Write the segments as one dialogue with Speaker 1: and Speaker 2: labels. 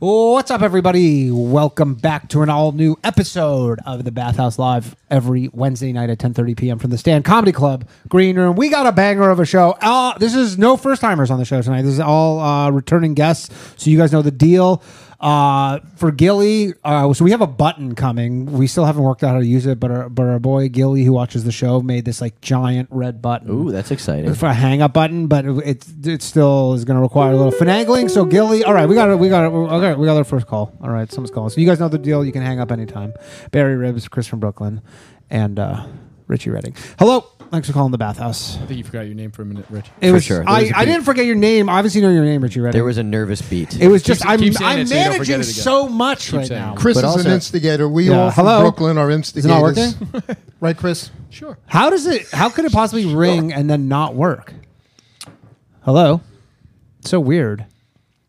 Speaker 1: What's up, everybody? Welcome back to an all-new episode of the Bathhouse Live every Wednesday night at 10:30 p.m. from the Stand Comedy Club Green Room. We got a banger of a show. Uh, this is no first timers on the show tonight. This is all uh, returning guests, so you guys know the deal. Uh, for Gilly, uh, so we have a button coming. We still haven't worked out how to use it, but our, but our boy Gilly, who watches the show, made this like giant red button
Speaker 2: Ooh, that's exciting.
Speaker 1: for a hang up button, but it it still is going to require a little finagling. So Gilly, all right, we got it, we got it, okay, we got our first call. All right, someone's calling. So you guys know the deal. You can hang up anytime. Barry Ribs, Chris from Brooklyn, and uh, Richie Redding. Hello, thanks for calling the bathhouse.
Speaker 3: I think you forgot your name for a minute, Rich.
Speaker 1: It
Speaker 2: For
Speaker 1: was
Speaker 2: sure. There
Speaker 1: I,
Speaker 2: was a
Speaker 1: I
Speaker 2: beat.
Speaker 1: didn't forget your name. I obviously know your name, Richie Redding.
Speaker 2: There was a nervous beat.
Speaker 1: it was just
Speaker 3: Keep-
Speaker 1: I'm
Speaker 3: keep saying
Speaker 1: I'm
Speaker 3: it so you don't forget
Speaker 1: managing
Speaker 3: it again.
Speaker 1: so much right
Speaker 3: saying
Speaker 1: now.
Speaker 3: it.
Speaker 4: Chris
Speaker 2: But
Speaker 4: is
Speaker 2: also-
Speaker 4: an instigator. We
Speaker 1: Yeah,
Speaker 4: all from
Speaker 1: hello?
Speaker 4: Brooklyn are
Speaker 1: not
Speaker 4: instigators. right, Chris?
Speaker 3: Sure.
Speaker 1: How does it? How could it possibly ring and then not work? Hello, so weird.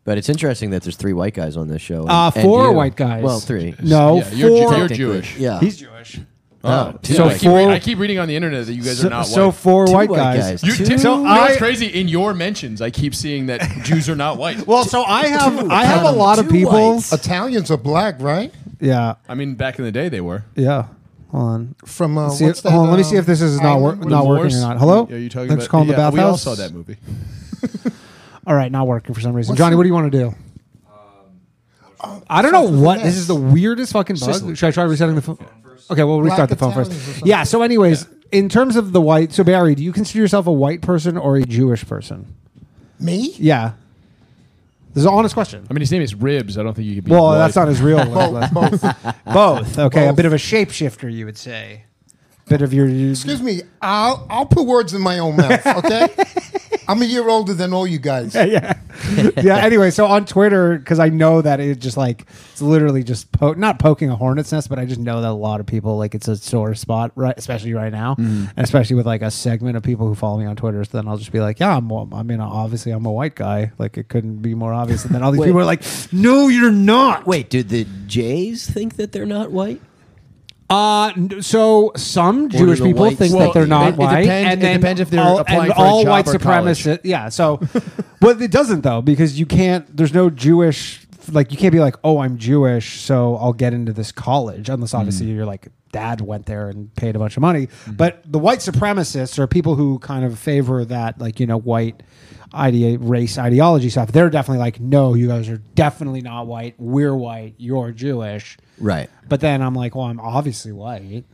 Speaker 2: but it's interesting that there's three white guys on this show. and-
Speaker 1: Uh,
Speaker 2: and
Speaker 1: four
Speaker 2: you.
Speaker 1: white guys.
Speaker 2: Well, three.
Speaker 1: No,
Speaker 3: Yeah, you're Ju-
Speaker 1: four.
Speaker 3: you're
Speaker 2: Technically.
Speaker 3: Jewish.
Speaker 2: Yeah.
Speaker 1: He's Jewish.
Speaker 2: oh, two
Speaker 3: So I,
Speaker 2: white-
Speaker 3: keep re-
Speaker 1: four-
Speaker 3: I keep reading on the internet that you guys
Speaker 1: So,
Speaker 3: are not
Speaker 1: so
Speaker 3: white.
Speaker 1: four
Speaker 2: Two
Speaker 1: white,
Speaker 2: white guys.
Speaker 1: guys.
Speaker 3: You,
Speaker 2: Two-
Speaker 3: t-
Speaker 1: So
Speaker 3: you know what's
Speaker 1: I-
Speaker 3: crazy? In your mentions, I keep seeing that Jews are not white.
Speaker 1: Well, so I have I have a
Speaker 2: count 'em,
Speaker 1: lot of
Speaker 2: two
Speaker 1: people.
Speaker 2: whites.
Speaker 4: Italians are black, right?
Speaker 1: Yeah,
Speaker 3: I mean, back in the day, they were.
Speaker 1: yeah. Hold on.
Speaker 4: From uh,
Speaker 1: See
Speaker 4: what's
Speaker 1: if-
Speaker 4: that,
Speaker 1: hold on, let me
Speaker 4: um,
Speaker 1: see if this is not wor-
Speaker 4: island?
Speaker 1: not working or
Speaker 3: Divorce?
Speaker 1: not. Hello.
Speaker 3: Are you talking
Speaker 1: Thanks
Speaker 3: about?
Speaker 1: for calling
Speaker 3: yeah,
Speaker 1: the bathhouse.
Speaker 3: We all saw that movie.
Speaker 1: All right, not working for some reason.
Speaker 4: What's
Speaker 1: Johnny,
Speaker 4: the-
Speaker 1: what do you want to do? Um, I don't know
Speaker 4: something
Speaker 1: what
Speaker 4: else.
Speaker 1: this is. The weirdest fucking bug. Should I try resetting the phone? Okay, we'll
Speaker 4: Black
Speaker 1: restart the phone
Speaker 4: Italians or
Speaker 1: first.
Speaker 4: something.
Speaker 1: Yeah. So, anyways, in terms of the white, so Barry, do you consider yourself a white person or a Jewish person?
Speaker 4: Me?
Speaker 1: Yeah. This is an honest question.
Speaker 3: I mean, his name is Ribs. I don't think you could be.
Speaker 1: Well,
Speaker 3: white.
Speaker 1: that's not his real name.
Speaker 4: Both. both.
Speaker 1: Both. Okay, a
Speaker 4: Both.
Speaker 1: bit of a shapeshifter, you would say. Bit of your.
Speaker 4: Excuse me. I'll I'll put words in my own mouth. Okay. I'm a year older than all you guys.
Speaker 1: yeah. yeah. Anyway, so on Twitter, because I know that it just like it's literally just po- not poking a hornet's nest, but I just know that a lot of people like it's a sore spot, right? Especially right now,
Speaker 2: Mm-hmm.
Speaker 1: and especially with like a segment of people who follow me on Twitter. So then I'll just be like, yeah, I'm. I mean, obviously I'm a white guy. Like it couldn't be more obvious. And then all these
Speaker 2: Wait.
Speaker 1: people are like, no, you're not.
Speaker 2: Wait, do the Jays think that they're not white?
Speaker 1: Uh, n- so some
Speaker 2: do
Speaker 1: Jewish
Speaker 2: the
Speaker 1: people
Speaker 2: whites
Speaker 1: think
Speaker 2: say?
Speaker 1: that they're
Speaker 2: Well,
Speaker 1: not
Speaker 3: it- it
Speaker 1: white,
Speaker 3: depends-
Speaker 1: and
Speaker 3: it
Speaker 1: then
Speaker 3: depends if they're
Speaker 1: all,
Speaker 3: applying
Speaker 1: and
Speaker 3: for a
Speaker 1: all
Speaker 3: job
Speaker 1: white
Speaker 3: or college.
Speaker 1: supremacists. Yeah, so but it doesn't though because you can't. There's no Jewish like you can't be like, oh, I'm Jewish, so I'll get into this college unless obviously
Speaker 3: Mm.
Speaker 1: you're like dad went there and paid a bunch of money. But the white supremacists are people who kind of favor that like you know white idea race ideology stuff. They're definitely like, no, you guys are definitely not white. We're white. You're Jewish.
Speaker 2: Right.
Speaker 1: But then I'm like, well, I'm obviously white.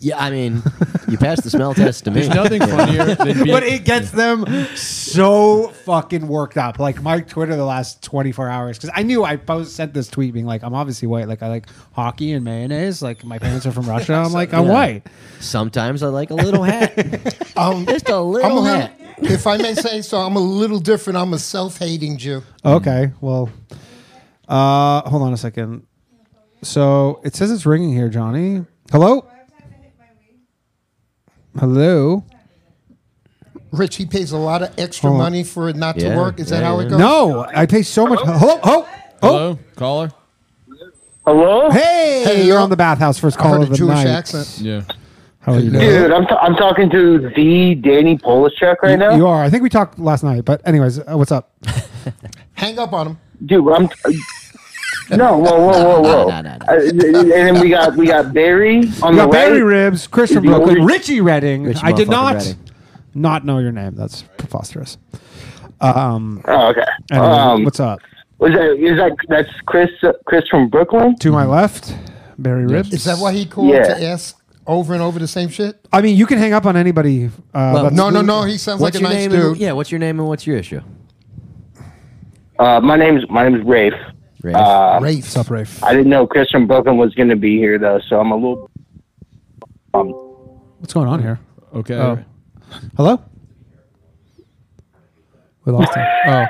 Speaker 2: Yeah, I mean, you passed the smell test to me.
Speaker 3: There's nothing funnier than being.
Speaker 1: But it gets them so fucking worked up. Like my Twitter the last 24 hours, because I knew I post, sent this tweet being like, I'm obviously white. Like I like hockey and mayonnaise. Like my parents are from Russia. I'm like, I'm
Speaker 2: Yeah.
Speaker 1: white.
Speaker 2: Uh, Sometimes I like a little hat.
Speaker 4: Um,
Speaker 2: Just a
Speaker 4: I'm a
Speaker 2: little
Speaker 4: little,
Speaker 2: hat.
Speaker 4: if I may say so, I'm a little different. I'm a self-hating Jew.
Speaker 2: Mm.
Speaker 1: Okay, well, uh, hold on a second. So it says it's ringing here, Johnny. Hello? Hello?
Speaker 4: Rich, he pays a lot of extra
Speaker 1: Hold on.
Speaker 4: money for it not
Speaker 2: Yeah,
Speaker 4: to work. Is that
Speaker 2: yeah,
Speaker 4: how
Speaker 2: yeah.
Speaker 4: it goes?
Speaker 1: No, I pay so much. Hello? Oh, oh.
Speaker 3: Hello, caller.
Speaker 5: Hello?
Speaker 1: Hey,
Speaker 4: Hey,
Speaker 1: you're
Speaker 4: yo.
Speaker 1: on the bathhouse first
Speaker 4: I
Speaker 1: call
Speaker 4: heard
Speaker 1: of
Speaker 4: a
Speaker 1: the
Speaker 4: Jewish
Speaker 1: night.
Speaker 4: accent.
Speaker 3: Yeah.
Speaker 1: How are you doing?
Speaker 5: Dude, I'm, t- I'm talking to the Danny Polishek right now.
Speaker 1: You are. I think we talked last night, but anyways, uh, what's up?
Speaker 4: Hang up on him.
Speaker 5: Dude, I'm. uh, no, whoa, whoa, whoa, whoa.
Speaker 2: No, no, no, no.
Speaker 5: Uh, and then we got we got Barry on
Speaker 1: We
Speaker 5: the
Speaker 1: got Barry
Speaker 5: right.
Speaker 1: Ribs, Chris from
Speaker 5: You know,
Speaker 1: Brooklyn,
Speaker 5: we-
Speaker 1: Richie Redding.
Speaker 2: Richie
Speaker 1: I did
Speaker 2: motherfucking
Speaker 1: not
Speaker 2: Redding.
Speaker 1: not know your name. That's preposterous.
Speaker 5: oh, okay.
Speaker 1: Anyway,
Speaker 5: um,
Speaker 1: what's up?
Speaker 5: was that is that that's Chris uh, Chris from Brooklyn?
Speaker 1: To my left, Barry Ribs.
Speaker 4: Is that why he called
Speaker 5: Yeah.
Speaker 4: to ask over and over the same shit?
Speaker 1: I mean, you can hang up on anybody. Uh, that's-
Speaker 4: No, no, no. He sounds
Speaker 2: What's
Speaker 4: like a
Speaker 2: your name?
Speaker 4: nice dude.
Speaker 2: And, yeah, what's your name and what's your issue?
Speaker 5: Uh, my name's my name's Rafe.
Speaker 2: Rafe.
Speaker 5: Uh,
Speaker 4: Rafe.
Speaker 1: What's up, Rafe?
Speaker 5: I didn't know Chris from Brooklyn was going to be here though, so I'm a little. Um,
Speaker 1: What's going on here?
Speaker 3: Okay.
Speaker 1: Oh. Hello? We lost him. Oh.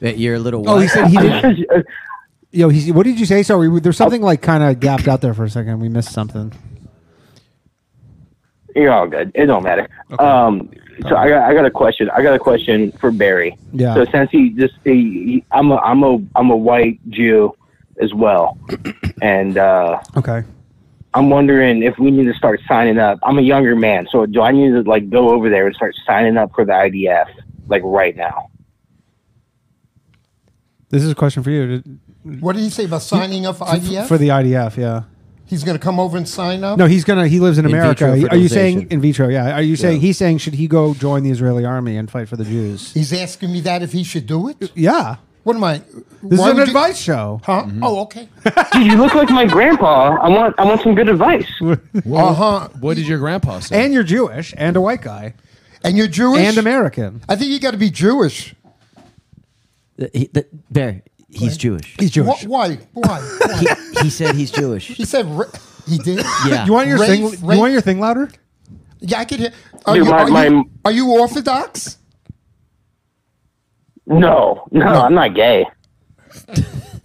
Speaker 2: That Uh, you're a little white.
Speaker 1: Oh, he said he didn't. Yo, he, what did you say? Sorry, we- there's something like kind of gapped out there for a second. We missed something.
Speaker 5: you're all good. It don't matter. Um, so I got I got a question. I got a question for Barry.
Speaker 1: Yeah.
Speaker 5: So since he just he, he- I'm a I'm a I'm a white Jew as well, and uh,
Speaker 1: Okay.
Speaker 5: I'm wondering if we need to start signing up. I'm a younger man, so do I need to like go over there and start signing up for the IDF like right now?
Speaker 1: This is a question for you. Did-
Speaker 4: What did he say about signing up for IDF?
Speaker 1: for the IDF. Yeah.
Speaker 4: He's going to come over and sign up.
Speaker 1: No, he's gonna. He lives in
Speaker 2: In
Speaker 1: America.
Speaker 2: vitro
Speaker 1: Are you
Speaker 2: fertilization.
Speaker 1: saying in vitro? Yeah. Are you saying he's saying should he go join the Israeli army and fight for the Jews?
Speaker 4: He's asking me that if he should do it.
Speaker 1: Yeah.
Speaker 4: What am I?
Speaker 1: This
Speaker 4: why
Speaker 1: is
Speaker 4: would
Speaker 1: an
Speaker 4: you-
Speaker 1: advice show.
Speaker 4: Huh? Oh, okay.
Speaker 5: Dude, you look like my grandpa. I want I want some good advice.
Speaker 4: Uh huh.
Speaker 3: What did your grandpa say?
Speaker 1: And you're Jewish and a white guy
Speaker 4: And you're Jewish.
Speaker 1: and American.
Speaker 4: I think you got to be Jewish.
Speaker 2: Th- he- th- there, he's Jewish.
Speaker 1: He's Jewish.
Speaker 4: Wh- Why? Why? Why?
Speaker 2: he, he said he's Jewish.
Speaker 4: he said ra- he did.
Speaker 2: Yeah.
Speaker 1: You want your
Speaker 4: Rafe,
Speaker 1: thing?
Speaker 4: Rafe.
Speaker 1: You want your thing louder?
Speaker 4: Yeah, I could hear. Are,
Speaker 5: Dude,
Speaker 4: you,
Speaker 5: my-
Speaker 4: are,
Speaker 5: my-
Speaker 4: you, are you Orthodox?
Speaker 5: No, no, I'm not gay.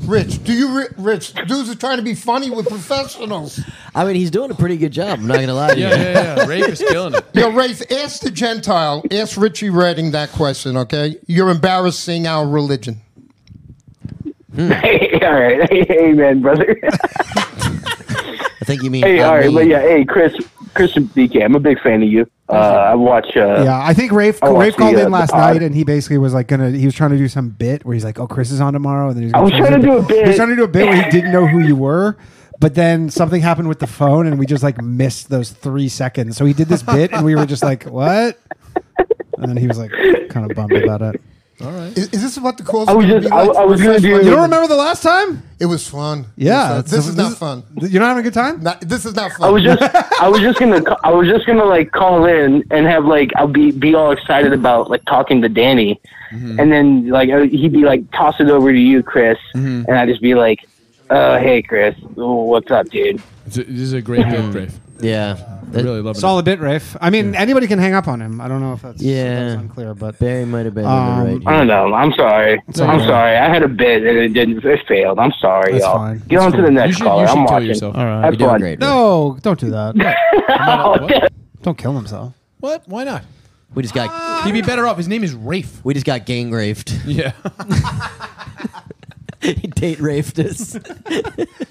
Speaker 4: Rich, do you, ri- Rich? Dudes are trying to be funny with professionals.
Speaker 2: I mean, he's doing a pretty good job. I'm not gonna lie to you.
Speaker 3: yeah, yeah, yeah. Rape is killing it.
Speaker 4: Yo, Rafe, ask the Gentile, ask Richie Redding that question, okay? You're embarrassing our religion.
Speaker 1: Hmm.
Speaker 5: Hey, all right, amen, brother.
Speaker 2: I think you mean.
Speaker 5: hey,
Speaker 2: I
Speaker 5: all right,
Speaker 2: mean-
Speaker 5: but yeah, hey, Chris, Chris and BK, I'm a big fan of you. Uh, I watch. Uh,
Speaker 1: Mm-hmm. Yeah, I think Rafe
Speaker 5: I watched
Speaker 1: Rafe called
Speaker 5: the, uh,
Speaker 1: in
Speaker 5: the
Speaker 1: last
Speaker 5: pod.
Speaker 1: night and he basically was like gonna he was trying to do some bit where he's like, "Oh, Chris is on tomorrow," and then he's.
Speaker 5: I was trying to do a
Speaker 1: He was
Speaker 5: bit.
Speaker 1: trying to do a bit where he didn't know who you were. But then something happened with the phone, and we just like missed those three seconds. So he did this bit, and we were just like, "What?" And then he was like, kind of bummed about it.
Speaker 4: Is, is this about the cause?
Speaker 5: I was just- I- I was gonna do-
Speaker 1: You don't remember the last time?
Speaker 4: It was fun.
Speaker 1: Yeah,
Speaker 4: It was fun. this is not fun.
Speaker 1: You're not having a good time.
Speaker 4: Not, this is not fun.
Speaker 5: I was just, I was just gonna, ca- I was just gonna like call in and have like, I'll be be all excited about like talking to Danny,
Speaker 3: Mm-hmm.
Speaker 5: and then like I- he'd be like, toss it over to you, Chris,
Speaker 3: Mm-hmm.
Speaker 5: and I'd just be like, uh, hey, Chris, what's up, dude?
Speaker 3: It's a- This is a great bit, Rafe.
Speaker 2: yeah. That-
Speaker 3: Really love it.
Speaker 1: Solid bit, Rafe. I mean, anybody can hang up on him. I don't know if that's
Speaker 2: Yeah.
Speaker 1: that's unclear, but
Speaker 2: Barry might have been
Speaker 1: Um,
Speaker 2: on the
Speaker 5: I
Speaker 2: right.
Speaker 5: don't know. I'm sorry. I'm
Speaker 1: okay.
Speaker 5: sorry. I had a bit and it didn't. It failed. I'm sorry,
Speaker 1: That's
Speaker 5: y'all.
Speaker 1: fine.
Speaker 5: Get
Speaker 1: That's
Speaker 5: on to the
Speaker 3: You
Speaker 5: next
Speaker 3: should,
Speaker 5: caller.
Speaker 3: you should
Speaker 5: I'm
Speaker 3: kill
Speaker 5: watching.
Speaker 3: yourself.
Speaker 1: all right.
Speaker 5: Have
Speaker 2: You're doing
Speaker 5: fun.
Speaker 2: great. Rick.
Speaker 1: No, don't do that.
Speaker 5: Oh, damn.
Speaker 1: don't kill himself.
Speaker 3: What? Why not? Ah,
Speaker 2: We just got
Speaker 3: He'd be better off. His name is Rafe.
Speaker 2: we just got gang raped.
Speaker 3: Yeah.
Speaker 2: Date raped us.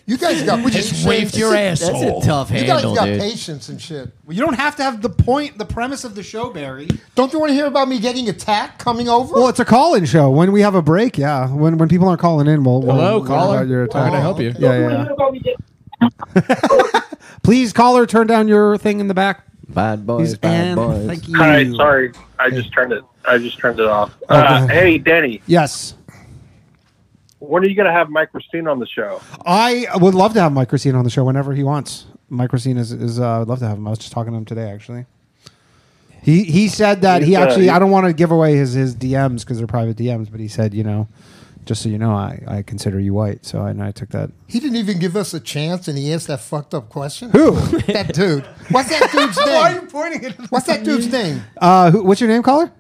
Speaker 4: you guys got patience.
Speaker 2: That's a tough
Speaker 4: You guys
Speaker 2: handle,
Speaker 4: got
Speaker 2: dude.
Speaker 4: patience and shit.
Speaker 1: Well, you don't have to have the point, the premise of the show, Barry.
Speaker 4: Don't you want to hear about me getting attacked coming over?
Speaker 1: Well, it's a call-in show. When we have a break, yeah. When when people aren't calling in, we'll, we'll
Speaker 3: Hello,
Speaker 1: learn
Speaker 3: caller.
Speaker 1: about your
Speaker 3: How can I
Speaker 1: attack.
Speaker 3: help you?
Speaker 1: Yeah, yeah. yeah. Please, caller, turn down your thing in the back.
Speaker 2: Bad boys,
Speaker 1: Please,
Speaker 2: bad
Speaker 1: and
Speaker 2: boys.
Speaker 1: thank you.
Speaker 6: Hi, sorry. I just turned it. I just turned it off.
Speaker 2: Oh,
Speaker 6: Uh,
Speaker 1: Okay.
Speaker 6: hey, Denny,
Speaker 1: Yes,
Speaker 6: when are you gonna have Mike Christine on the show?
Speaker 1: I would love to have Mike Racine on the show whenever he wants. Mike Racine is is uh, I'd love to have him. I was just talking to him today, actually. He he said that he
Speaker 6: He's, uh,
Speaker 1: actually
Speaker 6: he-
Speaker 1: I don't want to give away his his DMs because they're private DMs, but he said you know. Just so you know, I, I consider you white, so I, and I took that.
Speaker 4: he didn't even give us a chance, and he asked that fucked up question.
Speaker 1: Who?
Speaker 4: That dude. What's that dude's name?
Speaker 1: pointing at?
Speaker 4: What's that dude's name?
Speaker 1: Uh, who, what's your name, caller?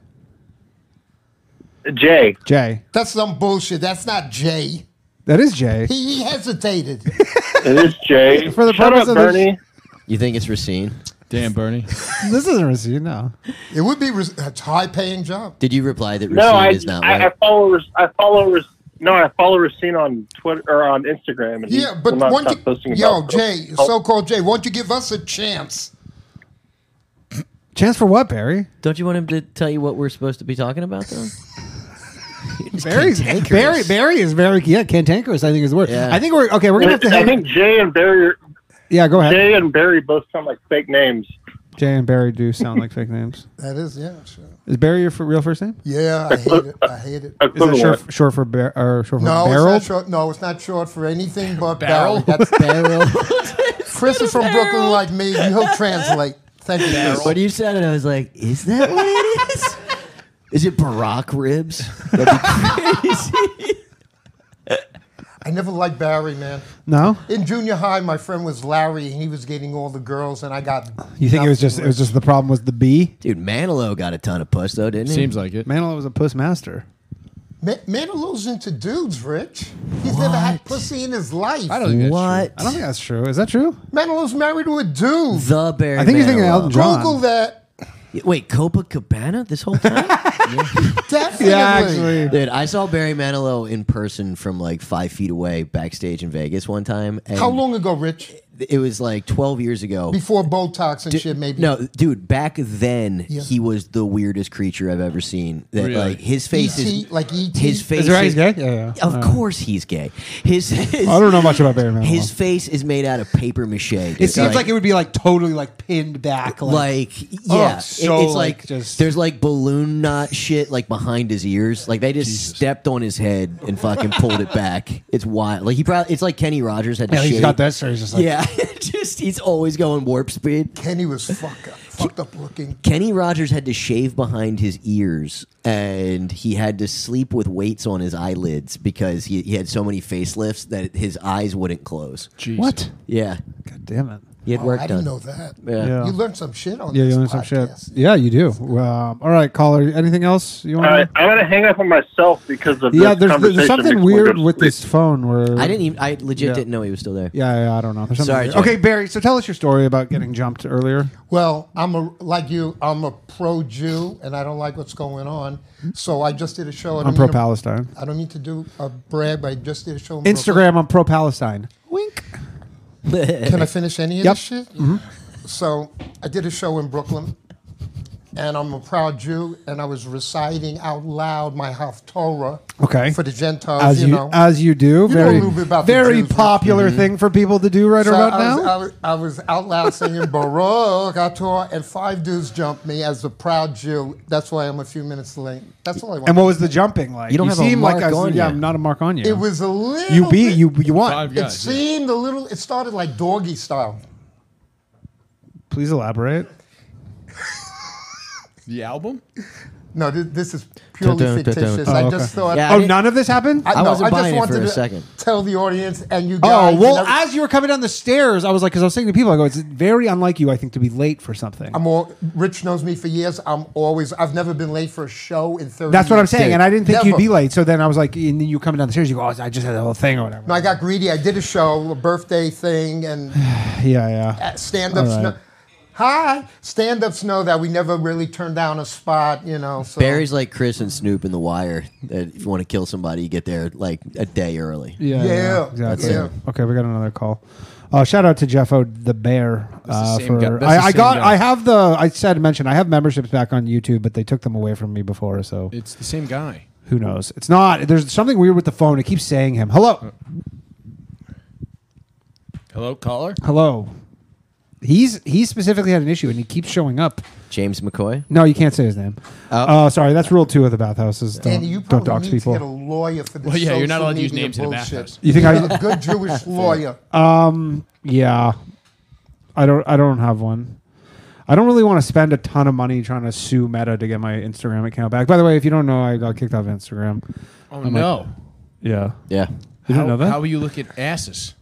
Speaker 6: Jay,
Speaker 1: Jay.
Speaker 4: That's some bullshit. That's not Jay.
Speaker 1: That is Jay.
Speaker 4: He, he hesitated.
Speaker 6: it is Jay.
Speaker 1: For the
Speaker 6: Shut
Speaker 1: purpose
Speaker 6: up,
Speaker 1: of this-
Speaker 6: Bernie.
Speaker 2: You think it's Racine?
Speaker 3: Damn, Bernie.
Speaker 1: this isn't Racine, no.
Speaker 4: It would be res- a high-paying job.
Speaker 2: Did you reply that Racine
Speaker 6: No, I,
Speaker 2: is not
Speaker 6: I, I
Speaker 2: white?
Speaker 6: follow. Ras- I follow. Ras- No, I follow Racine on Twitter or on Instagram. And
Speaker 4: Yeah,
Speaker 6: he
Speaker 4: but
Speaker 6: will not
Speaker 4: won't
Speaker 6: stop
Speaker 4: you,
Speaker 6: posting
Speaker 4: yo,
Speaker 6: about-
Speaker 4: Jay,
Speaker 6: Oh,
Speaker 4: so-called Jay, won't you give us a chance?
Speaker 1: Chance for what, Barry?
Speaker 2: Don't you want him to tell you what we're supposed to be talking about, though?
Speaker 1: Barry's Barry Barry is very yeah cantankerous. I think is the word.
Speaker 2: Yeah.
Speaker 1: I think we're okay. We're gonna have to.
Speaker 6: I
Speaker 1: Hang,
Speaker 6: think Jay and Barry,
Speaker 1: yeah, go ahead.
Speaker 6: Jay and Barry both sound like fake names.
Speaker 1: Jay and Barry do sound like fake names.
Speaker 4: That is, yeah, sure.
Speaker 1: Is Barry your f- real first name?
Speaker 4: Yeah, I hate it. I hate it.
Speaker 1: Is that
Speaker 6: Equivalent.
Speaker 1: short, short for bar- or short for
Speaker 4: No,
Speaker 1: barrel?
Speaker 4: it's not short. No, it's not short for anything but
Speaker 3: Barrel?
Speaker 4: barrel. That's Chris is from Brooklyn, like me. He'll translate. Thank you. Chris.
Speaker 2: when you said it, I was like, "Is that what it is? is it Barack ribs?" That'd be crazy.
Speaker 4: I never liked Barry, man.
Speaker 1: No,
Speaker 4: In junior high, my friend was Larry, and he was getting all the girls, and I got.
Speaker 1: you think it was just it was just the problem was the B?
Speaker 2: Dude, Manilow got a ton of puss though, didn't he?
Speaker 3: Seems like it.
Speaker 1: Manilow was a puss master.
Speaker 4: Ma- Manilow's into dudes, Rich. He's never had pussy in his life.
Speaker 3: I don't think that's
Speaker 2: what
Speaker 1: I don't think that's true. Is that true?
Speaker 4: Manilow's married to a dude.
Speaker 2: the Barry.
Speaker 1: I think you're thinking of
Speaker 2: Manilow.
Speaker 1: Elton John.
Speaker 4: Google that.
Speaker 2: Yeah, Wait, Copacabana this whole time,
Speaker 4: Definitely.
Speaker 1: Yeah, actually.
Speaker 2: dude. I saw Barry Manilow in person from like five feet away backstage in Vegas one time. And
Speaker 4: How long ago, Rich?
Speaker 2: it was like 12 years ago.
Speaker 4: Before Botox and shit, maybe.
Speaker 2: No, dude, back then
Speaker 4: Yeah.
Speaker 2: he was the weirdest creature I've ever seen. That
Speaker 3: Really?
Speaker 2: like his face
Speaker 4: E.T.,
Speaker 2: is
Speaker 4: like E.T.?
Speaker 2: His
Speaker 4: Is
Speaker 2: face
Speaker 1: that he's gay? Yeah, yeah.
Speaker 2: Of course he's gay. His, his
Speaker 1: I don't know much about Barry Manilow.
Speaker 2: His face is made out of paper mache.
Speaker 1: It seems like, it would be like totally like pinned back.
Speaker 2: like
Speaker 1: Oh,
Speaker 2: yeah, it-
Speaker 1: so,
Speaker 2: it's like,
Speaker 1: like, just-
Speaker 2: there's like balloon knot shit like behind his ears. Like they just stepped on his head and fucking pulled it back. It's wild. Like he probably it's like Kenny Rogers had. to
Speaker 1: yeah, he's
Speaker 2: shave.
Speaker 1: got that. So he's just like,
Speaker 2: Yeah, just he's always going warp speed.
Speaker 4: Kenny was fuck up, fucked up looking.
Speaker 2: Kenny Rogers had to shave behind his ears, and he had to sleep with weights on his eyelids because he, he had so many facelifts that his eyes wouldn't close.
Speaker 3: Jeez.
Speaker 1: what?
Speaker 2: Yeah,
Speaker 1: God damn it.
Speaker 2: he had
Speaker 4: Oh,
Speaker 2: work
Speaker 4: I
Speaker 2: done.
Speaker 4: didn't know that.
Speaker 1: Yeah.
Speaker 4: You learned some shit on
Speaker 1: Yeah,
Speaker 4: this
Speaker 1: you want some shit?
Speaker 4: podcast.
Speaker 1: Yeah, you do. Um, all right, caller. Anything else you
Speaker 6: All
Speaker 1: want?
Speaker 6: right,
Speaker 1: to
Speaker 6: I'm gonna hang up on myself because of
Speaker 1: Yeah,
Speaker 6: this
Speaker 1: there's,
Speaker 6: conversation
Speaker 1: there's something
Speaker 6: makes me go
Speaker 1: weird
Speaker 6: to
Speaker 1: with
Speaker 6: sleep.
Speaker 1: this phone. Where
Speaker 2: I didn't even. I legit
Speaker 1: Um, Yeah.
Speaker 2: didn't know he was still there.
Speaker 1: Yeah, yeah, I don't know. There's something
Speaker 2: Sorry,
Speaker 1: weird.
Speaker 2: Jay.
Speaker 1: Okay, Barry. So tell us your story about getting jumped earlier.
Speaker 4: Well, I'm a like you. I'm a pro Jew, and I don't like what's going on. So I just did a show. I
Speaker 1: I'm
Speaker 4: don't mean
Speaker 1: pro
Speaker 4: to-
Speaker 1: Palestine.
Speaker 4: I don't mean to do a brag, but I just did a show. in Brooklyn.
Speaker 1: Instagram. I'm pro Palestine. Wink.
Speaker 4: Can I finish any of
Speaker 1: Yep. Mm-hmm.
Speaker 4: this shit? So I did a show in Brooklyn, and I'm a proud Jew, and I was reciting out loud my Haftorah
Speaker 1: Okay.
Speaker 4: for the Gentiles,
Speaker 1: As
Speaker 4: you,
Speaker 1: you,
Speaker 4: know.
Speaker 1: as you do,
Speaker 4: know a
Speaker 1: very
Speaker 4: little bit about the
Speaker 1: very
Speaker 4: Jews, right?
Speaker 1: popular thing for people to do right
Speaker 4: So
Speaker 1: about
Speaker 4: I, was,
Speaker 1: now.
Speaker 4: I, was, I was out loud singing Baruch Ator, and five dudes jumped me as a proud Jew. That's why I'm a few minutes late. That's all I want.
Speaker 1: and what was the jumping like?
Speaker 2: You don't have a
Speaker 1: seem like
Speaker 2: mark
Speaker 1: I was-
Speaker 2: on
Speaker 1: yeah,
Speaker 2: you.
Speaker 1: I'm not a mark on you.
Speaker 4: it was a little.
Speaker 1: you beat
Speaker 4: bit-
Speaker 1: you you won.
Speaker 3: Five
Speaker 4: It
Speaker 3: guys. yeah.
Speaker 4: seemed a little. It started like doggy style.
Speaker 1: Please elaborate.
Speaker 3: The album?
Speaker 4: No, this, this is purely
Speaker 2: Dun, dun, dun, dun.
Speaker 4: fictitious.
Speaker 1: Oh,
Speaker 4: I
Speaker 1: okay.
Speaker 4: just thought.
Speaker 2: Yeah, I
Speaker 1: Oh,
Speaker 2: didn't-
Speaker 1: none of this happened.
Speaker 4: I,
Speaker 2: I
Speaker 4: no,
Speaker 2: wasn't
Speaker 4: I just
Speaker 2: buying it
Speaker 4: wanted
Speaker 2: for a
Speaker 4: to
Speaker 2: second.
Speaker 4: Tell the audience and you
Speaker 1: Oh
Speaker 4: guys.
Speaker 1: well,
Speaker 4: and every-
Speaker 1: as you were coming down the stairs, I was like, because I was saying to people, I go, it's very unlike you, I think, to be late for something.
Speaker 4: I'm all, Rich knows me for years. I'm always. I've never been late for a show in thirty.
Speaker 1: That's what I'm
Speaker 4: years.
Speaker 1: saying, and I didn't think you'd
Speaker 4: Never.
Speaker 1: be late. So then I was like, and then you were coming down the stairs, you go, oh, I just had the whole thing or whatever.
Speaker 4: No, I got greedy. I did a show, a birthday thing, and
Speaker 1: yeah, yeah.
Speaker 4: stand ups
Speaker 1: All right.
Speaker 4: know. Hi, stand ups know that we never really turn down a spot. You know, so
Speaker 2: Barry's like Chris and Snoop in The Wire. That if you want to kill somebody, you get there like a day early.
Speaker 1: Yeah,
Speaker 4: Yeah,
Speaker 1: exactly.
Speaker 4: yeah.
Speaker 1: Okay, we got another call. Uh, shout out to Jeff O the Bear. Uh,
Speaker 3: same guy-
Speaker 1: for
Speaker 3: that's the
Speaker 1: I, I
Speaker 3: same
Speaker 1: got,
Speaker 3: guy.
Speaker 1: I have the. I said mention. I have memberships back on YouTube, but they took them away from me before. So
Speaker 3: It's the same guy.
Speaker 1: who knows? It's not. There's something weird with the phone. It keeps saying him. Hello,
Speaker 3: Hello, caller?
Speaker 1: hello. He's he specifically had an issue, and he keeps showing up.
Speaker 2: James McCoy.
Speaker 1: No, you can't say his name. Oh, sorry. That's rule two of the bathhouse is don't,
Speaker 4: Danny, you
Speaker 1: don't
Speaker 4: probably
Speaker 1: dox
Speaker 4: need
Speaker 1: people.
Speaker 4: to get a lawyer for this.
Speaker 3: Well, yeah, you're not
Speaker 4: social
Speaker 3: allowed to use
Speaker 4: media
Speaker 3: names in a
Speaker 4: bullshit.
Speaker 3: bathhouse.
Speaker 1: you think
Speaker 4: a
Speaker 1: I?
Speaker 4: good Jewish lawyer.
Speaker 1: Um, Yeah, I don't. I don't have one. I don't really want to spend a ton of money trying to sue Meta to get my Instagram account back. By the way, if you don't know, I got kicked off Instagram.
Speaker 3: Oh, no.
Speaker 1: Yeah,
Speaker 2: Yeah.
Speaker 3: how,
Speaker 1: you didn't know that?
Speaker 3: how will you look at asses?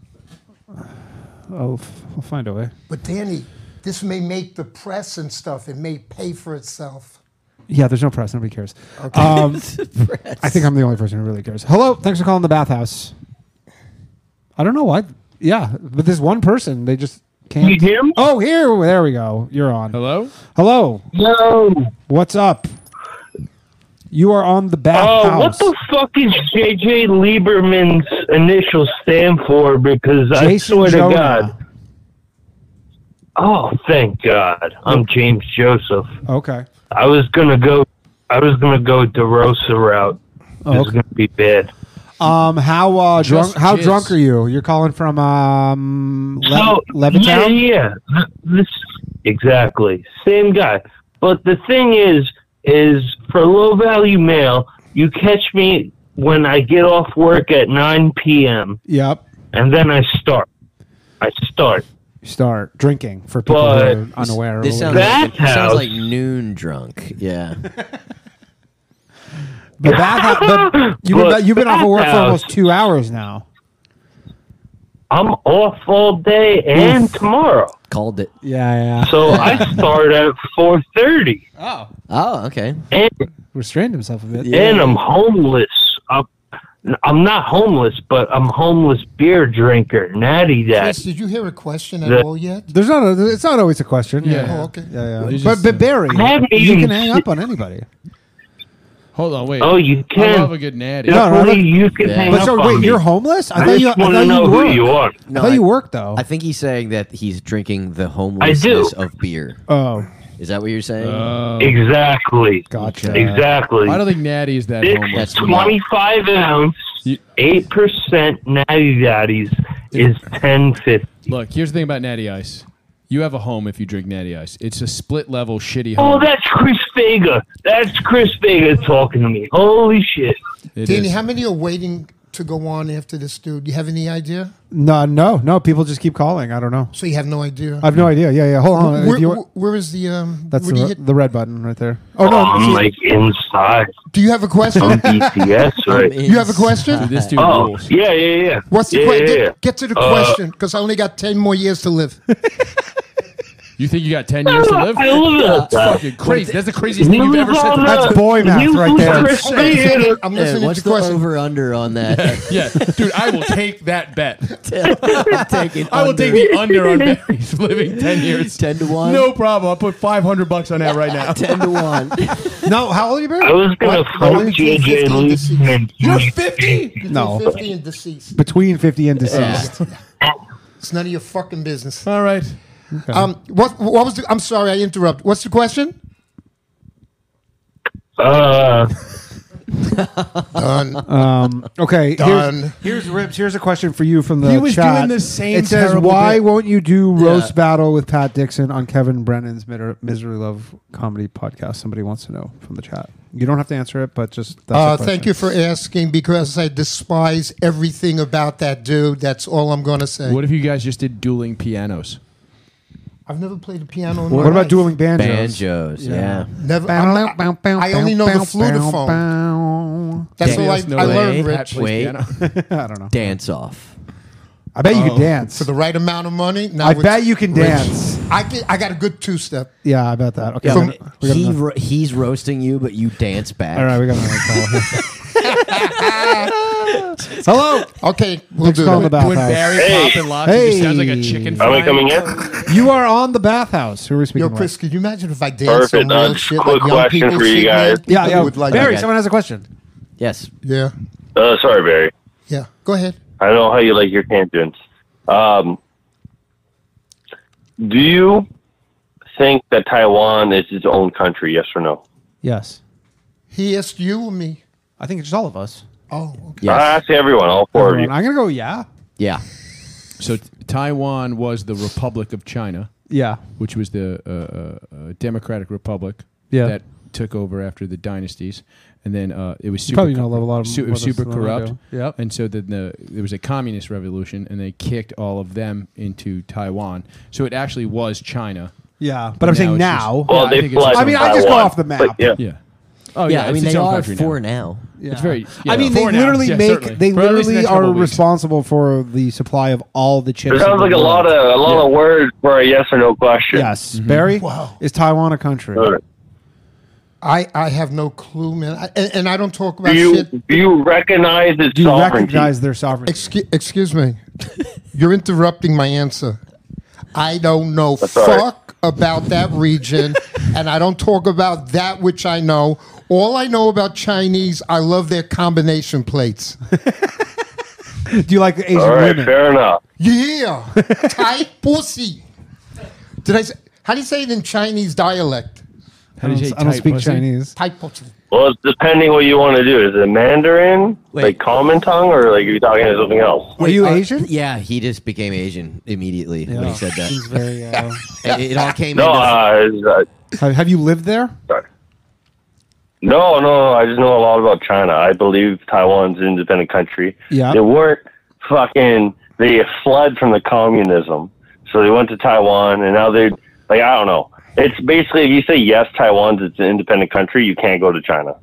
Speaker 1: I'll, f- I'll find a way.
Speaker 4: But Danny, this may make the press and stuff. It may pay for itself.
Speaker 1: Yeah, there's no press. Nobody cares. Um, I think I'm the only person who really cares. Hello, thanks for calling the bathhouse. I don't know why. Yeah, but this one person, they just can't.
Speaker 6: You him?
Speaker 1: Oh, here, there we go. You're on.
Speaker 3: Hello?
Speaker 1: Hello,
Speaker 6: Yo,
Speaker 1: what's up? You are on the
Speaker 6: uh,
Speaker 1: bathhouse.
Speaker 6: what the fuck is JJ Lieberman's initials stand for? Because I
Speaker 1: Jason
Speaker 6: swear
Speaker 1: Jonah.
Speaker 6: to God. Oh, thank God. I'm James Joseph.
Speaker 1: Okay.
Speaker 6: I was gonna go. I was gonna go DeRosa route.
Speaker 1: Oh,
Speaker 6: It's
Speaker 1: okay.
Speaker 6: gonna be bad.
Speaker 1: Um, how uh, drunk?
Speaker 3: Just
Speaker 1: How
Speaker 3: jizz.
Speaker 1: drunk are you? You're calling from um, Le-
Speaker 6: So Oh, yeah,
Speaker 1: Levittown.
Speaker 6: yeah. Th- This exactly same guy. But the thing is, is for low value mail, you catch me when I get off work at 9 p.m.
Speaker 1: Yep.
Speaker 6: and then I start. I start.
Speaker 1: Start drinking for people
Speaker 6: But-
Speaker 1: who are unaware.
Speaker 2: This
Speaker 1: or
Speaker 2: sounds,
Speaker 1: whatever.
Speaker 2: like,
Speaker 6: That
Speaker 2: this sounds
Speaker 6: house.
Speaker 2: like noon drunk. Yeah.
Speaker 1: the bathhouse. The, you've,
Speaker 6: But
Speaker 1: been, you've been off of work for
Speaker 6: bathhouse.
Speaker 1: almost two hours now.
Speaker 6: I'm off all day and tomorrow,
Speaker 2: Called it.
Speaker 1: Yeah, yeah.
Speaker 6: so I start at 4:30,
Speaker 3: Oh.
Speaker 2: Oh, okay.
Speaker 6: and
Speaker 1: Restrained himself a bit.
Speaker 6: and I'm homeless. I'm, I'm not homeless, but I'm homeless beer drinker, natty that.
Speaker 4: Chris, did you hear a question at
Speaker 6: The-
Speaker 4: all yet?
Speaker 1: There's not. A, it's not always a question. Yeah.
Speaker 4: Oh, okay.
Speaker 1: Yeah, yeah.
Speaker 3: They
Speaker 1: But,
Speaker 3: just-
Speaker 1: but Barry,
Speaker 6: I haven't
Speaker 1: you
Speaker 6: even
Speaker 1: can hang
Speaker 6: se-
Speaker 1: up on anybody.
Speaker 3: Hold on, wait.
Speaker 7: Oh, you
Speaker 3: I
Speaker 7: can.
Speaker 3: love a good natty.
Speaker 1: No, no,
Speaker 7: Definitely,
Speaker 1: no.
Speaker 7: you can hang
Speaker 1: But
Speaker 7: up
Speaker 1: so
Speaker 7: on
Speaker 1: wait,
Speaker 7: me.
Speaker 1: you're homeless? I,
Speaker 7: I
Speaker 1: thought
Speaker 7: just
Speaker 1: you. I
Speaker 7: want
Speaker 1: thought
Speaker 7: to
Speaker 1: you
Speaker 7: know who
Speaker 1: worked.
Speaker 7: you are.
Speaker 1: I thought you worked though.
Speaker 2: I think he's saying that he's drinking the homelessness of beer.
Speaker 1: oh,
Speaker 2: Is that what you're saying?
Speaker 7: Exactly.
Speaker 1: gotcha.
Speaker 7: Exactly.
Speaker 3: I don't think natty is that
Speaker 7: Six
Speaker 3: homeless.
Speaker 2: That's not-
Speaker 7: 25 ounce,
Speaker 3: You-
Speaker 7: 8% Natty Daddies is 1050.
Speaker 3: Look, here's the thing about natty ice. You have a home if you drink natty ice. It's a split level shitty
Speaker 7: Oh,
Speaker 3: home.
Speaker 7: that's Chris Vega. That's Chris Vega talking to me. Holy shit.
Speaker 3: It
Speaker 4: Danny,
Speaker 3: is.
Speaker 4: how many are waiting to go on after this dude? You have any idea?
Speaker 1: No, no, no. People just keep calling. I don't know.
Speaker 4: So you have no idea.
Speaker 1: I have no idea. Yeah, yeah. Hold on. If
Speaker 4: Where-
Speaker 1: you-
Speaker 4: wh- where is the um?
Speaker 1: that's
Speaker 4: where
Speaker 1: the,
Speaker 4: do, you
Speaker 1: re-
Speaker 4: hit-
Speaker 1: the red button right there. Oh no.
Speaker 7: I'm like inside
Speaker 4: do you have a question?
Speaker 7: on BTS, right?
Speaker 4: you have a question?
Speaker 3: This dude
Speaker 7: Oh,
Speaker 3: rules.
Speaker 7: yeah, yeah, yeah.
Speaker 4: What's the
Speaker 7: yeah,
Speaker 4: question?
Speaker 7: yeah, yeah.
Speaker 4: Get, get to the
Speaker 7: Uh,
Speaker 4: question because I only got ten more years to live.
Speaker 3: You think you got 10 years to live?
Speaker 7: I love that.
Speaker 3: Fucking crazy. That's the craziest thing you've ever said. to me.
Speaker 1: That's boy math
Speaker 7: You
Speaker 1: right
Speaker 7: lose
Speaker 1: there.
Speaker 7: Chris Vega.
Speaker 4: I'm
Speaker 2: Hey,
Speaker 4: listening
Speaker 2: what's
Speaker 4: to
Speaker 2: the
Speaker 4: the question.
Speaker 2: over under on that?
Speaker 3: Yeah, dude, I will take that bet.
Speaker 2: I'm taking
Speaker 3: I will take
Speaker 2: under.
Speaker 3: the under on Barry's living 10 years.
Speaker 2: 10 to 1.
Speaker 3: No problem. I'll put 500 bucks on that right now.
Speaker 2: 10 to 1.
Speaker 1: No. How old are you,
Speaker 7: I
Speaker 1: Barry?
Speaker 7: was gonna fuck JJ Leeson.
Speaker 3: You're 50?
Speaker 1: No.
Speaker 4: Fifty and deceased.
Speaker 1: Between fifty and deceased.
Speaker 4: It's none of your fucking business.
Speaker 3: All right.
Speaker 4: Um, what what was the? I'm sorry, I interrupt. What's the question?
Speaker 7: Uh,
Speaker 1: Um, Okay.
Speaker 4: Done.
Speaker 1: Here's, here's ribs. Here's a question for you from the
Speaker 3: He was
Speaker 1: chat.
Speaker 3: doing the same
Speaker 1: It says,
Speaker 3: terrible
Speaker 1: "Why
Speaker 3: bit."
Speaker 1: won't you do roast battle with Pat Dixon on Kevin Brennan's Miser- Misery Love Comedy Podcast?" Somebody wants to know from the chat. You don't have to answer it, but just that's
Speaker 4: Uh,
Speaker 1: a
Speaker 4: thank
Speaker 1: question.
Speaker 4: you for asking because I despise everything about that dude. That's all I'm going to say.
Speaker 3: What if you guys just did dueling pianos?
Speaker 4: I've never played a piano. In
Speaker 1: What
Speaker 4: my
Speaker 1: about
Speaker 4: life.
Speaker 1: dueling banjos?
Speaker 2: Banjos, yeah.
Speaker 4: Never. I'm not- I only know the flutophone. That's all I,
Speaker 3: Daniel's no
Speaker 4: I
Speaker 3: way.
Speaker 4: learned,
Speaker 2: Pat
Speaker 4: Rich.
Speaker 2: plays
Speaker 3: Wait.
Speaker 2: piano.
Speaker 1: I don't know.
Speaker 2: Dance off.
Speaker 1: I bet you can
Speaker 3: Oh.
Speaker 1: dance.
Speaker 4: For the right amount of money. Now
Speaker 1: I
Speaker 4: it's-
Speaker 1: bet you can dance.
Speaker 4: I can, I got a good two step.
Speaker 1: Yeah, I bet that. Okay.
Speaker 2: Yeah,
Speaker 1: we
Speaker 2: but
Speaker 1: got- we got
Speaker 2: he,
Speaker 1: another-
Speaker 2: ro- he's roasting you, but you dance back.
Speaker 1: all right, we got another call. Hello.
Speaker 4: Okay, we'll
Speaker 1: Next
Speaker 4: do
Speaker 1: call in the
Speaker 4: that.
Speaker 3: When
Speaker 1: bathhouse.
Speaker 3: Barry
Speaker 7: Hey.
Speaker 3: popping locks, it just sounds like
Speaker 1: Hey.
Speaker 3: a chicken
Speaker 7: are
Speaker 3: fry.
Speaker 7: we coming in?
Speaker 1: You are on the bathhouse. Who are we speaking
Speaker 4: Yo,
Speaker 1: with?
Speaker 4: Chris, could you imagine if I danced
Speaker 7: Perfect.
Speaker 4: on real
Speaker 7: Uh,
Speaker 4: shit
Speaker 7: quick
Speaker 4: like young
Speaker 7: question
Speaker 4: people
Speaker 7: for you
Speaker 4: shit, man?
Speaker 7: guys.
Speaker 1: Yeah,
Speaker 4: People
Speaker 1: yeah.
Speaker 4: would like
Speaker 1: Barry,
Speaker 4: that.
Speaker 1: someone has a question.
Speaker 2: Yes.
Speaker 4: Yeah,
Speaker 7: Uh, sorry, Barry.
Speaker 4: yeah. Go ahead.
Speaker 7: I know how you like your tangents. Um, do you think that Taiwan is its own country? Yes or no?
Speaker 1: Yes.
Speaker 4: He asked you or me.
Speaker 1: I think it's all of us.
Speaker 4: Oh, okay.
Speaker 7: I
Speaker 2: Yes.
Speaker 7: ask everyone, all four of
Speaker 1: I'm
Speaker 7: you.
Speaker 1: going to go, yeah.
Speaker 2: Yeah.
Speaker 3: So Taiwan was the Republic of China,
Speaker 1: Yeah.
Speaker 3: which was the uh, uh, uh, Democratic Republic
Speaker 1: Yeah.
Speaker 3: that took over after the dynasties, and then uh, it was super
Speaker 1: probably know a lot of
Speaker 3: su- it
Speaker 1: more
Speaker 3: was
Speaker 1: than
Speaker 3: super
Speaker 1: than I do.
Speaker 3: corrupt.
Speaker 1: Yep.
Speaker 3: And so then the there was a communist revolution, and they kicked all of them into Taiwan. So it actually was China.
Speaker 1: Yeah. But I'm
Speaker 3: Now
Speaker 1: saying
Speaker 3: it's
Speaker 1: now.
Speaker 3: just-
Speaker 6: Oh,
Speaker 7: Well,
Speaker 3: Yeah, I
Speaker 7: they
Speaker 3: think it's-
Speaker 7: flood
Speaker 1: I mean, I just go
Speaker 7: Taiwan,
Speaker 1: off the map.
Speaker 7: but yeah.
Speaker 3: Yeah. Oh
Speaker 2: Yeah, I mean,
Speaker 3: it's
Speaker 2: they
Speaker 3: its own
Speaker 2: are
Speaker 3: country
Speaker 2: four
Speaker 3: now.
Speaker 2: now.
Speaker 1: Yeah.
Speaker 3: It's very. yeah,
Speaker 1: I mean, they
Speaker 3: four now.
Speaker 1: literally
Speaker 3: Yeah,
Speaker 1: make
Speaker 3: certainly.
Speaker 1: they
Speaker 3: For at least the
Speaker 1: literally
Speaker 3: next
Speaker 1: are
Speaker 3: couple weeks.
Speaker 1: responsible for the supply of all the chips.
Speaker 7: It
Speaker 1: in
Speaker 7: sounds
Speaker 1: the
Speaker 7: like a lot
Speaker 1: world.
Speaker 7: of a lot of words for a yes or no question.
Speaker 1: yes. Mm-hmm. Barry,
Speaker 4: Wow.
Speaker 1: is Taiwan a country?
Speaker 7: Uh,
Speaker 4: I, I have no clue, man. I, and, and I don't talk
Speaker 7: Do
Speaker 4: about
Speaker 7: you
Speaker 4: shit.
Speaker 7: do you recognize its
Speaker 1: Do you
Speaker 7: sovereignty?
Speaker 1: recognize their sovereignty?
Speaker 4: Excuse, excuse me. You're interrupting my answer. I don't know
Speaker 7: all right.
Speaker 4: fuck about that region, and I don't talk about that which I know. All I know about Chinese, I love their combination plates.
Speaker 1: Do you like Asian
Speaker 7: all right,
Speaker 1: women?
Speaker 7: fair enough.
Speaker 4: Yeah, Thai pussy. Did I? Say, how do you say it in Chinese dialect?
Speaker 1: I
Speaker 3: do you
Speaker 1: don't,
Speaker 3: say
Speaker 1: I don't
Speaker 3: tight
Speaker 1: speak
Speaker 3: pussy?
Speaker 1: Chinese.
Speaker 4: Thai pussy.
Speaker 7: Well, it's depending what you want to do. Is it Mandarin, like common tongue, or like are you talking to something else?
Speaker 1: Are you Asian?
Speaker 2: uh, Yeah, he just became Asian immediately when he said that.
Speaker 1: He's very, uh,
Speaker 2: it, it all came
Speaker 7: No,
Speaker 2: into
Speaker 7: uh, it's, uh,
Speaker 1: have, have you lived there?
Speaker 7: sorry. No, no, I just know a lot about China. I believe Taiwan's an independent country.
Speaker 1: Yeah.
Speaker 7: They weren't fucking, they fled from the communism. So they went to Taiwan, and now they're, like, I don't know. It's basically, if you say yes, Taiwan's it's an independent country, you can't go to China.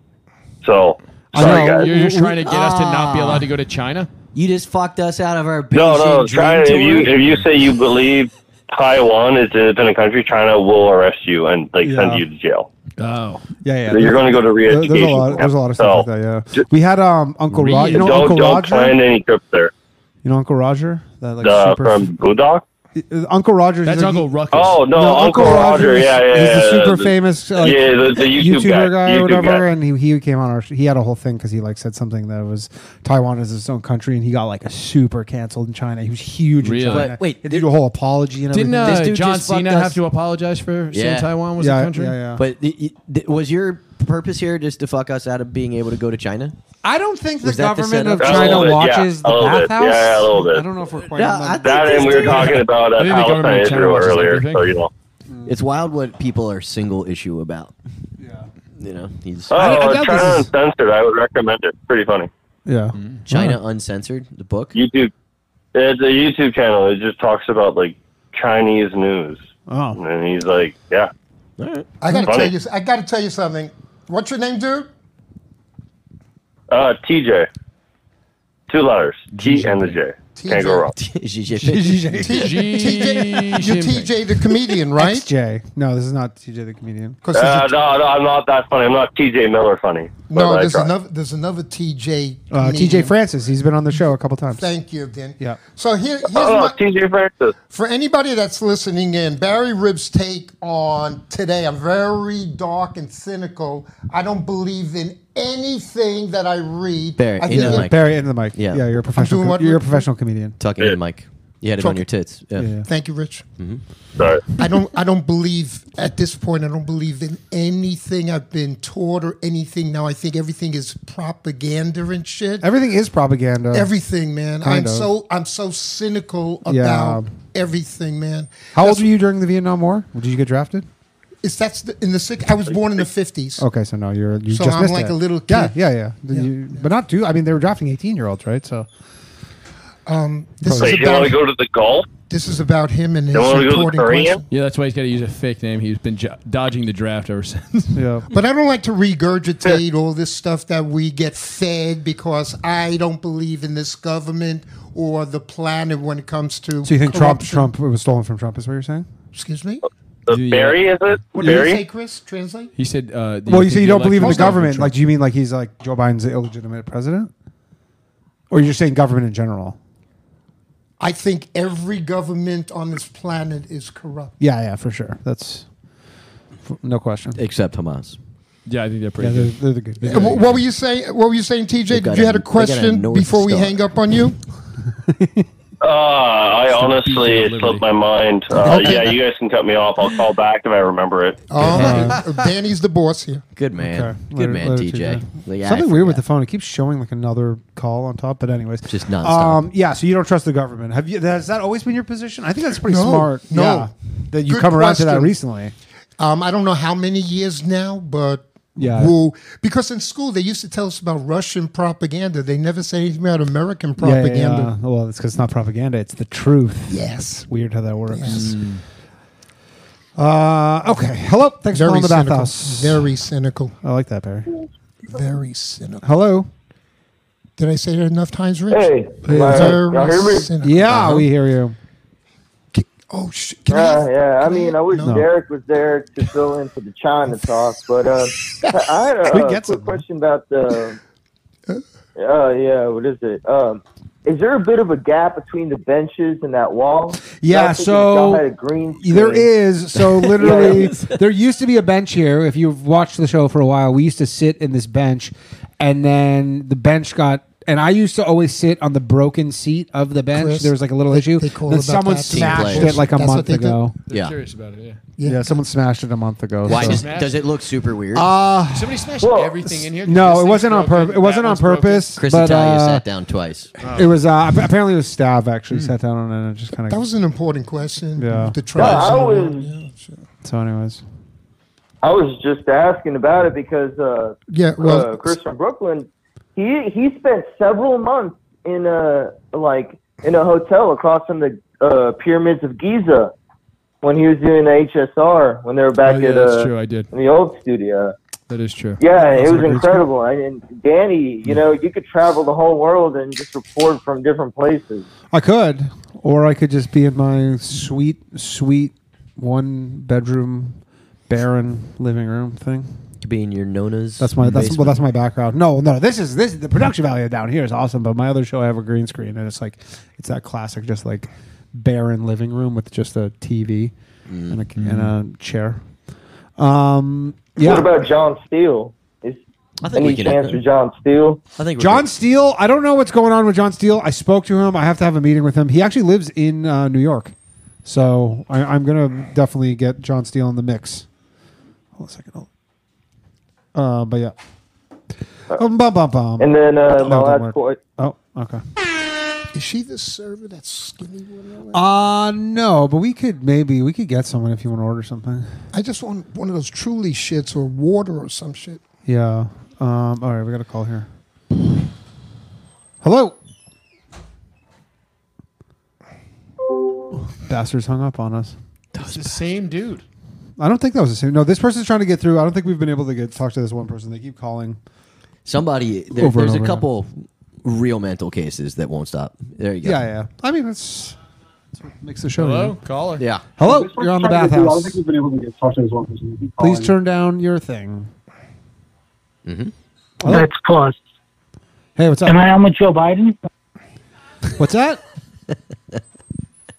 Speaker 7: So, sorry,
Speaker 1: know.
Speaker 7: guys.
Speaker 3: You're just trying to get us to not be allowed to go to China.
Speaker 2: ah. You just fucked us out of our
Speaker 7: No,
Speaker 2: Beijing
Speaker 7: no,
Speaker 2: dream
Speaker 7: China, if you,
Speaker 2: tour.
Speaker 7: if you say you believe Taiwan is an independent country, China will arrest you and, like,
Speaker 1: Yeah.
Speaker 7: send you to jail.
Speaker 3: Oh,
Speaker 1: Yeah,
Speaker 7: So
Speaker 1: yeah.
Speaker 7: you're going to go to
Speaker 1: There-
Speaker 7: re-education.
Speaker 1: there's a lot. There's a lot of stuff
Speaker 7: So,
Speaker 1: like that. Yeah, we had um Uncle Roger. You know
Speaker 7: don't
Speaker 1: Uncle
Speaker 7: don't
Speaker 1: Roger.
Speaker 7: plan any trips there.
Speaker 1: You know Uncle Roger. That like
Speaker 7: Uh,
Speaker 1: super.
Speaker 7: from Budok?
Speaker 1: Uh, Uncle Rogers.
Speaker 3: That's
Speaker 1: is a-
Speaker 3: Uncle Ruckus.
Speaker 6: Oh no, Uncle, Roger. Yeah, yeah.
Speaker 1: He's a
Speaker 6: yeah,
Speaker 1: super
Speaker 6: the-
Speaker 1: famous uh,
Speaker 6: yeah, the, the YouTube
Speaker 1: YouTuber guy, or
Speaker 6: YouTube
Speaker 1: whatever,
Speaker 6: guy.
Speaker 1: and he, he came on our. sh- He had a whole thing because he like said something that was Taiwan is its own country, and he got like a super canceled in China. He was huge
Speaker 3: Really?
Speaker 1: in China.
Speaker 2: But wait,
Speaker 1: he
Speaker 2: did-
Speaker 1: did a whole apology and
Speaker 3: Didn't
Speaker 1: everything.
Speaker 2: This
Speaker 3: uh,
Speaker 2: dude
Speaker 3: John
Speaker 2: just fucked
Speaker 3: Cena
Speaker 2: us.
Speaker 3: have to apologize for
Speaker 2: Yeah.
Speaker 3: saying Taiwan was
Speaker 1: yeah,
Speaker 3: a country?
Speaker 1: yeah, yeah.
Speaker 2: But y- y- th- was your purpose here just to fuck us out of being able to go to China?
Speaker 1: I don't think the
Speaker 2: Was that the
Speaker 1: government of
Speaker 2: setup?
Speaker 6: A
Speaker 1: China
Speaker 6: little bit, yeah.
Speaker 1: watches
Speaker 6: A little
Speaker 1: the
Speaker 6: bit.
Speaker 1: bathhouse.
Speaker 6: Yeah, a little bit.
Speaker 1: I don't know if we're quite.
Speaker 2: Yeah, I
Speaker 1: on that.
Speaker 2: think
Speaker 6: That
Speaker 2: this
Speaker 6: and we were
Speaker 2: dude-
Speaker 6: talking about uh,
Speaker 3: Maybe the government
Speaker 6: Palestine
Speaker 3: channel
Speaker 6: Israel
Speaker 3: watches
Speaker 6: earlier,
Speaker 3: everything.
Speaker 6: so you know.
Speaker 2: Mm. It's wild what people are single issue about. You know, he's
Speaker 6: Oh,
Speaker 1: I doubt
Speaker 6: China
Speaker 1: this is-
Speaker 6: Uncensored. I would recommend it. Pretty funny.
Speaker 1: yeah.
Speaker 2: China
Speaker 3: Mm.
Speaker 2: Uncensored, the book.
Speaker 6: YouTube. It's a YouTube channel. It just talks about like Chinese news,
Speaker 1: Oh,
Speaker 6: and he's like, yeah.
Speaker 4: I gotta
Speaker 6: Funny.
Speaker 4: tell you. I gotta tell you something. What's your name, dude?
Speaker 6: Uh, TJ. Two letters, T and the J. Can't go wrong.
Speaker 2: Xi Jinping.
Speaker 4: T-
Speaker 3: Xi
Speaker 4: TJ, you're
Speaker 3: Jinping.
Speaker 4: TJ the comedian, right?
Speaker 1: Jay. No, this is not TJ the comedian.
Speaker 4: 'Cause there's
Speaker 6: Uh,
Speaker 4: a-
Speaker 6: no, no, I'm not that funny. I'm not TJ Miller funny. but
Speaker 4: no,
Speaker 6: I
Speaker 4: there's
Speaker 6: try.
Speaker 4: another. There's another TJ.
Speaker 1: Uh,
Speaker 4: comedian.
Speaker 1: TJ Francis. He's been on the show a couple times.
Speaker 4: Thank you, Dan.
Speaker 1: Yeah.
Speaker 4: So here, here's
Speaker 6: Oh,
Speaker 4: my,
Speaker 6: TJ Francis.
Speaker 4: for anybody that's listening in, Barry Rib's take on today, I'm very dark and cynical. I don't believe in anything that I read.
Speaker 2: Barry,
Speaker 4: I
Speaker 2: into
Speaker 4: think
Speaker 2: the
Speaker 4: it-
Speaker 2: mic.
Speaker 1: Barry into the mic.
Speaker 2: Yeah.
Speaker 1: yeah, you're a professional.
Speaker 4: doing
Speaker 1: co-
Speaker 4: what,
Speaker 1: you're a
Speaker 4: Rick?
Speaker 1: professional comedian.
Speaker 2: Talking to Mike. You had it on
Speaker 4: Talking-
Speaker 2: your tits. Yeah. Mm-hmm.
Speaker 1: Yeah.
Speaker 4: Thank you, Rich.
Speaker 6: Sorry.
Speaker 4: I don't I don't believe at this point I don't believe in anything I've been taught or anything. Now I think everything is propaganda and shit.
Speaker 1: Everything is propaganda.
Speaker 4: everything, man.
Speaker 1: Kind
Speaker 4: I'm
Speaker 1: of.
Speaker 4: so I'm so cynical about
Speaker 1: Yeah.
Speaker 4: everything, man.
Speaker 1: How old
Speaker 4: That's-
Speaker 1: were you during the Vietnam War? Did you get drafted?
Speaker 4: Is that's the, in the six? I was born in the 50s.
Speaker 1: Okay, so no, you're you
Speaker 4: So
Speaker 1: just
Speaker 4: I'm
Speaker 1: missed
Speaker 4: like
Speaker 1: it.
Speaker 4: a little
Speaker 1: Yeah,
Speaker 4: kid.
Speaker 1: yeah, yeah. Did you- But not too. I mean, they were drafting 18 year olds, right? So
Speaker 4: This
Speaker 6: Wait,
Speaker 4: is
Speaker 6: you want
Speaker 4: about
Speaker 6: to go to the Gulf?
Speaker 4: This is about him and his
Speaker 6: You want to go to
Speaker 4: reporting
Speaker 6: Korea?
Speaker 4: question.
Speaker 3: Yeah, that's why he's got to use a fake name. He's been jo- dodging the draft ever since.
Speaker 1: yeah,
Speaker 4: But I don't like to regurgitate all this stuff that we get fed because I don't believe in this government or the planet when it comes to.
Speaker 1: So you think
Speaker 4: corruption.
Speaker 1: Trump Trump it was stolen from Trump? Is what you're saying?
Speaker 4: Excuse me.
Speaker 6: The
Speaker 3: Yeah.
Speaker 6: Barry is it?
Speaker 4: What did you say,
Speaker 6: Barry?
Speaker 4: Chris? Translate.
Speaker 3: uh, He said, uh, do
Speaker 1: well, you say
Speaker 3: think
Speaker 1: you don't believe in
Speaker 3: election
Speaker 1: the
Speaker 3: was
Speaker 1: government.
Speaker 3: rigged?
Speaker 1: Like, do you mean like he's like Joe Biden's the illegitimate president, or you're saying government in general?
Speaker 4: I think every government on this planet is corrupt.
Speaker 1: Yeah, yeah, for sure. That's f- no question.
Speaker 2: Except Hamas.
Speaker 3: yeah, I think they're
Speaker 1: Yeah,
Speaker 3: pretty
Speaker 1: they're,
Speaker 3: good.
Speaker 1: they're the good.
Speaker 4: And wh- What were you saying? What were you saying, TJ?
Speaker 2: got
Speaker 4: Did you
Speaker 2: a-
Speaker 4: had a
Speaker 2: they got a
Speaker 4: question
Speaker 2: North
Speaker 4: before we
Speaker 2: Star.
Speaker 4: hang up on you?
Speaker 6: Uh, I honestly
Speaker 3: beacon of
Speaker 6: it slipped
Speaker 3: liberty.
Speaker 6: my mind. Uh,
Speaker 4: Okay.
Speaker 6: Yeah, you guys can cut me off. I'll call back if I remember it.
Speaker 4: All right. Danny's the boss here.
Speaker 2: Good man.
Speaker 1: Okay.
Speaker 2: Good
Speaker 1: Later-
Speaker 2: man,
Speaker 1: later,
Speaker 2: TJ. Like, I
Speaker 1: Something weird with the
Speaker 2: forgot.
Speaker 1: phone. It keeps showing like another call on top. But anyways,
Speaker 2: Just nonstop.
Speaker 1: Um, yeah. So you don't trust the government. Have you? Has that always been your position? I think that's pretty
Speaker 4: No,
Speaker 1: smart.
Speaker 4: no.
Speaker 1: Yeah, that you
Speaker 4: Good
Speaker 1: come around to that
Speaker 4: question.
Speaker 1: recently.
Speaker 4: Um, I don't know how many years now, but
Speaker 1: Yeah.
Speaker 4: woo. because in school they used to tell us about Russian propaganda. They never said anything about American propaganda.
Speaker 1: Well, it's because it's not propaganda. It's the truth.
Speaker 4: Yes.
Speaker 1: Weird how that works.
Speaker 4: Yes.
Speaker 2: Mm.
Speaker 1: Uh, okay. Hello. Thanks
Speaker 4: Very
Speaker 1: for calling the
Speaker 4: cynical.
Speaker 1: bathhouse.
Speaker 4: Very cynical.
Speaker 1: I like that, Barry.
Speaker 4: Very cynical.
Speaker 1: Hello.
Speaker 4: Did I say that enough times, Rich?
Speaker 6: Hey,
Speaker 8: uh,
Speaker 4: Very
Speaker 6: y'all hear me?
Speaker 4: cynical.
Speaker 1: Yeah, we hear you.
Speaker 4: Uh-huh. Oh, sh- can
Speaker 8: Uh,
Speaker 9: Yeah,
Speaker 4: I?
Speaker 9: yeah. I mean, I wish
Speaker 1: No.
Speaker 9: Derek was there to fill in for the China talk, but uh, I had a
Speaker 1: We
Speaker 9: uh,
Speaker 1: get
Speaker 9: quick
Speaker 1: some.
Speaker 9: question about the. Uh, yeah, what is it? Um, is there a bit of a gap between the benches and that wall?
Speaker 1: Yeah,
Speaker 9: I was thinking if
Speaker 1: so-
Speaker 9: y'all had a green
Speaker 1: There
Speaker 9: screen-
Speaker 1: is so literally there used to be a bench here. If you've watched the show for a while, we used to sit in this bench, and then the bench got. And I used to always sit on the broken seat of the bench.
Speaker 4: Chris,
Speaker 1: there was like a little
Speaker 4: they-
Speaker 1: issue.
Speaker 4: they call
Speaker 1: Then
Speaker 4: about
Speaker 1: someone
Speaker 4: that. Team
Speaker 1: smashed
Speaker 2: players.
Speaker 1: it like a
Speaker 4: That's what
Speaker 1: month
Speaker 4: they do.
Speaker 1: ago.
Speaker 3: They're
Speaker 2: Yeah.
Speaker 3: curious about it. Yeah,
Speaker 1: Yeah, someone smashed it a month ago.
Speaker 2: Why
Speaker 1: so-
Speaker 2: does, does it look super
Speaker 4: Uh,
Speaker 2: weird?
Speaker 3: somebody smashed
Speaker 9: Well,
Speaker 3: everything in here.
Speaker 1: no,
Speaker 3: This
Speaker 1: it
Speaker 3: thing's
Speaker 1: wasn't on
Speaker 3: broken,
Speaker 1: purpose. It wasn't
Speaker 3: that
Speaker 1: on
Speaker 3: one's broken.
Speaker 1: purpose.
Speaker 2: Chris
Speaker 1: but,
Speaker 2: Italia
Speaker 1: uh,
Speaker 2: sat down twice.
Speaker 4: Oh.
Speaker 1: It was uh, ap- apparently it was Stav actually sat down on it and just kind
Speaker 4: Hmm. That
Speaker 1: of.
Speaker 4: was an important question.
Speaker 1: Yeah.
Speaker 4: The
Speaker 9: Yeah,
Speaker 4: tribes.
Speaker 9: I was
Speaker 4: Yeah, sure.
Speaker 1: so, anyways,
Speaker 9: I was just asking about it because uh,
Speaker 4: Yeah, well,
Speaker 9: uh, Chris from Brooklyn, he he spent several months in a like in a hotel across from the uh, pyramids of Giza when he was doing the HSR when they were back
Speaker 3: Oh, yeah,
Speaker 9: at
Speaker 3: that's
Speaker 9: uh,
Speaker 3: true. I did.
Speaker 9: in the old studio.
Speaker 3: That is true.
Speaker 9: Yeah,
Speaker 1: That's
Speaker 9: it was
Speaker 1: what it's
Speaker 9: incredible. And, and Danny, you know, you could travel the whole world and just report from different places.
Speaker 1: I could, or I could just be in my sweet, sweet one bedroom, barren living room thing.
Speaker 2: Could be in your Nona's.
Speaker 1: That's my that's well,
Speaker 2: basement.
Speaker 1: that's my background. No, no, this is this is the production value down here is awesome. But my other show, I have a green screen, and it's like it's that classic, just like barren living room with just a TV and, a, and a chair. Um, yeah.
Speaker 9: What about John Steele? Is
Speaker 2: I think we
Speaker 9: any
Speaker 2: can.
Speaker 9: chance for John Steele?
Speaker 2: I think we're
Speaker 1: John
Speaker 2: good.
Speaker 1: Steele, I don't know what's going on with John Steele. I spoke to him. I have to have a meeting with him. He actually lives in uh, New York. So I, I'm going to definitely get John Steele in the mix. Hold on a second. Hold- Uh, but yeah. Um, bum, bum, bum.
Speaker 9: Uh, And then uh,
Speaker 1: No,
Speaker 9: my
Speaker 1: don't
Speaker 9: last
Speaker 1: worry.
Speaker 9: point.
Speaker 1: Oh, okay.
Speaker 4: Is she the server that's skinny one?
Speaker 1: Uh, no, but we could maybe, we could get someone if you want to order something.
Speaker 4: I just want one of those truly shits or water or some shit.
Speaker 1: Yeah. Um, all right, we got a call here. Hello. Bastards hung up on us.
Speaker 3: It's the same dude.
Speaker 1: I don't think that was the same. No, this person's trying to get through. I don't think we've been able to get talk to this one person. They keep calling.
Speaker 2: Somebody. There,
Speaker 1: Over and
Speaker 2: there's a
Speaker 1: over again.
Speaker 2: couple real mental cases that won't stop. There you go.
Speaker 1: Yeah, yeah. I mean, it's, it's what makes the show.
Speaker 3: Hello,
Speaker 1: you
Speaker 3: caller.
Speaker 2: Yeah.
Speaker 1: know? Hello. You're on the bathhouse.
Speaker 8: we've been able to get talked to this one person.
Speaker 1: Please turn down your thing.
Speaker 2: Mm-hmm.
Speaker 8: That's close.
Speaker 1: Hey, what's
Speaker 8: Am
Speaker 1: up?
Speaker 8: I on with Joe Biden?
Speaker 1: What's that?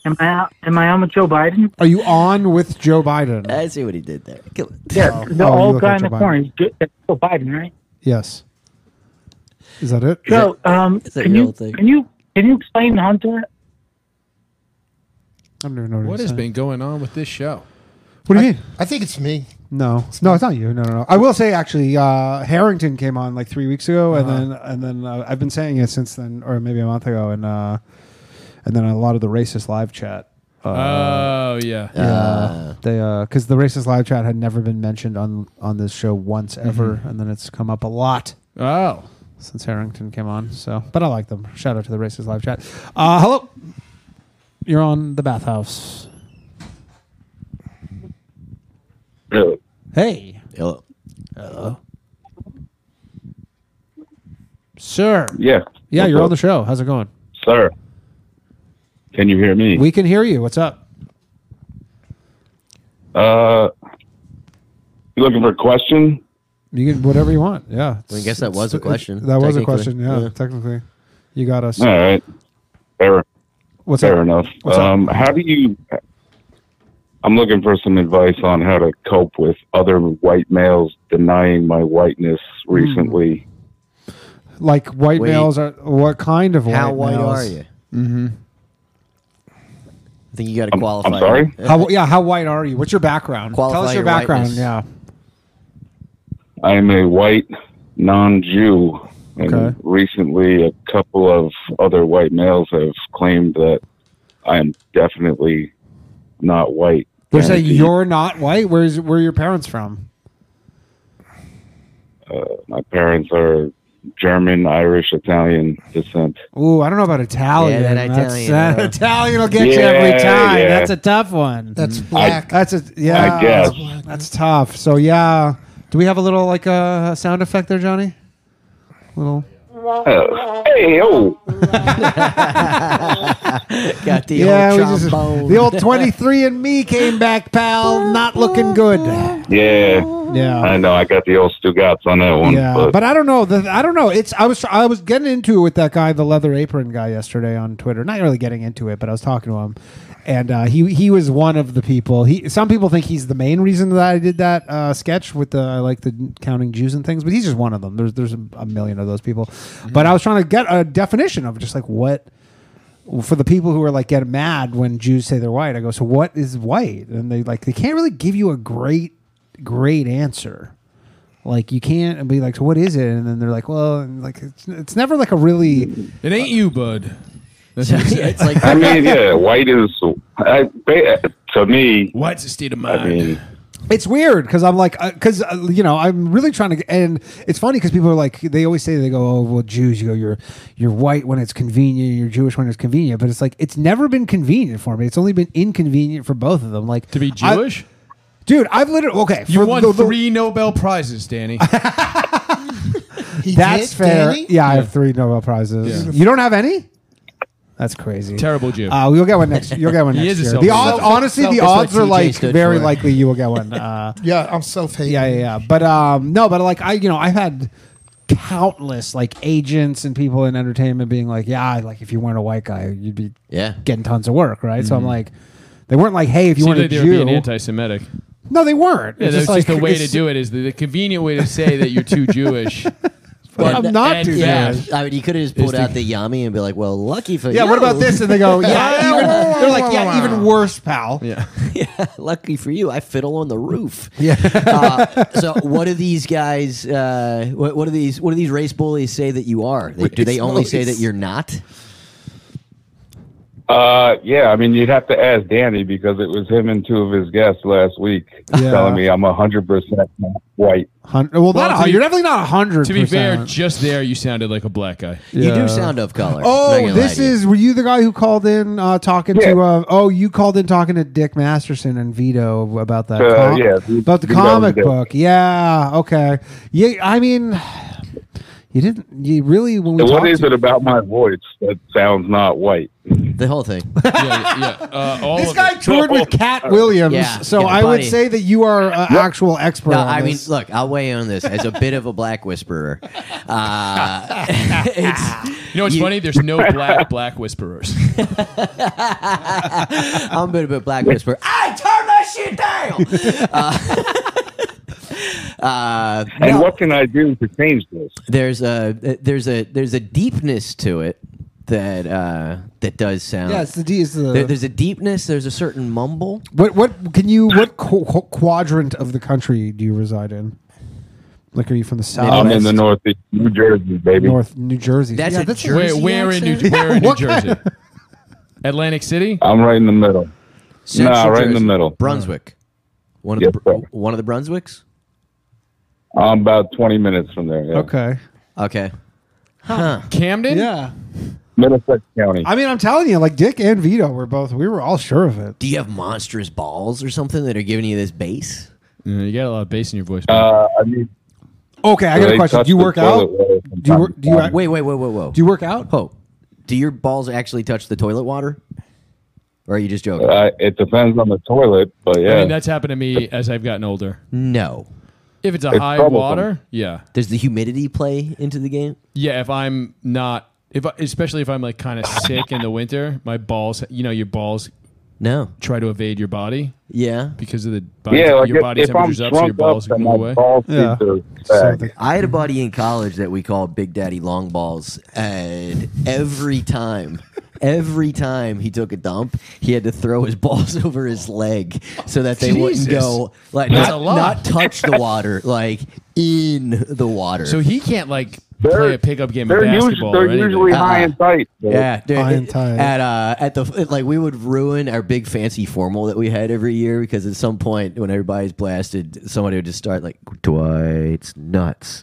Speaker 8: Am I am I on with Joe Biden?
Speaker 1: Are you on with Joe Biden?
Speaker 2: I see what he did there. Kill it.
Speaker 8: Yeah, the
Speaker 1: oh, you
Speaker 8: old
Speaker 1: look
Speaker 8: guy
Speaker 1: like
Speaker 8: in the
Speaker 1: Joe Biden.
Speaker 8: corner. He's Joe- that's Joe Biden, right?
Speaker 1: Yes. Is that it?
Speaker 8: So, um,
Speaker 2: that
Speaker 8: can
Speaker 2: your
Speaker 8: you
Speaker 2: old thing?
Speaker 8: can you can you explain Hunter?
Speaker 1: I don't even know what,
Speaker 3: What
Speaker 1: he's
Speaker 3: has
Speaker 1: saying.
Speaker 3: been going on with this show?
Speaker 1: What do you mean?
Speaker 4: I think it's me.
Speaker 1: No, no, it's not you. No, no, no. I will say actually, uh, Harrington came on like three weeks ago,
Speaker 3: Uh-huh.
Speaker 1: and then and then uh, I've been saying it since then, or maybe a month ago, and uh, and then a lot of the racist live chat. Uh,
Speaker 3: Oh yeah.
Speaker 1: uh, they because the racist live chat had never been mentioned on on this show once ever, and then it's come up a lot
Speaker 3: Mm-hmm. Oh.
Speaker 1: since Harrington came on. So, but I like them. Shout out to the racist live chat. Uh, hello, you're on the bathhouse.
Speaker 6: Hello.
Speaker 1: Hey,
Speaker 2: Hello.
Speaker 1: sir.
Speaker 10: Yeah.
Speaker 1: Yeah,
Speaker 10: What's
Speaker 1: you're
Speaker 10: up,
Speaker 1: on the show. How's it going?
Speaker 10: sir. Can you hear me?
Speaker 1: We can hear you. What's up?
Speaker 10: uh, you looking for a question?
Speaker 1: You can whatever you want. Yeah.
Speaker 2: I guess that
Speaker 1: It's-
Speaker 2: was a
Speaker 1: it-
Speaker 2: question,
Speaker 1: That was a
Speaker 2: technically.
Speaker 1: question. Yeah,
Speaker 2: Yeah.
Speaker 1: technically. You got us.
Speaker 10: All right. Fair,
Speaker 1: What's
Speaker 10: fair
Speaker 1: up?
Speaker 10: enough.
Speaker 1: What's up?
Speaker 10: um, how do you? I'm looking for some advice on how to cope with other white males denying my whiteness
Speaker 1: Hmm.
Speaker 10: recently.
Speaker 1: Like white
Speaker 2: Wait.
Speaker 1: males are what kind of white
Speaker 2: How white
Speaker 1: males?
Speaker 2: are you? Mm-hmm. I think you got to
Speaker 10: I'm-
Speaker 2: qualify.
Speaker 10: I'm sorry?
Speaker 2: that.
Speaker 1: How yeah, how white are you? What's your background?
Speaker 2: Qualify
Speaker 1: Tell us your,
Speaker 2: your
Speaker 1: background.
Speaker 2: whiteness.
Speaker 1: Yeah.
Speaker 10: I am a white non-Jew,
Speaker 1: Okay.
Speaker 10: and recently a couple of other white males have claimed that I am definitely not white.
Speaker 1: They're saying
Speaker 10: And the-
Speaker 1: you're not white. Where's where are your parents from?
Speaker 10: uh, My parents are German, Irish, Italian descent.
Speaker 1: Ooh, I don't know about Italian.
Speaker 2: that
Speaker 1: That's-
Speaker 2: Italian,
Speaker 1: that
Speaker 2: yeah.
Speaker 1: Italian will get you
Speaker 10: Yeah,
Speaker 1: every time.
Speaker 10: yeah. Mm.
Speaker 1: That's a tough one.
Speaker 4: That's black.
Speaker 1: that's a yeah.
Speaker 10: I guess.
Speaker 1: That's tough. So yeah, do we have a little like a sound effect there, Johnny? Little.
Speaker 10: Oh, hey, oh,
Speaker 2: Got the
Speaker 1: yeah,
Speaker 2: old
Speaker 1: we just-
Speaker 2: trombone.
Speaker 1: the old 23 and me came back, pal. Not looking good.
Speaker 10: yeah. I
Speaker 1: Yeah.
Speaker 10: know I got the old Stugats on that one.
Speaker 1: Yeah, but, I don't know. The, I don't know. It's I was I was getting into it with that guy, the leather apron guy, yesterday on Twitter. Not really getting into it, but I was talking to him, and uh, he he was one of the people. He some people think he's the main reason that I did that uh, sketch with the I like the counting Jews and things, but he's just one of them. There's there's a, a million of those people, but I was trying to get a definition of just like what for the people who are like getting mad when Jews say they're white, I go, so what is white? And they like they can't really give you a great great answer. Like you can't and be like, so what is it? And then they're like, well, and like it's, it's never like a really
Speaker 3: It ain't you, bud. That's what he said.
Speaker 2: it's like
Speaker 10: I mean, yeah, white is I, ba- to me.
Speaker 3: What's the state of mind?
Speaker 10: I mean,
Speaker 1: it's weird because I'm like because uh, you know I'm really trying to and it's funny because people are like they always say they go oh well Jews you go you're you're white when it's convenient you're Jewish when it's convenient but it's like it's never been convenient for me it's only been inconvenient for both of them like
Speaker 3: to be
Speaker 1: I-
Speaker 3: Jewish?
Speaker 1: dude I've literally okay
Speaker 3: you
Speaker 1: for
Speaker 3: won
Speaker 1: the- the-
Speaker 3: three Nobel prizes, Danny.
Speaker 4: He
Speaker 1: That's
Speaker 4: did,
Speaker 1: fair.
Speaker 4: Danny?
Speaker 1: Yeah, I have three Nobel prizes.
Speaker 3: Yeah.
Speaker 1: You don't have any? That's crazy.
Speaker 3: Terrible Jew.
Speaker 1: Uh, you'll get one next. You'll get one
Speaker 3: He
Speaker 1: next
Speaker 3: is a
Speaker 1: year. The
Speaker 3: self-
Speaker 1: odds,
Speaker 3: self-
Speaker 1: honestly, the
Speaker 2: self-
Speaker 1: odds
Speaker 2: that's what
Speaker 1: are
Speaker 2: TJ
Speaker 1: like
Speaker 2: stood
Speaker 1: very
Speaker 2: for.
Speaker 1: likely you will get one. Uh,
Speaker 4: Yeah, I'm self-hating.
Speaker 1: yeah, yeah, yeah. But um, no, but like I, you know, I've had countless like agents and people in entertainment being like, yeah, like if you weren't a white guy, you'd be
Speaker 2: yeah
Speaker 1: getting tons of work, right? So I'm like, they weren't like, hey, if you
Speaker 3: Seems like
Speaker 1: weren't a
Speaker 3: Mm-hmm. they were being
Speaker 1: Jew,
Speaker 3: anti-Semitic.
Speaker 1: no, they weren't.
Speaker 3: Yeah,
Speaker 1: It's
Speaker 3: that's just,
Speaker 1: like-
Speaker 3: the way to
Speaker 1: it's-
Speaker 3: do it is the, the convenient way to say that you're too Jewish. But
Speaker 1: I'm not
Speaker 3: in
Speaker 1: too
Speaker 3: fact,
Speaker 1: Jewish.
Speaker 2: I mean, you could have just
Speaker 3: Is
Speaker 2: pulled
Speaker 3: the-
Speaker 2: out the yummy and be like, "Well, lucky for
Speaker 1: Yeah,
Speaker 2: you."
Speaker 1: what about this? And they go, yeah, even, they're like, yeah, even worse, pal.
Speaker 3: Yeah.
Speaker 2: lucky for you, I fiddle on the roof. Yeah. uh, so, what do these guys? Uh, what, what do these? What do these race bullies say that you are? They, do they
Speaker 10: Race
Speaker 2: only say that
Speaker 10: bullies.
Speaker 2: you're not?
Speaker 10: Uh, yeah, I mean, you'd have to ask Danny because it was him and two of his guests last week
Speaker 1: Yeah.
Speaker 10: telling me I'm 100% white.
Speaker 1: Hun-
Speaker 3: Well,
Speaker 1: well, not
Speaker 3: to
Speaker 1: a,
Speaker 3: be-
Speaker 1: you're definitely not hundred.
Speaker 3: To be fair, just there you sounded like a black guy.
Speaker 2: You do sound of color. not
Speaker 1: Oh,
Speaker 2: gonna lie
Speaker 1: this
Speaker 2: to you.
Speaker 1: is. Were you the guy who called in uh, talking to? Uh, oh, you called in talking to Dick Masterson and Vito about that.
Speaker 10: Uh,
Speaker 1: com-
Speaker 10: yeah, Vito
Speaker 1: about the
Speaker 10: and
Speaker 1: comic
Speaker 10: Dick.
Speaker 1: book. Yeah. Okay. Yeah. I mean, you didn't. You really when we
Speaker 10: And what
Speaker 1: talked
Speaker 10: is
Speaker 1: to-
Speaker 10: it about my voice that sounds not white?
Speaker 2: the whole thing.
Speaker 3: yeah, yeah. Uh, all
Speaker 1: This
Speaker 3: of
Speaker 1: guy
Speaker 3: it.
Speaker 1: toured with Cat Williams,
Speaker 2: Yeah,
Speaker 1: so
Speaker 2: yeah,
Speaker 1: I
Speaker 2: buddy.
Speaker 1: would say that you are an actual expert.
Speaker 2: No,
Speaker 1: on
Speaker 2: I mean,
Speaker 1: this.
Speaker 2: look, I'll weigh in on this as a bit of a black whisperer. Uh, it's,
Speaker 3: You know what's
Speaker 2: You-
Speaker 3: funny? There's no black black whisperers.
Speaker 2: I'm a bit of a black whisperer. I turn that shit down. Uh, uh,
Speaker 10: And what can I do to change this?
Speaker 2: there's a there's a there's a deepness to it that uh, that does sound.
Speaker 1: yeah, it's the D. It's the
Speaker 2: There- there's a deepness. There's a certain mumble.
Speaker 1: What what can you what qu- qu- quadrant of the country do you reside in? Like, are you from the south?
Speaker 10: I'm in the northeast, New Jersey, baby.
Speaker 1: north, New Jersey.
Speaker 2: That's
Speaker 1: yeah,
Speaker 2: a
Speaker 1: that's
Speaker 2: Jersey
Speaker 3: where, where in New
Speaker 2: accent?
Speaker 3: where in New
Speaker 1: What kind
Speaker 3: Jersey? Atlantic City.
Speaker 10: I'm right in the middle.
Speaker 2: Central
Speaker 10: nah, right in the
Speaker 2: Jersey.
Speaker 10: middle.
Speaker 2: Brunswick. One of
Speaker 10: Yes,
Speaker 2: the Br-
Speaker 10: sir.
Speaker 2: one of the Brunswicks.
Speaker 10: I'm about 20 minutes from there. Yeah.
Speaker 1: okay.
Speaker 2: Okay.
Speaker 3: Camden.
Speaker 1: Yeah,
Speaker 10: Middlesex County.
Speaker 1: I mean, I'm telling you, like Dick and Vito were both. We were all sure of it.
Speaker 2: Do you have monstrous balls or something that are giving you this bass?
Speaker 3: Yeah, Mm, you got a lot of bass in your voice. man.
Speaker 10: uh, I mean,
Speaker 1: Okay, I got a question. Do you work out? Do you work- do you act-
Speaker 2: Wait, wait, wait, wait, whoa.
Speaker 1: Do you work out?
Speaker 2: Oh, do your balls actually touch the toilet water? Or are you just joking?
Speaker 10: Uh, it depends on the toilet, but yeah.
Speaker 3: I mean, that's happened to me as I've gotten older.
Speaker 2: no.
Speaker 3: If it's a
Speaker 10: It's
Speaker 3: high
Speaker 10: troublesome.
Speaker 3: water, yeah,
Speaker 2: Does the humidity play into the game?
Speaker 3: yeah. If I'm not, if I, especially if I'm like kind of sick in the winter, my balls, you know, your balls
Speaker 2: No.
Speaker 3: try to evade your body
Speaker 2: Yeah.
Speaker 3: because of the body,
Speaker 10: yeah, like
Speaker 3: your body
Speaker 10: if, if I'm
Speaker 3: temperature's up, so your
Speaker 10: drunk up,
Speaker 3: balls
Speaker 10: then
Speaker 3: go
Speaker 10: my
Speaker 3: away.
Speaker 10: balls
Speaker 1: Yeah.
Speaker 10: yeah. to
Speaker 1: So
Speaker 10: back.
Speaker 1: the-
Speaker 2: I had a buddy in college that we called Big Daddy Long Balls, and every time, every time he took a dump, he had to throw his balls over his leg so that they
Speaker 3: Jesus.
Speaker 2: wouldn't go like
Speaker 3: That's
Speaker 2: not,
Speaker 3: a lot.
Speaker 2: not touch the water, like in the water.
Speaker 3: So he can't like
Speaker 10: They're-
Speaker 3: play a pickup game of
Speaker 10: They're,
Speaker 3: basketball.
Speaker 10: usually, they're
Speaker 3: or anything.
Speaker 10: usually
Speaker 2: Uh-uh.
Speaker 10: high and tight. though.
Speaker 2: Yeah, dude.
Speaker 1: High
Speaker 2: it-
Speaker 1: and tight.
Speaker 2: At uh, at the it, like, we would ruin our big fancy formal that we had every year because at some point when everybody's blasted, somebody would just start like Dwight's nuts,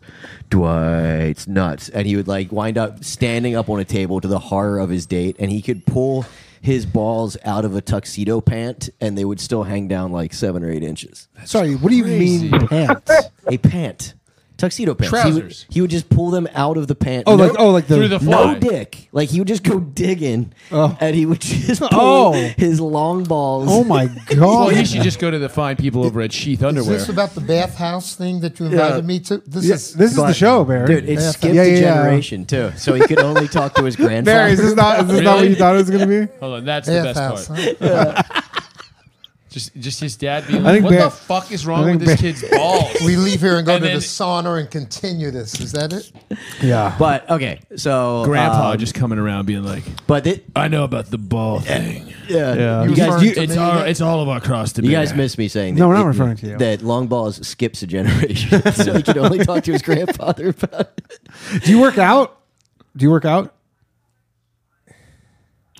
Speaker 2: Dwight's nuts, and he would like wind up standing up on a table to the horror of his date, and he could pull his balls out of a tuxedo pant, and they would still hang down like seven or eight inches.
Speaker 1: sorry, what do you
Speaker 3: crazy.
Speaker 1: mean pants?
Speaker 2: A pant. Tuxedo pants. He would-
Speaker 3: Trousers.
Speaker 2: He would, just pull them out of the pant.
Speaker 1: Oh,
Speaker 2: No-
Speaker 1: like oh, like the,
Speaker 3: through the fly.
Speaker 2: no dick. Like he would just go digging,
Speaker 1: Oh.
Speaker 2: and he would just pull
Speaker 1: Oh.
Speaker 2: his long balls.
Speaker 1: oh my
Speaker 3: Well,
Speaker 1: god.
Speaker 3: he should just go to the fine people over at Sheath
Speaker 4: Is
Speaker 3: Underwear.
Speaker 4: this about the bathhouse thing that you invited me to? This
Speaker 1: Yeah,
Speaker 4: is
Speaker 1: this is the show, Barry.
Speaker 2: Dude, it skipped
Speaker 1: yeah,
Speaker 2: a
Speaker 1: yeah.
Speaker 2: generation too, so he could only talk to his grandfather.
Speaker 1: Barry, is this not is this not what you
Speaker 3: Really?
Speaker 1: thought it was gonna be?
Speaker 3: Hold on, that's the best
Speaker 4: bathhouse.
Speaker 3: part.
Speaker 4: Huh?
Speaker 3: Just, just his dad being
Speaker 1: I
Speaker 3: like,
Speaker 1: think
Speaker 3: "What
Speaker 1: Bear-
Speaker 3: the fuck is wrong
Speaker 1: I
Speaker 3: with
Speaker 1: think
Speaker 3: this
Speaker 1: Bear-
Speaker 3: kid's balls?"
Speaker 4: We leave here and go
Speaker 3: And
Speaker 4: to
Speaker 3: then-
Speaker 4: the sauna and continue this. Is that it?
Speaker 1: Yeah.
Speaker 2: But okay, so
Speaker 3: Grandpa
Speaker 2: um,
Speaker 3: just coming around being like,
Speaker 2: but it,
Speaker 3: "I know about the ball thing.
Speaker 2: yeah,
Speaker 1: Yeah.
Speaker 2: you guys,
Speaker 4: referring
Speaker 1: you-
Speaker 4: to
Speaker 3: It's
Speaker 4: me
Speaker 3: our,
Speaker 4: again?
Speaker 3: it's all of our cross to
Speaker 2: you
Speaker 3: bear."
Speaker 2: guys miss me saying
Speaker 1: No,
Speaker 2: that
Speaker 1: we're not
Speaker 2: it-
Speaker 1: referring to you.
Speaker 2: That long balls skips a generation, so he could only talk to his grandfather about it.
Speaker 1: Do you work out? Do you work out?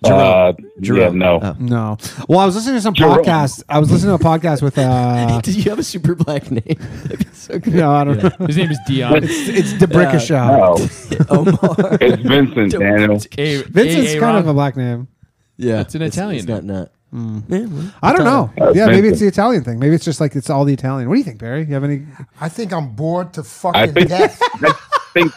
Speaker 10: Uh, yeah,
Speaker 2: Jerome.
Speaker 10: no.
Speaker 2: Oh.
Speaker 1: No. Well, I was listening to some
Speaker 10: Jerome.
Speaker 1: podcast. I was listening to a podcast with uh
Speaker 2: Did you have a super black name? That'd be so good.
Speaker 1: no, I don't know.
Speaker 3: His name is Dion.
Speaker 1: It's Debrickashaw.
Speaker 10: No.
Speaker 2: Omar.
Speaker 10: It's Vincent, Daniel.
Speaker 3: A-
Speaker 1: Vincent's
Speaker 3: A- A-
Speaker 1: kind
Speaker 3: Rob.
Speaker 1: of a black name.
Speaker 2: Yeah,
Speaker 3: It's an Italian
Speaker 2: It's not not.
Speaker 1: I don't know.
Speaker 10: Uh,
Speaker 1: Yeah, maybe
Speaker 10: Vincent.
Speaker 1: it's the Italian thing. Maybe it's just like it's all the Italian. What do you think, Barry? You have any?
Speaker 4: I think I'm bored to
Speaker 10: I
Speaker 4: fucking
Speaker 10: think.
Speaker 4: death.
Speaker 10: I think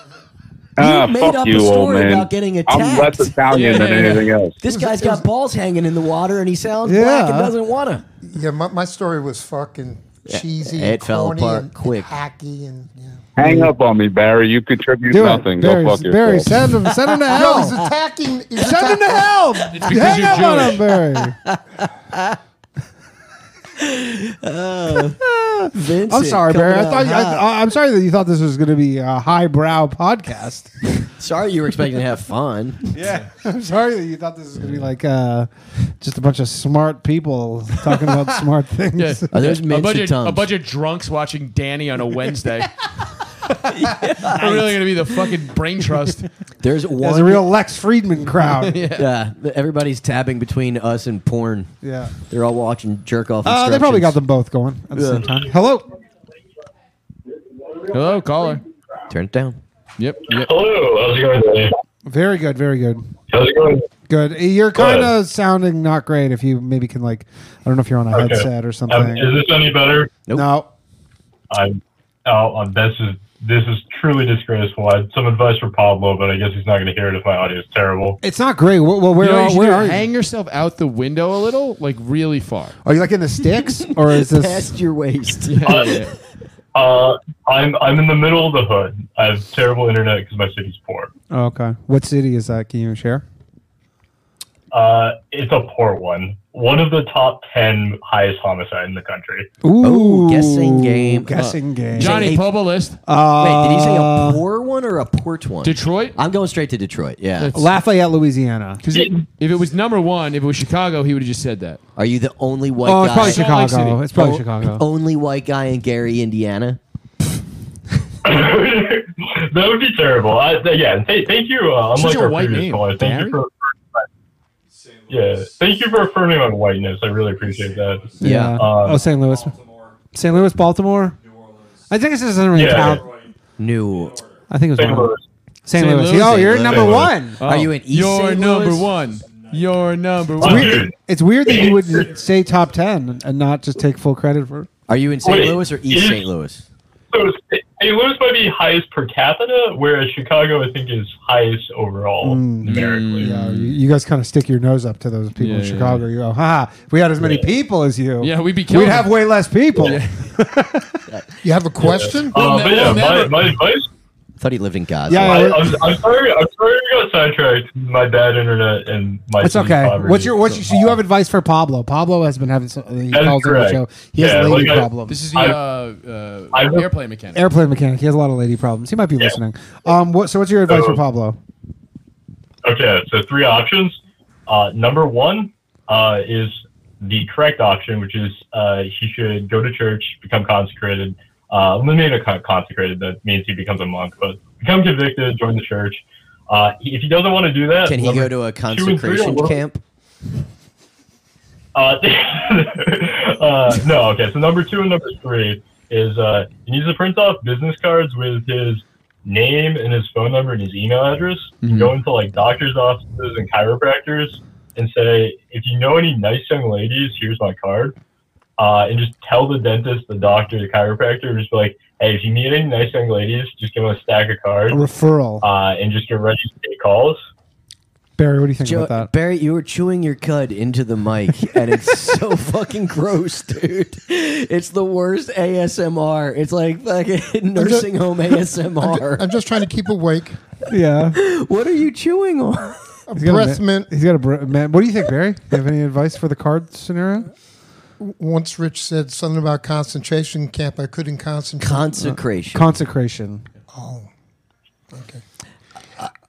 Speaker 10: Ah,
Speaker 2: made
Speaker 10: fuck
Speaker 2: up a
Speaker 10: you, old
Speaker 2: story
Speaker 10: man.
Speaker 2: about getting
Speaker 10: I'm less
Speaker 2: attacked.
Speaker 10: Italian
Speaker 3: Yeah,
Speaker 10: than
Speaker 3: yeah, yeah.
Speaker 10: anything else.
Speaker 2: This guy's got balls hanging in the water and he sounds
Speaker 1: Yeah.
Speaker 2: black and doesn't want to.
Speaker 4: Yeah, my, my story was fucking cheesy,
Speaker 2: It
Speaker 4: and
Speaker 2: fell
Speaker 4: corny,
Speaker 2: apart
Speaker 4: and
Speaker 2: quick.
Speaker 4: hacky, and yeah.
Speaker 10: Hang up on me, Barry. You contribute
Speaker 1: Do it.
Speaker 10: nothing.
Speaker 1: Barry,
Speaker 10: Go fuck yourself.
Speaker 1: Barry, send him, send him to
Speaker 4: No, he's
Speaker 1: hell.
Speaker 4: attacking. He's
Speaker 1: send him to hell.
Speaker 3: because
Speaker 1: Hang
Speaker 3: you're
Speaker 1: up on
Speaker 3: Jewish.
Speaker 1: him, Barry.
Speaker 2: Vincent,
Speaker 1: I'm sorry, Barry. I
Speaker 2: coming out
Speaker 1: thought you,
Speaker 2: hot.
Speaker 1: I, I'm sorry that you thought this was going to be a highbrow podcast.
Speaker 2: sorry you were expecting to have fun.
Speaker 1: Oh. Yeah, I'm sorry that you thought this was going to be like uh, just a bunch of smart people talking about smart things.
Speaker 3: Yeah.
Speaker 2: Are those
Speaker 3: a bunch,
Speaker 2: mince
Speaker 3: of, a
Speaker 2: tongues?
Speaker 3: bunch of drunks watching Danny on a Wednesday. I'm really gonna be the fucking brain trust.
Speaker 2: There's
Speaker 1: As
Speaker 2: one.
Speaker 1: a real Lex Friedman crowd. yeah.
Speaker 2: yeah, everybody's tabbing between us and porn. They're all watching jerk off.
Speaker 1: Uh, they probably got
Speaker 2: the
Speaker 1: them both going at the
Speaker 2: Yeah.
Speaker 1: same time. Hello.
Speaker 3: Hello, caller.
Speaker 2: Turn it down.
Speaker 3: Yep. yep.
Speaker 6: Hello, how's it going today?
Speaker 1: Very good. Very good.
Speaker 6: How's it going?
Speaker 1: Good. You're kind
Speaker 6: ahead.
Speaker 1: of sounding not great. If you maybe can like, I don't know if you're on a
Speaker 6: Okay.
Speaker 1: headset or
Speaker 6: Um,
Speaker 1: something.
Speaker 6: is this any better?
Speaker 1: no.
Speaker 6: I'm. Oh, um, this is this is truly disgraceful. I had some advice for Pablo, but I guess he's not going to hear it if my audio is terrible.
Speaker 1: It's not great. Well, well where,
Speaker 3: You know what
Speaker 1: are,
Speaker 3: you should
Speaker 1: where
Speaker 3: do?
Speaker 1: are you?
Speaker 3: Hang yourself out the window a little, like really far.
Speaker 1: Are you like in the sticks or is this?
Speaker 2: Past your waist.
Speaker 3: Yeah, yeah.
Speaker 6: Uh, I'm I'm in the middle of the hood. I have terrible internet because my city's poor.
Speaker 1: Oh, okay. What city is that? Can you share?
Speaker 6: Uh, it's a poor one. One of the top ten highest homicide in the country.
Speaker 1: Ooh,
Speaker 2: Oh, guessing game.
Speaker 1: Guessing game.
Speaker 3: Johnny
Speaker 2: Hey.
Speaker 3: Pobo list.
Speaker 1: Uh,
Speaker 2: Wait, did he say a poor one or a port one?
Speaker 3: Detroit.
Speaker 2: I'm going straight to Detroit. Yeah.
Speaker 3: That's-
Speaker 1: Lafayette, Louisiana.
Speaker 3: Because if it was number one, if it was Chicago, he would have just said that.
Speaker 2: Are you the only white
Speaker 1: Oh, it's
Speaker 2: guy?
Speaker 1: probably
Speaker 3: Salt Lake
Speaker 1: Chicago.
Speaker 3: City.
Speaker 1: It's probably
Speaker 2: Oh,
Speaker 1: Chicago.
Speaker 2: Only white guy in Gary, Indiana.
Speaker 6: that would be terrible. I, th- yeah, th- thank you. Uh,
Speaker 3: Such
Speaker 6: unlike
Speaker 3: a
Speaker 6: our
Speaker 3: white
Speaker 6: previous
Speaker 3: name,
Speaker 6: caller, thank you
Speaker 3: Barry.
Speaker 6: for. Yeah, thank you for affirming my whiteness. I really appreciate that.
Speaker 2: Yeah.
Speaker 6: Um,
Speaker 1: oh, St. Louis. St. Louis, Baltimore. I think this doesn't really
Speaker 6: Yeah.
Speaker 1: count.
Speaker 2: New.
Speaker 1: I think it
Speaker 6: St.
Speaker 1: was St.
Speaker 6: Louis.
Speaker 1: St. Louis.
Speaker 3: Louis.
Speaker 1: Oh, you're
Speaker 2: St.
Speaker 1: number
Speaker 6: Louis.
Speaker 1: one.
Speaker 2: Are you in East
Speaker 3: You're
Speaker 2: St.
Speaker 3: number
Speaker 2: Louis?
Speaker 3: one. You're number
Speaker 6: Oh,
Speaker 3: one.
Speaker 6: dude.
Speaker 1: It's weird that you would say top ten and not just take full credit for. it.
Speaker 2: Are you in St.
Speaker 6: Wait.
Speaker 2: Louis or East
Speaker 6: Yeah.
Speaker 2: St. Louis?
Speaker 6: So St. Louis might be highest per capita, whereas Chicago, I think, is highest overall
Speaker 1: Mm.
Speaker 6: numerically.
Speaker 1: Yeah, you, you guys kind of stick your nose up to those people
Speaker 3: Mm. Yeah,
Speaker 1: in
Speaker 3: yeah,
Speaker 1: Chicago. You go, ha! If we had as many people as you,
Speaker 3: Yeah, we'd be
Speaker 1: we'd
Speaker 3: killing
Speaker 1: have
Speaker 3: them.
Speaker 1: way less people.
Speaker 4: You have a question?
Speaker 6: Uh, but
Speaker 3: We'll
Speaker 6: yeah, my,
Speaker 3: never-
Speaker 6: my advice.
Speaker 2: I thought he lived in Gaza.
Speaker 1: Yeah,
Speaker 6: I,
Speaker 1: yeah,
Speaker 6: I'm, I'm sorry. I'm sorry we got sidetracked. My bad internet and my.
Speaker 1: It's
Speaker 6: city's
Speaker 1: okay.
Speaker 6: poverty.
Speaker 1: What's your what's your, so you have advice for Pablo? Pablo has been having some. He
Speaker 6: That is
Speaker 1: calls in the
Speaker 6: correct.
Speaker 1: show. He
Speaker 6: Yeah,
Speaker 1: has lady
Speaker 6: like I-
Speaker 1: problems.
Speaker 3: This is the
Speaker 6: I-
Speaker 3: uh,
Speaker 6: I-
Speaker 3: uh, airplane mechanic.
Speaker 1: Airplane mechanic. He has a lot of lady problems. He might be listening. Um. What? So what's your advice
Speaker 6: So-
Speaker 1: for Pablo?
Speaker 6: Okay, so three options. Uh, number one uh, is the correct option, which is uh, he should go to church, become consecrated. Uh, when they con- consecrated, that means he becomes a monk, but become convicted, join the church. Uh, if he doesn't want to do that,
Speaker 2: Can he
Speaker 6: number-
Speaker 2: go to a
Speaker 6: and three
Speaker 2: consecration
Speaker 6: will-
Speaker 2: camp?
Speaker 6: Uh, uh, no, okay. So number two and number three is uh, he needs to print off business cards with his name and his phone number and his email address.
Speaker 2: Mm-hmm.
Speaker 3: Mhm.
Speaker 6: Go into like doctors' offices and chiropractors and say, if you know any nice young ladies, here's my card. Uh, and just tell the dentist, the doctor, the chiropractor, just be like, hey, if you need any nice young ladies, just give them a stack of
Speaker 1: A
Speaker 6: cards
Speaker 1: referral.
Speaker 6: uh, and just get ready to take calls.
Speaker 1: Barry, what do you think
Speaker 2: Joe-
Speaker 1: about that?
Speaker 2: Barry, you were chewing your cud into the mic, and it's so fucking gross, dude. It's the worst ASMR. It's like fucking nursing home ASMR.
Speaker 4: I'm just trying to keep awake.
Speaker 1: Yeah.
Speaker 2: What are you chewing on?
Speaker 4: A
Speaker 1: He's got a
Speaker 4: breath
Speaker 1: ma-
Speaker 4: mint.
Speaker 1: He's got a bre- man. What do you think, Barry? Do you have any advice for the card scenario?
Speaker 4: Once Rich said something about concentration camp, I couldn't concentrate.
Speaker 2: Consecration.
Speaker 1: Consecration.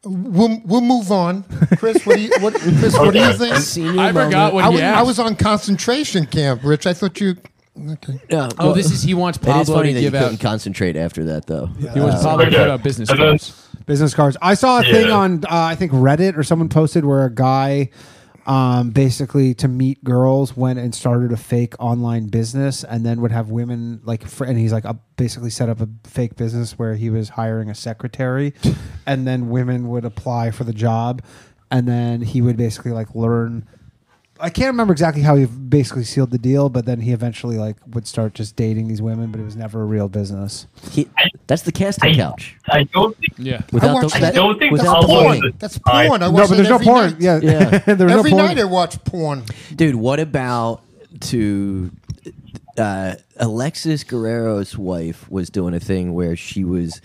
Speaker 4: we'll, we'll move on. Chris, what do you, what, Chris, what do you think?
Speaker 2: Senior
Speaker 3: I forgot
Speaker 2: moment.
Speaker 3: what
Speaker 4: I
Speaker 3: he
Speaker 4: was,
Speaker 3: asked.
Speaker 4: I was on concentration camp, Rich. I thought you. Okay.
Speaker 2: No,
Speaker 3: oh, this is he wants
Speaker 2: It is
Speaker 3: Pablo
Speaker 2: funny
Speaker 3: to
Speaker 2: that you
Speaker 3: give
Speaker 2: couldn't
Speaker 3: out.
Speaker 2: concentrate after that, though. Uh,
Speaker 3: He wants Pablo to
Speaker 6: Okay.
Speaker 3: give out business
Speaker 6: And then-
Speaker 3: cards.
Speaker 1: business cards. I saw a thing
Speaker 6: Yeah.
Speaker 1: on uh, I think Reddit or someone posted where a guy um, basically to meet girls went and started a fake online business and then would have women like fr- and he's like uh, basically set up a fake business where he was hiring a secretary and then women would apply for the job and then he would basically like learn I can't remember exactly how he basically sealed the deal, but then he eventually like would start just dating these women, but it was never a real business.
Speaker 2: He- that's the casting couch.
Speaker 6: I don't think
Speaker 3: Yeah.
Speaker 4: I
Speaker 2: Without
Speaker 4: watched
Speaker 2: the,
Speaker 4: it.
Speaker 2: that-
Speaker 6: I don't think
Speaker 2: without
Speaker 6: that's
Speaker 2: the
Speaker 6: porn.
Speaker 2: money.
Speaker 4: That's porn. I watch
Speaker 1: No, but
Speaker 4: that
Speaker 1: there's no
Speaker 4: every
Speaker 1: porn.
Speaker 4: night.
Speaker 1: Yeah,
Speaker 2: Yeah.
Speaker 1: there was no
Speaker 4: every
Speaker 1: porn.
Speaker 4: night I watch porn.
Speaker 2: dude. What about to uh, Alexis Guerrero's wife was doing a thing where she was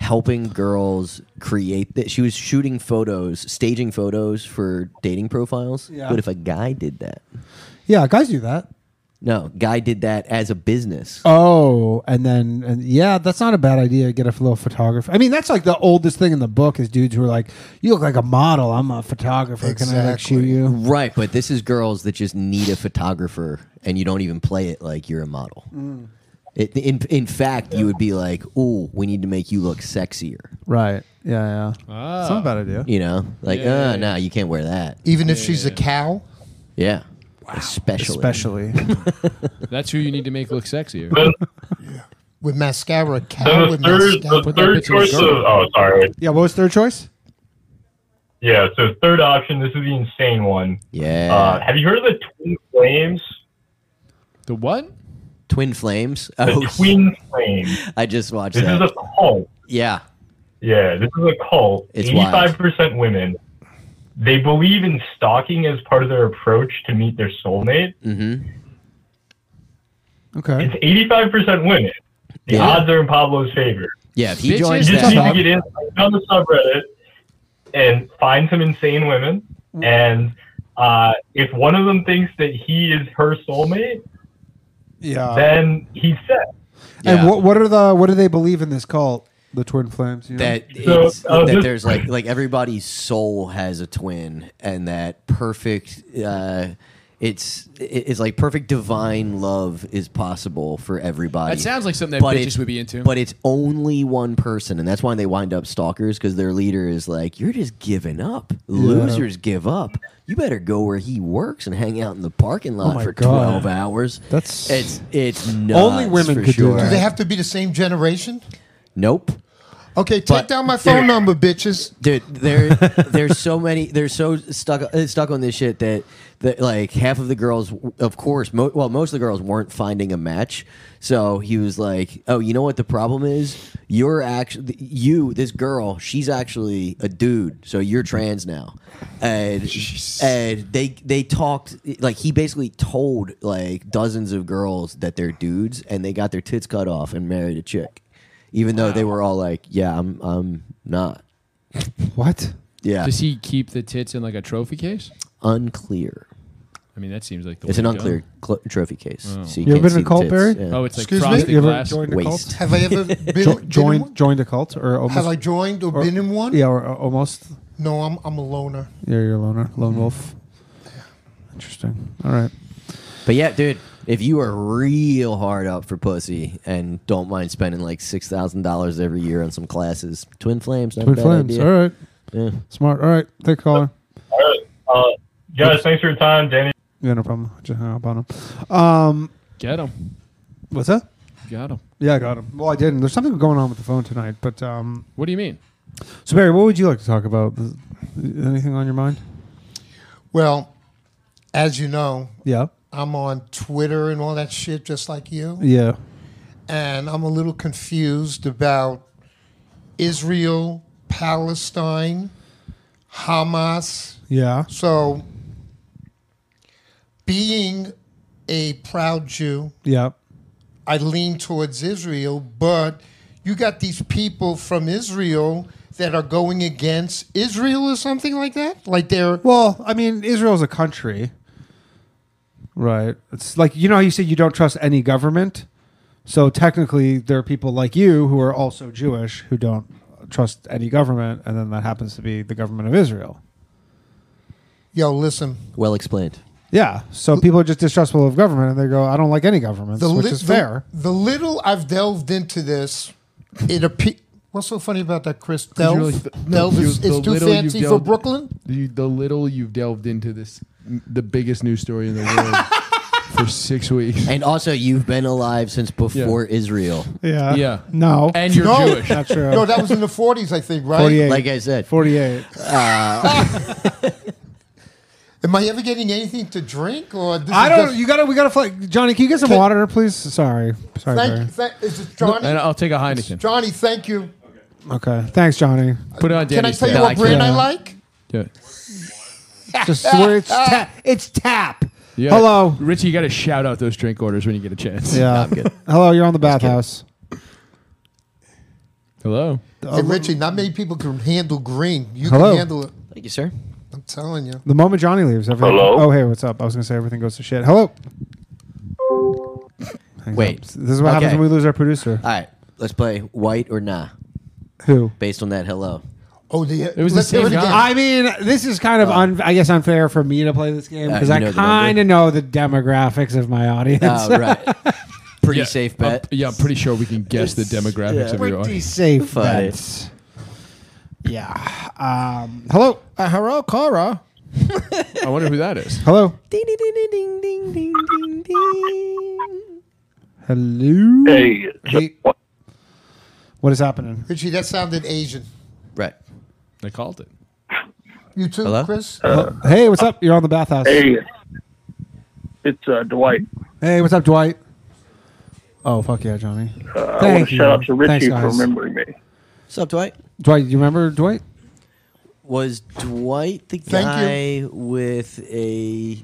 Speaker 2: helping girls create that. She was shooting photos, staging photos for dating profiles.
Speaker 1: Yeah.
Speaker 2: But if a guy did that,
Speaker 1: Yeah, guys do that.
Speaker 2: no, guy did that as a business.
Speaker 1: Oh, and then and yeah, that's not a bad idea. Get a little photographer. I mean, that's like the oldest thing in the book is dudes who are like, "You look like a model. I'm a photographer. Can I like shoot you?"
Speaker 2: Right, but this is girls that just need a photographer, and you don't even play it like you're a model.
Speaker 1: Mm.
Speaker 2: It, in in fact, you would be like, "Ooh, we need to make you look sexier."
Speaker 1: Right. Yeah, yeah.
Speaker 3: Ah.
Speaker 1: It's not a bad idea.
Speaker 2: You know, like,
Speaker 3: Yeah, yeah,
Speaker 2: "Uh, no, you can't wear that."
Speaker 4: Even if she's a cow,
Speaker 2: Yeah, especially.
Speaker 1: Especially.
Speaker 3: That's who you need to make look sexier.
Speaker 10: The,
Speaker 4: with mascara, cow
Speaker 10: the
Speaker 4: with
Speaker 10: third, the
Speaker 4: mascara.
Speaker 3: that
Speaker 10: third
Speaker 3: bitch in the
Speaker 10: choice of,
Speaker 3: garbage.
Speaker 10: oh, sorry.
Speaker 1: yeah. What was third choice?
Speaker 10: Yeah, so third option, this is the insane one.
Speaker 2: Yeah.
Speaker 10: Uh, have you heard of the Twin Flames?
Speaker 3: The what?
Speaker 2: Twin Flames.
Speaker 10: The
Speaker 2: Oh,
Speaker 10: Twin Flames.
Speaker 2: I just watched
Speaker 10: This is
Speaker 2: that.
Speaker 10: a cult.
Speaker 2: yeah.
Speaker 10: Yeah, this is a cult.
Speaker 2: It's
Speaker 10: Eighty-five percent women. They believe in stalking as part of their approach to meet their soulmate.
Speaker 2: Mm-hmm.
Speaker 1: Okay.
Speaker 10: It's eighty-five percent women. The
Speaker 2: Yeah.
Speaker 10: odds are in Pablo's favor.
Speaker 2: Yeah. If he
Speaker 3: Bitches
Speaker 2: joins
Speaker 10: You
Speaker 2: that,
Speaker 10: just need to
Speaker 1: up.
Speaker 10: get in on the subreddit and find some insane women.
Speaker 3: Mm.
Speaker 10: And uh, if one of them thinks that he is her soulmate,
Speaker 1: Yeah.
Speaker 10: then he's set.
Speaker 1: And
Speaker 2: Yeah.
Speaker 1: what what are the what do they believe in this cult? The twin flames. You know?
Speaker 2: that
Speaker 10: So,
Speaker 2: it's,
Speaker 10: uh,
Speaker 2: that
Speaker 10: this-
Speaker 2: there's like like everybody's soul has a twin, and that perfect uh, it's it's like perfect divine love is possible for everybody.
Speaker 3: That sounds like something that
Speaker 2: But
Speaker 3: bitches
Speaker 2: it's-
Speaker 3: would be into.
Speaker 2: But it's only one person, and that's why they wind up stalkers because their leader is like, "You're just giving up. Losers give up. You better go where he works and hang out in the parking lot
Speaker 1: Oh my
Speaker 2: for
Speaker 1: God.
Speaker 2: twelve hours."
Speaker 1: That's-
Speaker 2: it's it's nuts
Speaker 1: Only women
Speaker 2: for
Speaker 1: could do
Speaker 2: sure.
Speaker 1: that.
Speaker 4: Do they have to be the same generation?
Speaker 2: nope.
Speaker 4: Okay, take
Speaker 2: But-
Speaker 4: down my phone number, bitches.
Speaker 2: Dude, there, there's so many. They're so stuck uh, stuck on this shit that that like half of the girls, of course, mo- well, most of the girls weren't finding a match. So he was like, "Oh, you know what the problem is? You're actually you, this girl. She's actually a dude. So you're trans now." And and they they talked like he basically told like dozens of girls that they're dudes, and they got their tits cut off and married a chick, even though they were all like, "Yeah, I'm I'm not."
Speaker 1: what?
Speaker 2: Yeah.
Speaker 3: Does he keep the tits in like a trophy case?
Speaker 2: unclear.
Speaker 3: I mean, that seems like the
Speaker 2: It's
Speaker 3: way
Speaker 2: an
Speaker 3: to
Speaker 2: unclear
Speaker 3: go.
Speaker 2: cl- trophy case. So
Speaker 1: You ever
Speaker 2: can't
Speaker 1: been in
Speaker 2: see
Speaker 1: a
Speaker 2: the
Speaker 1: cult,
Speaker 2: tits.
Speaker 1: Barry?
Speaker 2: Yeah.
Speaker 3: Oh, it's like
Speaker 4: Excuse me?
Speaker 3: frosted
Speaker 1: You ever
Speaker 3: glass.
Speaker 1: joined a
Speaker 2: Waste.
Speaker 1: cult?
Speaker 4: Have I ever been,
Speaker 1: Jo-
Speaker 4: been in one?
Speaker 1: joined joined a cult or almost?
Speaker 4: Have I joined or,
Speaker 1: or-
Speaker 4: been in one?
Speaker 1: yeah, or, or almost.
Speaker 4: No, I'm I'm a loner.
Speaker 1: Yeah, you're a loner, lone wolf. Interesting. All right.
Speaker 2: But yeah, dude, if you are real hard up for pussy and don't mind spending like six thousand dollars every year on some classes, Twin Flames, not
Speaker 1: Twin
Speaker 2: a bad
Speaker 1: flames.
Speaker 2: idea.
Speaker 1: All right.
Speaker 2: Yeah.
Speaker 1: Smart. All right. Thank you, caller.
Speaker 10: All right. Uh, guys, thanks for your time, Danny.
Speaker 1: Yeah, no problem. I just hung up on him. Um,
Speaker 3: Get him.
Speaker 1: what's that?
Speaker 3: Got him.
Speaker 1: Yeah, I got him. Well, I didn't. There's something going on with the phone tonight. But um,
Speaker 3: What do you mean?
Speaker 1: so Barry, what would you like to talk about? Is- Anything on your mind?
Speaker 4: Well, as you know,
Speaker 1: Yeah.
Speaker 4: I'm on Twitter and all that shit, just like you.
Speaker 1: Yeah.
Speaker 4: and I'm a little confused about Israel, Palestine, Hamas.
Speaker 1: Yeah.
Speaker 4: So, being a proud Jew,
Speaker 1: Yeah.
Speaker 4: I lean towards Israel, but you got these people from Israel that are going against Israel or something like that? Like they're.
Speaker 1: Well, I mean, Israel's a country. Right. It's like, you know how you say you don't trust any government? So technically, there are people like you who are also Jewish who don't trust any government, and then that happens to be the government of Israel.
Speaker 4: Yo, listen.
Speaker 2: Well explained.
Speaker 1: Yeah. So people are just distrustful of government, and they go, I don't like any government, which
Speaker 4: lit-
Speaker 1: is fair.
Speaker 4: The, little I've delved into this, it appears. What's so funny about that, Chris? Delve,
Speaker 3: really- the-
Speaker 4: delve
Speaker 3: you-
Speaker 4: is, is
Speaker 3: the
Speaker 4: too
Speaker 3: little you've
Speaker 4: fancy for
Speaker 3: delved-
Speaker 4: Brooklyn.
Speaker 3: The, the little you've delved into this, the biggest news story in the world for six weeks.
Speaker 2: And also, you've been alive since before Israel.
Speaker 1: Yeah.
Speaker 3: Yeah.
Speaker 1: No.
Speaker 3: And you're
Speaker 4: No.
Speaker 3: Jewish.
Speaker 1: Not true.
Speaker 4: No, that was in the forties, I think, right?
Speaker 1: 48.
Speaker 2: Like I said,
Speaker 1: 48.
Speaker 4: Ah. Am I ever getting anything to drink? Or this
Speaker 1: I
Speaker 4: is
Speaker 1: don't.
Speaker 4: just-
Speaker 1: You gotta. We gotta. Fly. Johnny, can you get some
Speaker 4: Can-
Speaker 1: water, please? Sorry. Sorry. Barry.
Speaker 4: Thank, thank, is it Johnny?
Speaker 3: And I'll take a Heineken.
Speaker 4: Johnny, thank you.
Speaker 1: Okay. Thanks, Johnny.
Speaker 3: Put it on
Speaker 4: Can I
Speaker 3: Danny's
Speaker 4: tell you
Speaker 2: No,
Speaker 4: what
Speaker 2: I
Speaker 4: brand I
Speaker 1: can't.
Speaker 4: like?
Speaker 3: tab. Do it.
Speaker 1: Just it's, ta- it's tap.
Speaker 3: You gotta-
Speaker 1: Hello.
Speaker 3: Richie. You got to shout out those drink orders when you get a chance.
Speaker 1: Yeah. Hello, you're on the bathhouse.
Speaker 3: Hello.
Speaker 4: Hey, Richie, not many people can handle green. You
Speaker 1: Uh, Hello.
Speaker 4: can handle it.
Speaker 2: Thank you, sir.
Speaker 4: I'm telling you.
Speaker 1: The moment Johnny leaves, everything.
Speaker 2: Hello?
Speaker 1: Oh, hey, what's up? I was gonna say everything goes to shit. Hello. Hangs
Speaker 2: Wait.
Speaker 1: up. This is what happens
Speaker 2: Okay.
Speaker 1: when we lose our producer.
Speaker 2: All right, let's play white or nah.
Speaker 1: Who?
Speaker 2: Based on that, hello.
Speaker 4: Oh, the
Speaker 1: It was the same I mean, this is kind of, un- I guess, unfair for me to play this game
Speaker 2: Oh. Uh,
Speaker 1: because
Speaker 2: you
Speaker 1: I
Speaker 2: know the number.
Speaker 1: kind of know the demographics of my audience.
Speaker 2: Oh, right. Pretty safe bet.
Speaker 3: Uh, yeah, I'm pretty sure we can guess the demographics of your
Speaker 1: Pretty
Speaker 3: audience.
Speaker 1: safe
Speaker 2: Funny.
Speaker 1: bets. Yeah. Um, hello.
Speaker 3: Uh, hello, Cara. I wonder who that is.
Speaker 1: Hello.
Speaker 2: Ding ding ding ding ding ding ding ding.
Speaker 1: Hello.
Speaker 10: Hey,
Speaker 1: Hey. What is happening?
Speaker 4: Richie, that sounded Asian.
Speaker 2: Right.
Speaker 3: They called it.
Speaker 4: You too,
Speaker 2: Hello?
Speaker 4: Chris?
Speaker 1: Uh, hey, what's up? You're on the bathhouse.
Speaker 10: Uh, Hey, it's uh, Dwight.
Speaker 1: Hey, what's up, Dwight? Oh, fuck yeah, Johnny.
Speaker 10: Uh, I want
Speaker 1: Thank
Speaker 10: to
Speaker 1: you.
Speaker 10: shout out to Richie
Speaker 1: Thanks,
Speaker 10: for
Speaker 1: guys.
Speaker 10: remembering me.
Speaker 2: What's up, Dwight?
Speaker 1: Dwight, you remember Dwight?
Speaker 2: Was Dwight the
Speaker 4: Thank
Speaker 2: guy with a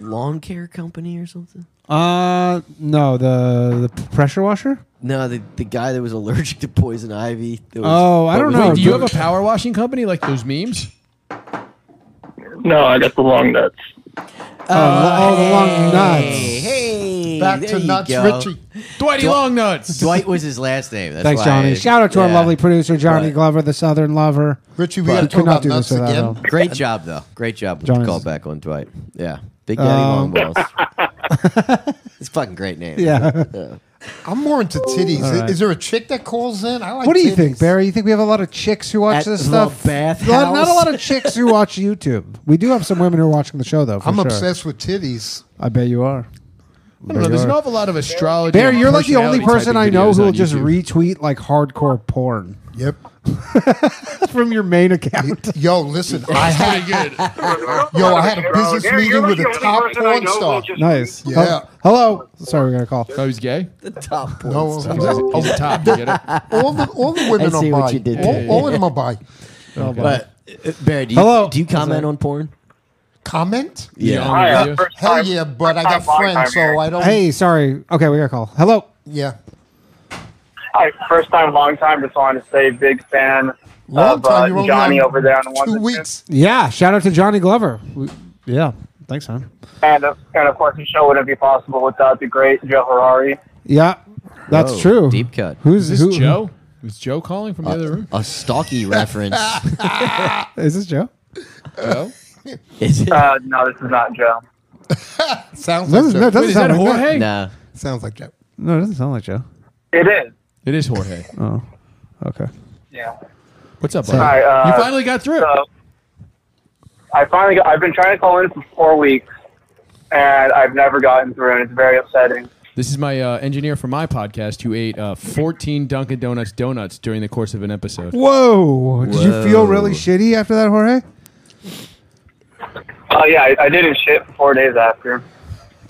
Speaker 2: lawn care company or something?
Speaker 1: Uh, no, the the pressure washer.
Speaker 2: No, the, the guy that was allergic to poison ivy. that was-
Speaker 1: Oh, I
Speaker 2: but
Speaker 1: don't
Speaker 2: was-
Speaker 1: know.
Speaker 3: Wait, do you have a power washing company like those memes?
Speaker 10: No, I got the long nuts.
Speaker 2: Uh,
Speaker 1: Oh, oh, the long nuts.
Speaker 2: Hey, hey,
Speaker 4: Back
Speaker 2: there
Speaker 4: to
Speaker 2: you
Speaker 4: nuts,
Speaker 2: go.
Speaker 4: Richie.
Speaker 3: Dwighty Long Nuts.
Speaker 2: Dwight was his last name. That's
Speaker 1: Thanks,
Speaker 2: why
Speaker 1: Johnny.
Speaker 2: I-
Speaker 1: Shout out to our
Speaker 2: yeah.
Speaker 1: lovely producer, Johnny
Speaker 2: But-
Speaker 1: Glover, the Southern Lover.
Speaker 4: Richie, we
Speaker 2: But-
Speaker 4: got to
Speaker 1: Could
Speaker 4: talk
Speaker 1: not
Speaker 4: about
Speaker 1: do
Speaker 4: nuts
Speaker 1: this without
Speaker 4: again.
Speaker 1: him.
Speaker 2: Great job though. Great job with
Speaker 1: Johnny's-
Speaker 2: the callback on Dwight. Yeah, Big Daddy
Speaker 1: Um,
Speaker 2: Long Balls. it's a fucking great name. Uh,
Speaker 1: Yeah.
Speaker 4: I'm more into titties.
Speaker 1: All
Speaker 4: Is-
Speaker 1: right.
Speaker 4: Is there a chick that calls in? I like
Speaker 1: What do you
Speaker 4: titties.
Speaker 1: think, Barry? You think we have a lot of chicks who watch
Speaker 2: At
Speaker 1: this
Speaker 2: the
Speaker 1: stuff?
Speaker 2: bathhouse?
Speaker 1: Not, not a lot of chicks who watch YouTube. We do have some women who are watching the show, though. for
Speaker 4: I'm
Speaker 1: sure.
Speaker 4: obsessed with titties.
Speaker 1: I bet you are.
Speaker 3: I don't know. There's an awful lot of astrology.
Speaker 1: Barry,
Speaker 3: and
Speaker 1: you're like the only
Speaker 3: personality type
Speaker 1: person
Speaker 3: of
Speaker 1: I know
Speaker 3: videos
Speaker 1: who will
Speaker 3: on
Speaker 1: just
Speaker 3: YouTube.
Speaker 1: retweet like hardcore porn
Speaker 4: Yep.
Speaker 1: from your main account.
Speaker 4: Yo, listen, I had yo, I had a business meeting with a top porn star.
Speaker 1: nice.
Speaker 4: Yeah.
Speaker 1: Hel- Hello. Sorry, we got a call.
Speaker 3: Oh, he's gay.
Speaker 2: The top
Speaker 4: No,
Speaker 2: one.
Speaker 4: I'm just-
Speaker 3: He's a top. You get it?
Speaker 4: all the all the women
Speaker 2: I
Speaker 4: are
Speaker 2: see what
Speaker 4: bi.
Speaker 2: you did
Speaker 4: all,
Speaker 2: there.
Speaker 4: all of them are bi.
Speaker 2: But uh, Barry, do you,
Speaker 1: Hello.
Speaker 2: do you comment on porn?
Speaker 4: Comment?
Speaker 3: Yeah.
Speaker 10: Hi, uh,
Speaker 3: Yeah.
Speaker 10: first
Speaker 4: Hell
Speaker 10: time-
Speaker 4: yeah, but I
Speaker 10: first
Speaker 4: got
Speaker 10: time long time
Speaker 4: friends, so
Speaker 3: oh,
Speaker 10: here.
Speaker 4: I don't.
Speaker 1: Hey, sorry. Okay, we got a call. Hello.
Speaker 4: Yeah.
Speaker 10: Hi, first time, long time. Just wanted to say, big fan
Speaker 4: Long
Speaker 10: of
Speaker 4: time, you're
Speaker 10: uh,
Speaker 4: only
Speaker 10: Johnny
Speaker 4: on
Speaker 10: over there on the one
Speaker 4: Two
Speaker 10: that's-
Speaker 4: weeks.
Speaker 1: Yeah. Shout out to Johnny Glover. We- yeah. Thanks, man.
Speaker 10: And, uh, and of course, the show wouldn't be possible without the great Joe Harari.
Speaker 1: Yeah, that's
Speaker 2: Whoa,
Speaker 1: true.
Speaker 2: deep cut.
Speaker 1: Who's
Speaker 3: Is
Speaker 1: who,
Speaker 3: this Joe? Is Joe calling from the other room?
Speaker 2: A stocky reference.
Speaker 1: Is this Joe?
Speaker 3: Joe?
Speaker 2: Is it?
Speaker 10: Uh, no, this is not Joe.
Speaker 4: Sounds
Speaker 1: No,
Speaker 4: like
Speaker 1: no,
Speaker 4: Joe.
Speaker 1: it doesn't
Speaker 3: Wait, is
Speaker 1: sound
Speaker 3: that
Speaker 1: like Joe.
Speaker 3: Jorge?
Speaker 2: Nah.
Speaker 4: Sounds like Joe.
Speaker 1: No, it doesn't sound like Joe.
Speaker 10: It is.
Speaker 3: It is Jorge.
Speaker 1: Oh, okay.
Speaker 10: Yeah.
Speaker 3: What's up,
Speaker 1: Sorry.
Speaker 3: buddy?
Speaker 10: Hi, uh,
Speaker 3: you finally got through.
Speaker 10: So I finally got, I've been trying to call in for four weeks, and I've never gotten through, and it's very upsetting.
Speaker 3: This is my uh, engineer for my podcast who ate uh, 14 Dunkin' Donuts donuts during the course of an episode.
Speaker 1: Whoa! Did you
Speaker 2: Whoa.
Speaker 1: feel really shitty after that, Jorge?
Speaker 10: Oh yeah, I, I didn't shit for four days after.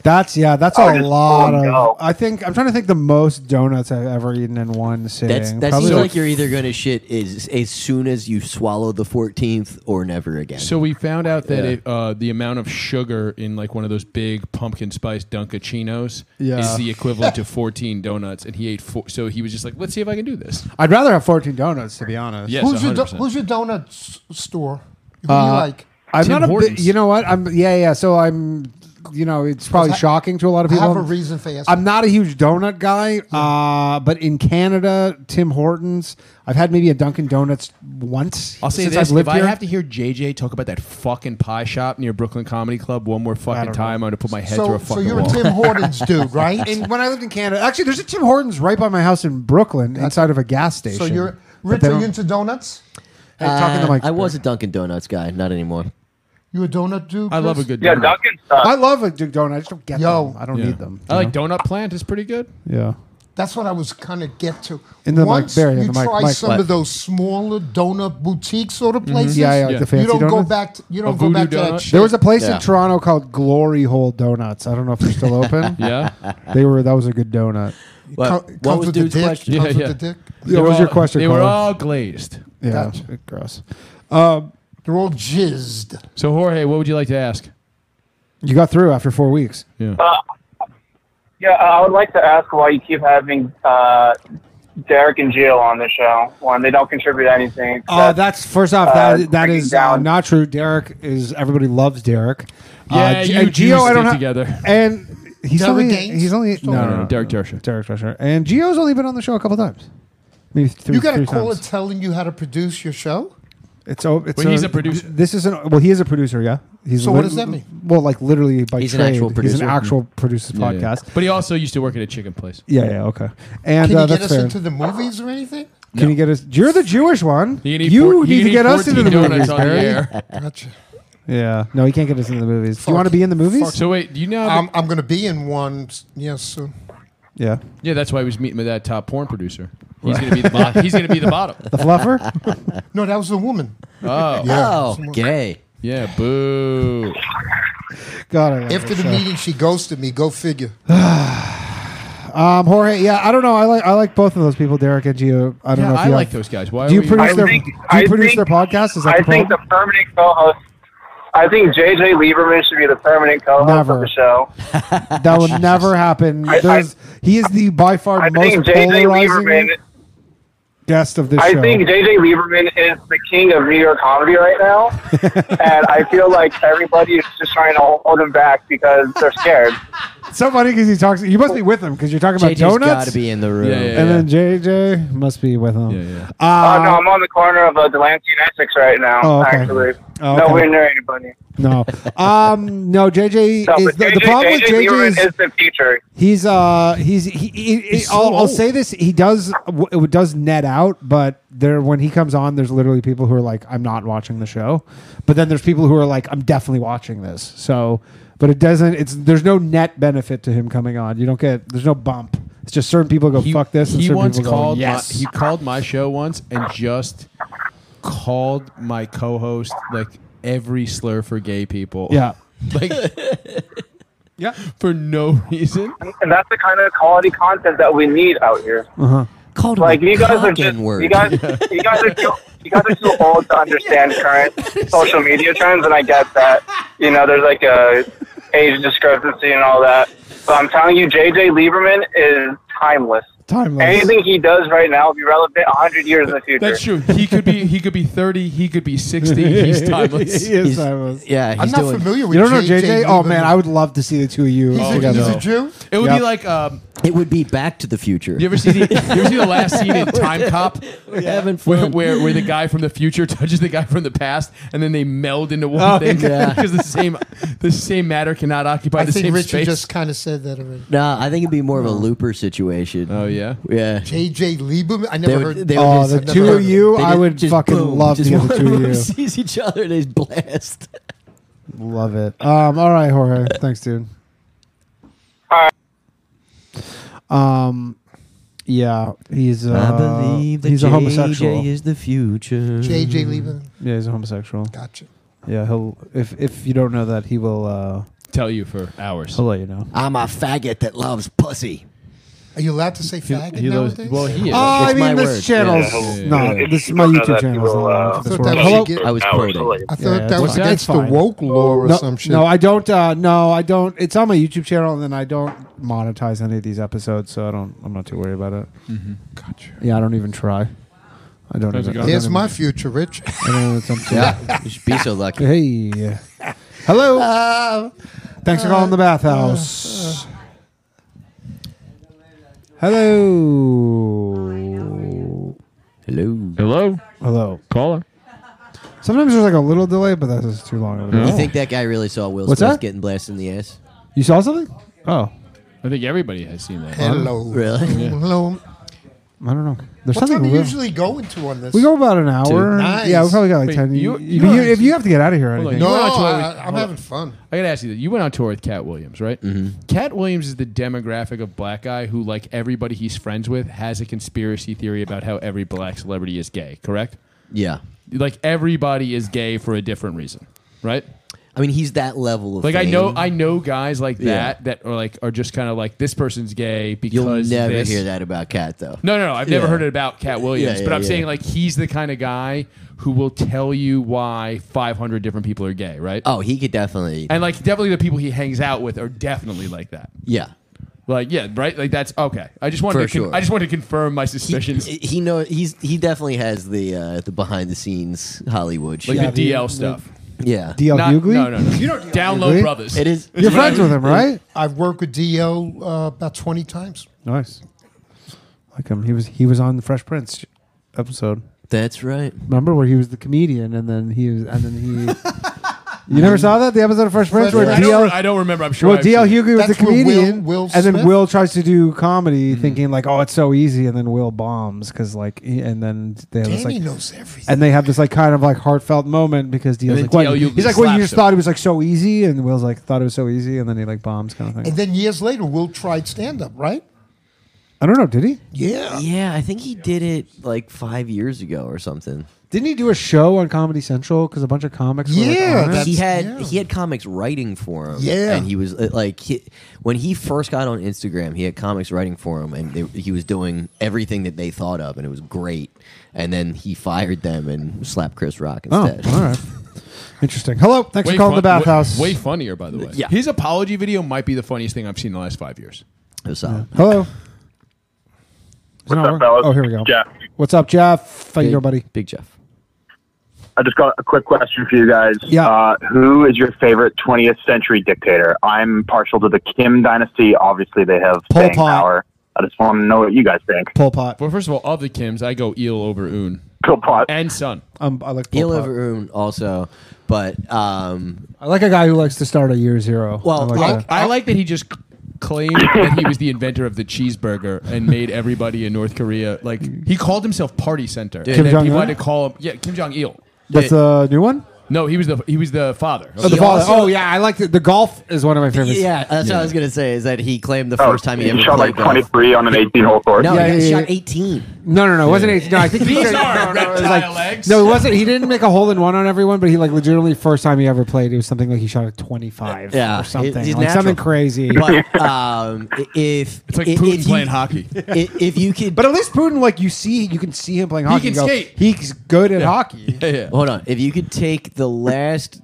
Speaker 1: That's yeah. That's
Speaker 10: I
Speaker 1: a
Speaker 10: just-
Speaker 1: lot
Speaker 10: oh,
Speaker 1: of.
Speaker 10: no.
Speaker 1: I think I'm trying to think the most donuts I've ever eaten in one sitting.
Speaker 2: That's, that
Speaker 1: Probably
Speaker 2: seems like you're either going to shit is, as soon as you swallow the 14th or never again.
Speaker 3: So we found out that
Speaker 2: Yeah.
Speaker 3: it, uh, the amount of sugar in like one of those big pumpkin spice Dunkachinos
Speaker 1: Yeah.
Speaker 3: is the equivalent to 14 donuts, and he ate four. So he was just like, "Let's see if I can do this."
Speaker 1: I'd rather have 14 donuts to be honest.
Speaker 3: Yes,
Speaker 4: Who's your do-
Speaker 3: 100%.
Speaker 4: Who's your donut s- store? Who do you like?
Speaker 1: Uh, I'm
Speaker 3: Tim
Speaker 1: not a. Bi-
Speaker 3: Hortons.
Speaker 1: you know what? I'm yeah yeah. So I'm. You know, it's probably
Speaker 4: I-
Speaker 1: shocking to a lot of
Speaker 4: I
Speaker 1: people.
Speaker 4: have a reason for asking.
Speaker 1: I'm not a huge donut guy, uh, but in Canada, Tim Hortons. I've had maybe a Dunkin' Donuts once
Speaker 3: I'll say
Speaker 1: since
Speaker 3: this:
Speaker 1: I've lived
Speaker 3: if
Speaker 1: here.
Speaker 3: I have to hear JJ talk about that fucking pie shop near Brooklyn Comedy Club one more fucking
Speaker 1: don't
Speaker 3: time, I'm gonna put my head through
Speaker 4: so,
Speaker 3: a
Speaker 4: so
Speaker 3: fucking
Speaker 4: you're a
Speaker 3: wall.
Speaker 4: Tim Hortons dude, right?
Speaker 1: and when I lived in Canada, actually, there's a Tim Hortons right by my house in Brooklyn, inside of a gas station.
Speaker 4: so you're
Speaker 1: But
Speaker 4: Rich.
Speaker 1: they
Speaker 4: Are
Speaker 1: don't-
Speaker 4: you into donuts?
Speaker 1: Hey, talking to
Speaker 2: Uh,
Speaker 1: Mike.
Speaker 2: I was a Dunkin' Donuts guy, not anymore.
Speaker 4: You a donut dude?
Speaker 3: I love a
Speaker 4: Chris?
Speaker 3: good
Speaker 10: Yeah,
Speaker 3: donut.
Speaker 10: Dunkin' sucks.
Speaker 1: I love a Duke donut. I just don't get
Speaker 4: Yo.
Speaker 1: them. I don't
Speaker 3: Yeah.
Speaker 1: need them.
Speaker 3: I
Speaker 1: you
Speaker 3: like
Speaker 1: know?
Speaker 3: donut plant. It's pretty good.
Speaker 1: Yeah.
Speaker 4: That's what I was kind of get to.
Speaker 1: In the mic,
Speaker 4: Once
Speaker 1: Barry, in
Speaker 4: you
Speaker 1: the mic,
Speaker 4: try
Speaker 1: mic.
Speaker 4: some
Speaker 2: What?
Speaker 4: of those smaller donut boutique sort of places,
Speaker 1: Yeah, yeah, like
Speaker 3: Mm-hmm. Yeah.
Speaker 1: the fancy
Speaker 4: you don't go
Speaker 1: donuts.
Speaker 4: back. To, you
Speaker 3: A
Speaker 4: don't go
Speaker 3: voodoo
Speaker 4: back to
Speaker 3: donut?
Speaker 4: that shit.
Speaker 1: There was a place
Speaker 2: Yeah.
Speaker 1: in Toronto called Glory Hole Donuts. I don't know if they're still open.
Speaker 3: Yeah.
Speaker 1: They were. That was a good donut.
Speaker 2: What,
Speaker 4: Co-
Speaker 2: what
Speaker 4: comes
Speaker 2: was
Speaker 4: with the
Speaker 2: dude's
Speaker 4: dick.
Speaker 2: question?
Speaker 4: Comes
Speaker 3: Yeah,
Speaker 4: with
Speaker 3: yeah.
Speaker 4: the dick.
Speaker 1: Yeah, what was your question,
Speaker 3: They were
Speaker 1: Colin?
Speaker 3: all glazed.
Speaker 1: Yeah.
Speaker 4: Gotcha.
Speaker 1: Gross.
Speaker 4: Um, They're all jizzed.
Speaker 3: So Jorge, what would you like to ask?
Speaker 1: You got through after four weeks.
Speaker 3: Yeah.
Speaker 11: Uh, yeah, I would like to ask why you keep having uh, Derek and Jill on the show when they don't contribute anything.
Speaker 3: Oh,
Speaker 11: except-
Speaker 1: Uh, that's first off.
Speaker 11: uh,
Speaker 1: That that is uh, not true. Derek is everybody loves Derek.
Speaker 3: Yeah,
Speaker 1: uh,
Speaker 3: you
Speaker 1: and
Speaker 3: two
Speaker 1: Gio, I
Speaker 3: stick
Speaker 1: don't ha-
Speaker 3: together.
Speaker 1: And he's
Speaker 3: Derek
Speaker 1: only
Speaker 3: Gaines?
Speaker 1: he's only
Speaker 3: No, no, no, Derek Dershowitz.
Speaker 1: Derek Dershowitz. And Gio's only been on the show a couple times. Maybe three,
Speaker 4: you got
Speaker 1: three
Speaker 4: a caller
Speaker 1: times.
Speaker 4: telling you how to produce your show?
Speaker 1: It's, o- it's
Speaker 4: Well, he's a producer.
Speaker 1: This is an well. He is a producer. Yeah. He's
Speaker 4: So
Speaker 1: lit-
Speaker 4: what does that mean?
Speaker 1: Well, like literally by
Speaker 3: He's an
Speaker 1: trade,
Speaker 3: actual
Speaker 1: He's
Speaker 3: producer. Mm.
Speaker 1: an actual producer
Speaker 3: Yeah, yeah.
Speaker 1: podcast.
Speaker 3: But he also used to work at a chicken place.
Speaker 1: Yeah. Yeah. okay. And
Speaker 4: Can
Speaker 1: uh,
Speaker 4: you get
Speaker 1: that's
Speaker 4: us
Speaker 1: fair.
Speaker 4: into the movies or anything?
Speaker 1: Can you get us? You're the Jewish one.
Speaker 3: You
Speaker 1: You
Speaker 3: need
Speaker 1: need,
Speaker 3: four- you
Speaker 1: to
Speaker 3: need
Speaker 1: get us into the
Speaker 3: 14
Speaker 1: movies,
Speaker 3: donuts on the
Speaker 1: Barry.
Speaker 3: air.
Speaker 4: Gotcha.
Speaker 1: Yeah. No, he can't get us into the movies. Do you want to be in the movies?
Speaker 3: wait, do you know?
Speaker 4: I'm, I'm going to be in one. s- Yeah, soon.
Speaker 1: Yeah.
Speaker 3: Yeah, that's why he was meeting with that top porn producer. He's
Speaker 1: Right.
Speaker 3: gonna be the bottom. He's gonna be the bottom.
Speaker 1: The fluffer?
Speaker 4: no, that was the woman.
Speaker 3: Oh,
Speaker 4: Yeah, Oh, someone-
Speaker 2: gay.
Speaker 3: Yeah, boo.
Speaker 1: God, I love
Speaker 4: After
Speaker 1: this
Speaker 4: the
Speaker 1: show.
Speaker 4: meeting, she ghosted me. Go figure.
Speaker 1: Um, Jorge, yeah, I don't know. I like I like both of those people, Derek and Gio. I don't
Speaker 3: Yeah,
Speaker 1: know. If
Speaker 3: I
Speaker 1: you
Speaker 3: like
Speaker 1: have-
Speaker 3: those guys. Why
Speaker 1: do you
Speaker 3: are we- I
Speaker 1: produce their
Speaker 3: think-
Speaker 1: Do you
Speaker 11: I
Speaker 1: produce
Speaker 11: think-
Speaker 1: their podcast? Is that
Speaker 11: I
Speaker 1: the
Speaker 11: think
Speaker 1: problem?
Speaker 11: the permanent co-host. I think JJ Lieberman should be the permanent co-host of
Speaker 1: Never.
Speaker 11: the show.
Speaker 1: that will never happen.
Speaker 11: I- I-
Speaker 1: There's- he is the by far
Speaker 11: I
Speaker 1: most
Speaker 11: think JJ Lieberman.
Speaker 1: polarizing guest of this
Speaker 11: I
Speaker 1: show.
Speaker 11: think JJ Lieberman is the king of New York comedy right now, and I feel like everybody is just trying to hold him back because they're scared.
Speaker 1: Uh, so funny because he talks. You must be with him because you're talking about
Speaker 11: JJ's
Speaker 1: donuts.
Speaker 11: gotta be in the room. Yeah, yeah,
Speaker 1: and then JJ must be with him.
Speaker 11: Oh no, I'm on the corner of uh, Delancey and Essex right now.
Speaker 1: Oh, okay.
Speaker 11: Actually,
Speaker 1: Oh, okay.
Speaker 11: nowhere near anybody.
Speaker 1: No, um, no. JJ
Speaker 11: No,
Speaker 1: is
Speaker 11: but
Speaker 1: the,
Speaker 11: JJ,
Speaker 1: the problem with JJ
Speaker 11: Lieberman
Speaker 1: is,
Speaker 11: is the future.
Speaker 1: He's uh he's he, he, he-
Speaker 11: He's so
Speaker 1: I'll, I'll
Speaker 11: old.
Speaker 1: say this he does w- it does net out but there when he comes on there's literally people who are like I'm not watching the show but then there's people who are like I'm definitely watching this so but it doesn't it's there's no net benefit to him coming on you don't get there's no bump it's just certain people go fuck this and
Speaker 3: He
Speaker 1: certain
Speaker 3: once
Speaker 1: people
Speaker 3: called.
Speaker 1: go yes
Speaker 3: My, he called my show once and just called my co-host like every slur for gay people.
Speaker 1: Yeah.
Speaker 3: like.
Speaker 1: Yeah,
Speaker 3: for no reason.
Speaker 11: And that's the kind of quality content that we need out here.
Speaker 1: Uh-huh.
Speaker 2: Called
Speaker 11: like you guys are just you guys you guys are too, you guys are too old to understand current social media trends, and I get that. You know, there's like a age discrepancy and all that. But I'm telling you, JJ Lieberman is timeless.
Speaker 1: Timeless.
Speaker 11: Anything he does right now will be relevant 100 years in the future.
Speaker 3: That's true. He could be. He could be thirty. He could be sixty. He's timeless.
Speaker 1: He is He's- timeless.
Speaker 2: Yeah,
Speaker 1: I'm not
Speaker 4: familiar
Speaker 1: you don't know JJ oh man I would love to see the two of you together
Speaker 4: Jew.
Speaker 3: It would
Speaker 1: Yep.
Speaker 3: be like um,
Speaker 2: It would be Back to the Future.
Speaker 3: you ever see the you ever see the last scene in Time Cop
Speaker 2: We're having
Speaker 3: where,
Speaker 2: fun.
Speaker 3: where where the guy from the future touches the guy from the past and then they meld into one
Speaker 2: Oh,
Speaker 3: thing
Speaker 2: yeah.
Speaker 3: because the same the same matter cannot occupy
Speaker 4: I
Speaker 3: the
Speaker 4: think
Speaker 3: same
Speaker 4: Richard
Speaker 3: space.
Speaker 4: just kind of said that already.
Speaker 2: Nah, I think it'd be more of a looper situation.
Speaker 3: Oh yeah,
Speaker 2: yeah.
Speaker 4: JJ Lieberman. I never
Speaker 2: would-
Speaker 4: heard.
Speaker 2: they would
Speaker 1: Oh,
Speaker 2: just-
Speaker 1: the
Speaker 2: I've never
Speaker 1: two
Speaker 2: heard
Speaker 1: of
Speaker 2: it.
Speaker 1: you,
Speaker 2: They
Speaker 1: I
Speaker 2: just-
Speaker 1: would
Speaker 2: just
Speaker 1: fucking
Speaker 2: boom,
Speaker 1: love
Speaker 2: just
Speaker 1: the other
Speaker 2: one
Speaker 1: two of
Speaker 2: room
Speaker 1: you.
Speaker 2: sees each other and they blast.
Speaker 1: Love it. Um, all right, Jorge. Thanks, dude. Um, yeah, he's. Uh, he's a homosexual.
Speaker 2: the future.
Speaker 4: JJ Lieberman.
Speaker 1: yeah, he's a homosexual.
Speaker 4: Gotcha.
Speaker 1: Yeah, he'll. If if you don't know that, he will. Uh,
Speaker 3: Tell you for hours.
Speaker 1: he'll let you know.
Speaker 2: I'm a faggot that loves pussy.
Speaker 4: Are you allowed to say faggot
Speaker 3: he loves-
Speaker 4: nowadays?
Speaker 3: well, he is.
Speaker 1: Uh, I
Speaker 2: It's my
Speaker 1: mean, this
Speaker 2: word.
Speaker 1: channel's
Speaker 3: Yeah.
Speaker 1: not.
Speaker 3: Yeah.
Speaker 1: This is my
Speaker 3: If you
Speaker 1: YouTube
Speaker 3: don't know that,
Speaker 1: channel.
Speaker 3: you will, uh,
Speaker 1: Uh,
Speaker 4: I
Speaker 1: this
Speaker 4: thought
Speaker 1: world.
Speaker 4: that was
Speaker 1: Hello.
Speaker 4: against-
Speaker 2: I was quoting.
Speaker 4: I thought
Speaker 1: Yeah,
Speaker 4: that
Speaker 1: that's
Speaker 4: was
Speaker 1: fine.
Speaker 4: against
Speaker 1: That's
Speaker 4: the
Speaker 1: fine.
Speaker 4: woke law or
Speaker 1: no,
Speaker 4: some shit.
Speaker 1: No, I don't. Uh, no, I don't. It's on my YouTube channel, and then I don't monetize any of these episodes, so I don't. I'm not too worried about it.
Speaker 2: Mm-hmm.
Speaker 1: Gotcha. Yeah, I don't even try. I don't.
Speaker 3: How's it going?
Speaker 1: Even, I don't
Speaker 4: There's
Speaker 1: even-
Speaker 4: my future, Rich.
Speaker 1: I don't know what's up to.
Speaker 2: Yeah, you should be so lucky.
Speaker 1: Hey. Hello. Thanks for calling the bathhouse. Hello.
Speaker 2: Hello.
Speaker 12: Hello.
Speaker 1: Hello.
Speaker 12: Caller.
Speaker 1: Sometimes there's like a little delay, but that's just too long. Of a
Speaker 2: You
Speaker 1: delay.
Speaker 2: think that guy really saw Will
Speaker 1: What's
Speaker 2: Smith
Speaker 1: that?
Speaker 2: getting blasted in the ass?
Speaker 1: You saw something? Oh,
Speaker 3: I think everybody has seen that.
Speaker 4: Hello.
Speaker 2: Really?
Speaker 4: Hello.
Speaker 1: I don't know. There's
Speaker 4: what time
Speaker 1: something.
Speaker 4: are you
Speaker 1: real-
Speaker 4: usually going to on this?
Speaker 1: we go about an hour.
Speaker 4: Nice.
Speaker 1: Yeah, we probably got like
Speaker 3: Wait,
Speaker 1: ten.
Speaker 3: you-
Speaker 1: You,
Speaker 3: you
Speaker 1: but
Speaker 3: know
Speaker 1: you-
Speaker 3: it's-
Speaker 1: if you have to get out of here, or
Speaker 3: Hold on,
Speaker 1: anything.
Speaker 3: you
Speaker 4: No,
Speaker 3: went on tour with-
Speaker 4: I, I'm
Speaker 3: hold on.
Speaker 4: having fun.
Speaker 3: I gotta ask you that. You went on tour with Cat Williams, right?
Speaker 2: Mm-hmm.
Speaker 3: Cat Williams is the demographic of black guy who, like everybody he's friends with, has a conspiracy theory about how every black celebrity is gay. Correct?
Speaker 2: Yeah.
Speaker 3: Like everybody is gay for a different reason, right?
Speaker 2: I mean, he's that level of
Speaker 3: Like I
Speaker 2: fame.
Speaker 3: know, I know guys like
Speaker 2: Yeah.
Speaker 3: that that are like are just kind of like this person's gay because
Speaker 2: You'll never
Speaker 3: this.
Speaker 2: hear that about Cat though.
Speaker 3: No, no, no. I've never
Speaker 2: Yeah.
Speaker 3: heard it about Cat Williams,
Speaker 2: Yeah,
Speaker 3: but
Speaker 2: yeah,
Speaker 3: I'm
Speaker 2: yeah.
Speaker 3: saying like he's the kind of guy who will tell you why 500 different people are gay, right?
Speaker 2: Oh, he could definitely.
Speaker 3: And like definitely the people he hangs out with are definitely like that.
Speaker 2: Yeah.
Speaker 3: Like yeah, right? Like that's okay. I just wanted
Speaker 2: For
Speaker 3: to con-
Speaker 2: sure.
Speaker 3: I just wanted to confirm my suspicions.
Speaker 2: He, he know he's he definitely has the uh, the behind the scenes Hollywood shit.
Speaker 3: Like the Yeah, DL the- stuff.
Speaker 2: Yeah.
Speaker 1: DL
Speaker 3: Not-
Speaker 1: Hughley?
Speaker 3: no, no, no. You know Down Low Hughley? Brothers.
Speaker 2: It is
Speaker 1: You're friends with him, right?
Speaker 4: I've worked with Dio uh, about 20 times.
Speaker 1: Nice. Like him. He was he was on the Fresh Prince episode.
Speaker 2: That's right.
Speaker 1: Remember where he was the comedian and then he was and then he You never saw that? The episode of Fresh Prince where
Speaker 3: I,
Speaker 1: DL
Speaker 3: don't, I don't remember. I'm sure.
Speaker 1: Well,
Speaker 3: I've
Speaker 1: DL
Speaker 3: seen it.
Speaker 1: Hughley was the
Speaker 4: That's where Will-
Speaker 1: comedian,
Speaker 4: Will
Speaker 1: and then
Speaker 4: Smith-
Speaker 1: Will tries to do comedy,
Speaker 3: Mm-hmm.
Speaker 1: thinking like, "Oh, it's so easy," and then Will bombs because like, he- and then they have this,
Speaker 4: Danny
Speaker 1: like,
Speaker 4: knows everything.
Speaker 1: and they have this like kind of like heartfelt moment because DL's
Speaker 3: then
Speaker 1: like, what?
Speaker 3: DL Hughley
Speaker 1: he's like, "Well, you
Speaker 3: slaps
Speaker 1: just
Speaker 3: him.
Speaker 1: thought it was like so easy," and Will's like, "Thought it was so easy," and then he like bombs kind of
Speaker 4: And
Speaker 1: thing.
Speaker 4: then years later, Will tried stand up, right?
Speaker 1: I don't know. Did he?
Speaker 4: Yeah.
Speaker 2: Yeah, I think he did it like five years ago or something.
Speaker 1: Didn't he do a show on Comedy Central because a bunch of comics? Were, like,
Speaker 4: Yeah,
Speaker 1: on it?
Speaker 4: that's-
Speaker 2: he had
Speaker 4: yeah.
Speaker 2: he had comics writing for him.
Speaker 4: Yeah.
Speaker 2: and he was uh, like he, when he first got on Instagram, he had comics writing for him, and they, he was doing everything that they thought of, and it was great. And then he fired them and slapped Chris Rock
Speaker 1: Oh,
Speaker 2: instead.
Speaker 1: all right. Interesting. Hello, thanks for calling the
Speaker 3: fun-
Speaker 1: bathhouse.
Speaker 3: Way, way funnier, by the way.
Speaker 2: Yeah.
Speaker 3: His apology video might be the funniest thing I've seen in the last five years.
Speaker 2: It was solid.
Speaker 1: Hello. It's
Speaker 11: What's
Speaker 1: not
Speaker 11: up,
Speaker 1: work-
Speaker 11: fellas?
Speaker 1: Oh, here we go.
Speaker 11: Jeff.
Speaker 1: What's up, Jeff? How you doing, buddy?
Speaker 2: Big Jeff.
Speaker 11: I just got a quick question for you guys.
Speaker 1: Yeah.
Speaker 11: Uh, who is your favorite 20th century dictator? I'm partial to the Kim dynasty. Obviously, they have
Speaker 1: Pol
Speaker 11: staying
Speaker 1: Pot.
Speaker 11: power. I just want to know what you guys think.
Speaker 1: Pol Pot.
Speaker 3: Well, first of all, of the Kims, I go Eel over Un
Speaker 11: Pol Pot.
Speaker 3: and Son.
Speaker 1: Um, I like Pol
Speaker 2: Neil
Speaker 1: Pot.
Speaker 2: Overeem also, but um,
Speaker 1: I like a guy who likes to start at year zero.
Speaker 2: Well,
Speaker 1: I
Speaker 2: like-
Speaker 1: that.
Speaker 3: I like that he just c- claimed that he was the inventor of the cheeseburger and made everybody in North Korea like he called himself Party Center.
Speaker 1: Kim
Speaker 3: and then people
Speaker 1: Jong-un?
Speaker 3: had to call him yeah Kim Jong Il.
Speaker 1: that's a new one.
Speaker 3: No, he was the he was the father.
Speaker 1: Oh, the
Speaker 2: He
Speaker 1: father.
Speaker 2: also-
Speaker 1: Oh yeah, I like the, the golf is one of my favorites.
Speaker 2: yeah, that's what I was gonna say. Is that he claimed the
Speaker 3: Oh,
Speaker 2: first time he
Speaker 11: he
Speaker 2: ever
Speaker 11: shot
Speaker 2: played
Speaker 11: like
Speaker 2: golf.
Speaker 11: 23 on an 18 hole course.
Speaker 2: No,
Speaker 1: Yeah,
Speaker 2: he got
Speaker 1: yeah,
Speaker 2: shot
Speaker 1: yeah.
Speaker 2: eighteen.
Speaker 1: No, no, no. It wasn't eight. No, I think he
Speaker 3: These
Speaker 1: said-
Speaker 3: are
Speaker 1: no, no, it was
Speaker 3: reptile
Speaker 1: like-
Speaker 3: legs.
Speaker 1: No, it wasn't. He didn't make a hole in one on everyone, but he like legitimately first time he ever played, it was something like he shot at twenty five.
Speaker 2: Yeah,
Speaker 1: or something.
Speaker 2: he's
Speaker 1: like
Speaker 2: natural.
Speaker 1: something crazy. But,
Speaker 2: But um, i- if
Speaker 3: It's like
Speaker 2: i- if,
Speaker 3: Putin
Speaker 2: you-
Speaker 3: playing hockey.
Speaker 2: i- If you could,
Speaker 1: at least Putin, like you see, you can see him playing hockey.
Speaker 3: can
Speaker 1: and go,
Speaker 3: skate.
Speaker 1: He's good at hockey.
Speaker 3: Yeah, yeah.
Speaker 2: Hold on. If you could take the last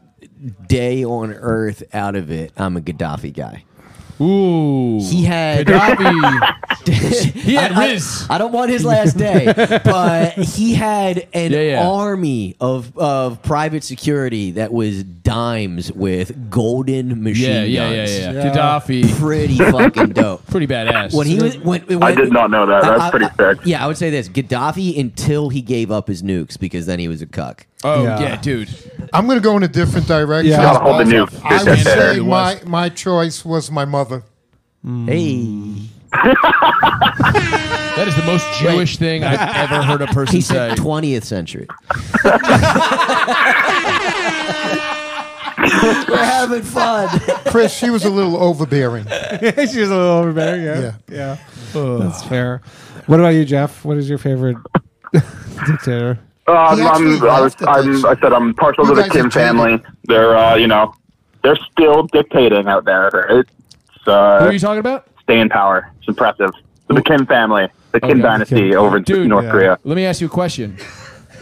Speaker 2: day on Earth out of it, I'm a Gaddafi guy.
Speaker 3: Ooh,
Speaker 2: He had.
Speaker 3: Gaddafi.
Speaker 2: he
Speaker 3: had
Speaker 2: I, I-
Speaker 3: Riz.
Speaker 2: I, don't want his last day, but he had an
Speaker 3: Yeah, yeah.
Speaker 2: army of of private security that was dimes with golden machine
Speaker 3: yeah, yeah, yeah,
Speaker 2: guns.
Speaker 3: yeah, Gaddafi,
Speaker 2: Pretty fucking dope.
Speaker 3: pretty badass.
Speaker 2: When he was, when, when,
Speaker 11: I did not know that. That's pretty sick.
Speaker 2: Yeah, I would say this: Gaddafi until he gave up his nukes, because then he was a cuck.
Speaker 3: oh
Speaker 1: Yeah.
Speaker 3: yeah, dude,
Speaker 4: I'm going to go in a different direction.
Speaker 1: Yeah. Gotta
Speaker 11: hold the nuke.
Speaker 4: I
Speaker 11: It's
Speaker 4: would
Speaker 11: up there.
Speaker 4: say my, my choice was my mother.
Speaker 2: Hey,
Speaker 3: that is the most Jewish thing I've ever heard a person
Speaker 2: He
Speaker 3: say.
Speaker 2: said twentieth century. We're having fun.
Speaker 4: Chris, she was a little overbearing.
Speaker 1: she was a little overbearing. Yeah, yeah, that's fair. What about you, Jeff? What is your favorite dictator?
Speaker 11: Uh,
Speaker 4: He
Speaker 11: I'm,
Speaker 4: actually
Speaker 11: I'm, I, was,
Speaker 4: laughed at
Speaker 11: I'm,
Speaker 4: that.
Speaker 11: I said I'm partial
Speaker 4: You
Speaker 11: to the
Speaker 4: guys
Speaker 11: Kim
Speaker 4: have cheated.
Speaker 11: family. They're, uh, you know, they're still dictating out there. It's
Speaker 3: Who
Speaker 11: uh,
Speaker 3: are you talking about?
Speaker 11: stay in power. It's impressive. The Kim family, the Kim
Speaker 3: Okay.
Speaker 11: dynasty over in
Speaker 3: Dude,
Speaker 11: North
Speaker 3: yeah.
Speaker 11: Korea.
Speaker 3: Let me ask you a question.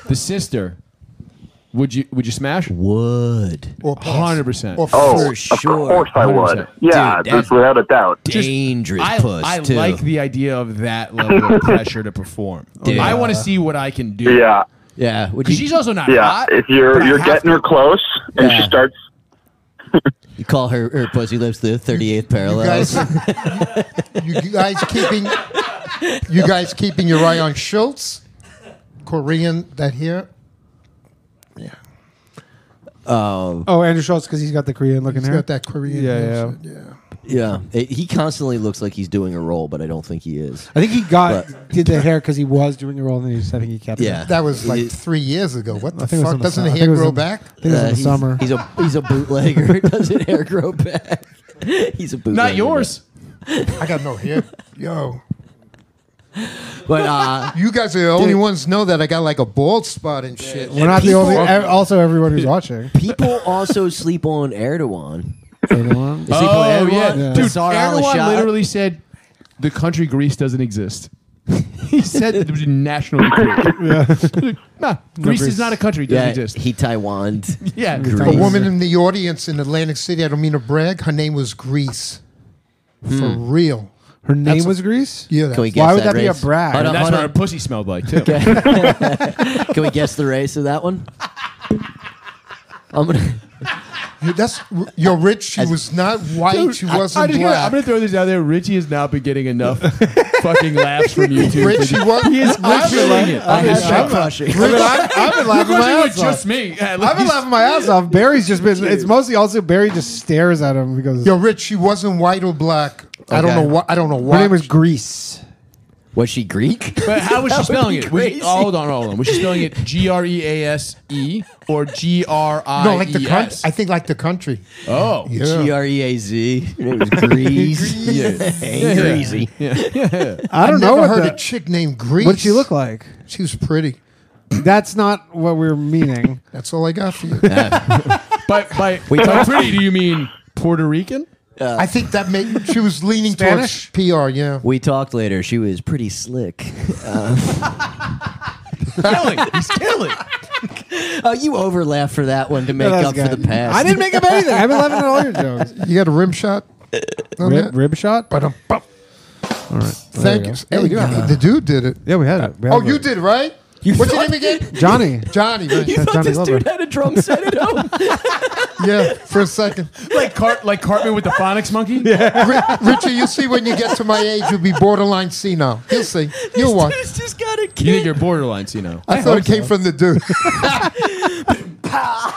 Speaker 3: The sister, would you would you smash?
Speaker 2: Would
Speaker 4: Or plus.
Speaker 3: 100%.
Speaker 4: Or
Speaker 11: Oh,
Speaker 2: For sure.
Speaker 11: of course I would.
Speaker 3: 100%.
Speaker 11: Yeah,
Speaker 2: Dude,
Speaker 11: just
Speaker 2: that-
Speaker 11: without a doubt.
Speaker 2: dangerous
Speaker 3: I,
Speaker 2: puss
Speaker 3: I
Speaker 2: too.
Speaker 3: like the idea of that level of pressure to perform.
Speaker 2: Dude.
Speaker 3: I want to see what I can do.
Speaker 11: Yeah,
Speaker 2: yeah. Would
Speaker 3: 'Cause
Speaker 2: you,
Speaker 3: she's also not
Speaker 11: yeah.
Speaker 3: hot.
Speaker 11: If you're
Speaker 3: but I
Speaker 11: you're
Speaker 3: have
Speaker 11: getting
Speaker 3: to-
Speaker 11: her close and she
Speaker 2: Yeah.
Speaker 11: starts,
Speaker 2: you call her her pussy lips the thirty eighth parallel? Um,
Speaker 4: guys, you guys keeping you guys keeping your eye on Schultz, Korean that here.
Speaker 1: Oh, Andrew Schultz because he's got the Korean looking
Speaker 4: He's
Speaker 1: hair.
Speaker 4: got that Korean.
Speaker 1: Yeah,
Speaker 4: accent, yeah.
Speaker 2: yeah. It- he constantly looks like he's doing a role, but I don't think he is.
Speaker 1: I think he got
Speaker 2: But-
Speaker 1: did the hair because he was doing the role, and then he just, I think he kept it.
Speaker 2: Yeah.
Speaker 4: That was like
Speaker 2: It-
Speaker 4: three years ago. What the
Speaker 1: think it
Speaker 4: fuck?
Speaker 1: was in the
Speaker 4: Doesn't
Speaker 1: summer.
Speaker 4: the
Speaker 1: I
Speaker 4: hair
Speaker 1: think it was
Speaker 4: grow
Speaker 1: in the-
Speaker 4: back?
Speaker 1: I think it was in the
Speaker 2: he's,
Speaker 1: summer.
Speaker 2: he's a he's a bootlegger. Doesn't hair grow back? He's a bootlegger.
Speaker 3: Not yours.
Speaker 4: I got no hair. Yo,
Speaker 2: But uh,
Speaker 4: you guys are the only ones know that I got like a bald spot and shit.
Speaker 1: We're not
Speaker 2: People-
Speaker 1: the only. e- Also, everyone who's watching.
Speaker 2: people also sleep on Erdogan.
Speaker 1: Everyone.
Speaker 2: They sleep on
Speaker 3: Oh
Speaker 2: Erdogan.
Speaker 3: yeah, dude.
Speaker 2: Bashar
Speaker 3: Erdogan
Speaker 2: al-Assad.
Speaker 3: literally said the country Greece doesn't exist. he said that it was nationally cool. Nah, Greece is not a country. It doesn't
Speaker 2: yeah,
Speaker 3: exist.
Speaker 2: He Taiwan.
Speaker 3: Yeah.
Speaker 4: A woman in the audience in Atlantic City, I don't mean to brag, her name was Greece. For
Speaker 2: Hmm.
Speaker 4: real.
Speaker 1: Her name
Speaker 4: That's-
Speaker 1: was Greece?
Speaker 4: Yeah.
Speaker 2: Can we
Speaker 4: that's-
Speaker 2: guess
Speaker 1: Why would that be a
Speaker 2: race?
Speaker 1: brag?
Speaker 2: Hold on,
Speaker 3: And that's
Speaker 2: hold
Speaker 3: what
Speaker 2: on.
Speaker 3: her pussy smelled like too.
Speaker 2: Can we guess the race of that one? I'm gonna.
Speaker 4: That's you're rich. She was not white.
Speaker 3: Dude,
Speaker 4: she
Speaker 3: I- I
Speaker 4: wasn't
Speaker 3: just gotta- I'm
Speaker 4: black.
Speaker 3: gonna throw this out there. Richie has not been getting enough fucking laughs from YouTube.
Speaker 4: Rich, you what?
Speaker 3: He is
Speaker 4: I've been
Speaker 3: killing
Speaker 4: laughing-
Speaker 3: it.
Speaker 4: I've been-
Speaker 3: He's
Speaker 4: I've been-
Speaker 2: crushing.
Speaker 4: Rich, I've I've been laughing my
Speaker 3: It was
Speaker 4: ass off.
Speaker 3: just me. At
Speaker 1: I've been
Speaker 3: least.
Speaker 1: laughing my ass off. Barry's just been. It's mostly also Barry just stares at him because
Speaker 4: Yo, Rich, she wasn't white or black. I don't
Speaker 2: Okay.
Speaker 4: know what. I don't know why.
Speaker 1: her name was Greece.
Speaker 2: Was she Greek?
Speaker 3: But how was she
Speaker 2: That would
Speaker 3: spelling
Speaker 2: be
Speaker 3: it? Was she-
Speaker 2: crazy.
Speaker 3: hold on, hold on. Was she spelling it G R E A S E or G R I? E
Speaker 4: no, like
Speaker 2: E
Speaker 4: the country. I think like the country.
Speaker 3: Oh,
Speaker 2: G R E A Z. Her name was Grease. Ain't Greasy.
Speaker 1: I don't know
Speaker 4: never
Speaker 1: what
Speaker 4: heard
Speaker 1: the,
Speaker 4: a chick named Greece.
Speaker 1: what did she look like.
Speaker 4: She was pretty.
Speaker 1: That's not what we're meaning.
Speaker 4: That's all I got for you.
Speaker 3: But by, by pretty, do you mean Puerto Rican?
Speaker 2: Uh,
Speaker 4: I think that made she was leaning
Speaker 1: Spanish?
Speaker 4: towards PR. Yeah,
Speaker 2: We talked later. She was pretty slick. Uh,
Speaker 3: Killing. He's killing.
Speaker 2: Oh, you overlaughed for that one to make
Speaker 1: That's
Speaker 2: up for
Speaker 1: good.
Speaker 2: the past.
Speaker 1: I didn't make up anything. I've been laughing at all your jokes.
Speaker 4: you got a rim shot. on that?
Speaker 1: Rib, rib shot.
Speaker 4: But um, bump.
Speaker 1: There
Speaker 4: Thank
Speaker 1: we
Speaker 4: you.
Speaker 1: go. There we go.
Speaker 4: Hey, the dude did it.
Speaker 1: Yeah, we had it. We had
Speaker 4: Oh,
Speaker 1: it.
Speaker 4: you did right. What's your name again?
Speaker 1: Johnny.
Speaker 4: Johnny. right.
Speaker 2: You thought
Speaker 1: Johnny
Speaker 2: this
Speaker 1: Glover.
Speaker 2: dude had a drum set at home?
Speaker 4: Yeah, for a second.
Speaker 3: Like Cart, like Cartman with the phonics monkey.
Speaker 4: Ri- Richie, you'll see when you get to my age, you'll be borderline senile. You'll see. You'll watch.
Speaker 2: He's just got a
Speaker 3: You think
Speaker 2: kid.
Speaker 3: you're borderline, you know?
Speaker 4: I thought it came from the dude.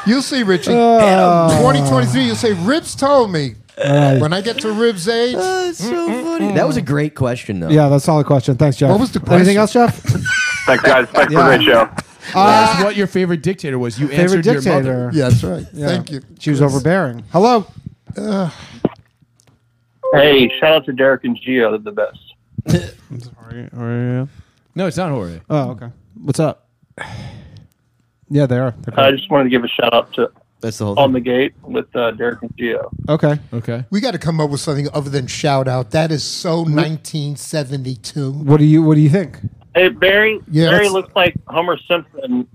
Speaker 4: you'll see, Richie.
Speaker 1: Oh.
Speaker 4: 2023, you'll say, Ribs told me. When I get to Ribs' age,
Speaker 2: Oh, That's so funny. That
Speaker 1: Mm.
Speaker 2: was a great question, though.
Speaker 1: Yeah, that's a solid question. Thanks, Jeff.
Speaker 4: What was the
Speaker 1: Anything
Speaker 4: question?
Speaker 1: else, Jeff?
Speaker 11: Thanks, guys. Thanks for the great show.
Speaker 3: That's what your favorite dictator was. You
Speaker 1: Favorite
Speaker 3: answered your
Speaker 1: dictator.
Speaker 3: mother.
Speaker 4: Uh, yeah, that's right.
Speaker 1: Yeah.
Speaker 4: Thank you.
Speaker 1: She was Uh. overbearing. Hello.
Speaker 11: Hey, shout out to Derek and Gio. They're the best.
Speaker 3: No, it's not Jorge.
Speaker 1: Oh, okay. What's up? Uh, Yeah, they are. They're
Speaker 11: I
Speaker 1: cool.
Speaker 11: just wanted to give a shout out to
Speaker 2: That's the whole
Speaker 11: On
Speaker 2: thing.
Speaker 11: the Gate with uh, Derek and Gio.
Speaker 1: Okay.
Speaker 3: Okay.
Speaker 4: We got to come up with something other than shout out. That is so 1972.
Speaker 1: What do you What do you think?
Speaker 11: Hey, Barry.
Speaker 4: Yeah,
Speaker 11: Barry
Speaker 4: that's-
Speaker 11: looks like Homer Simpson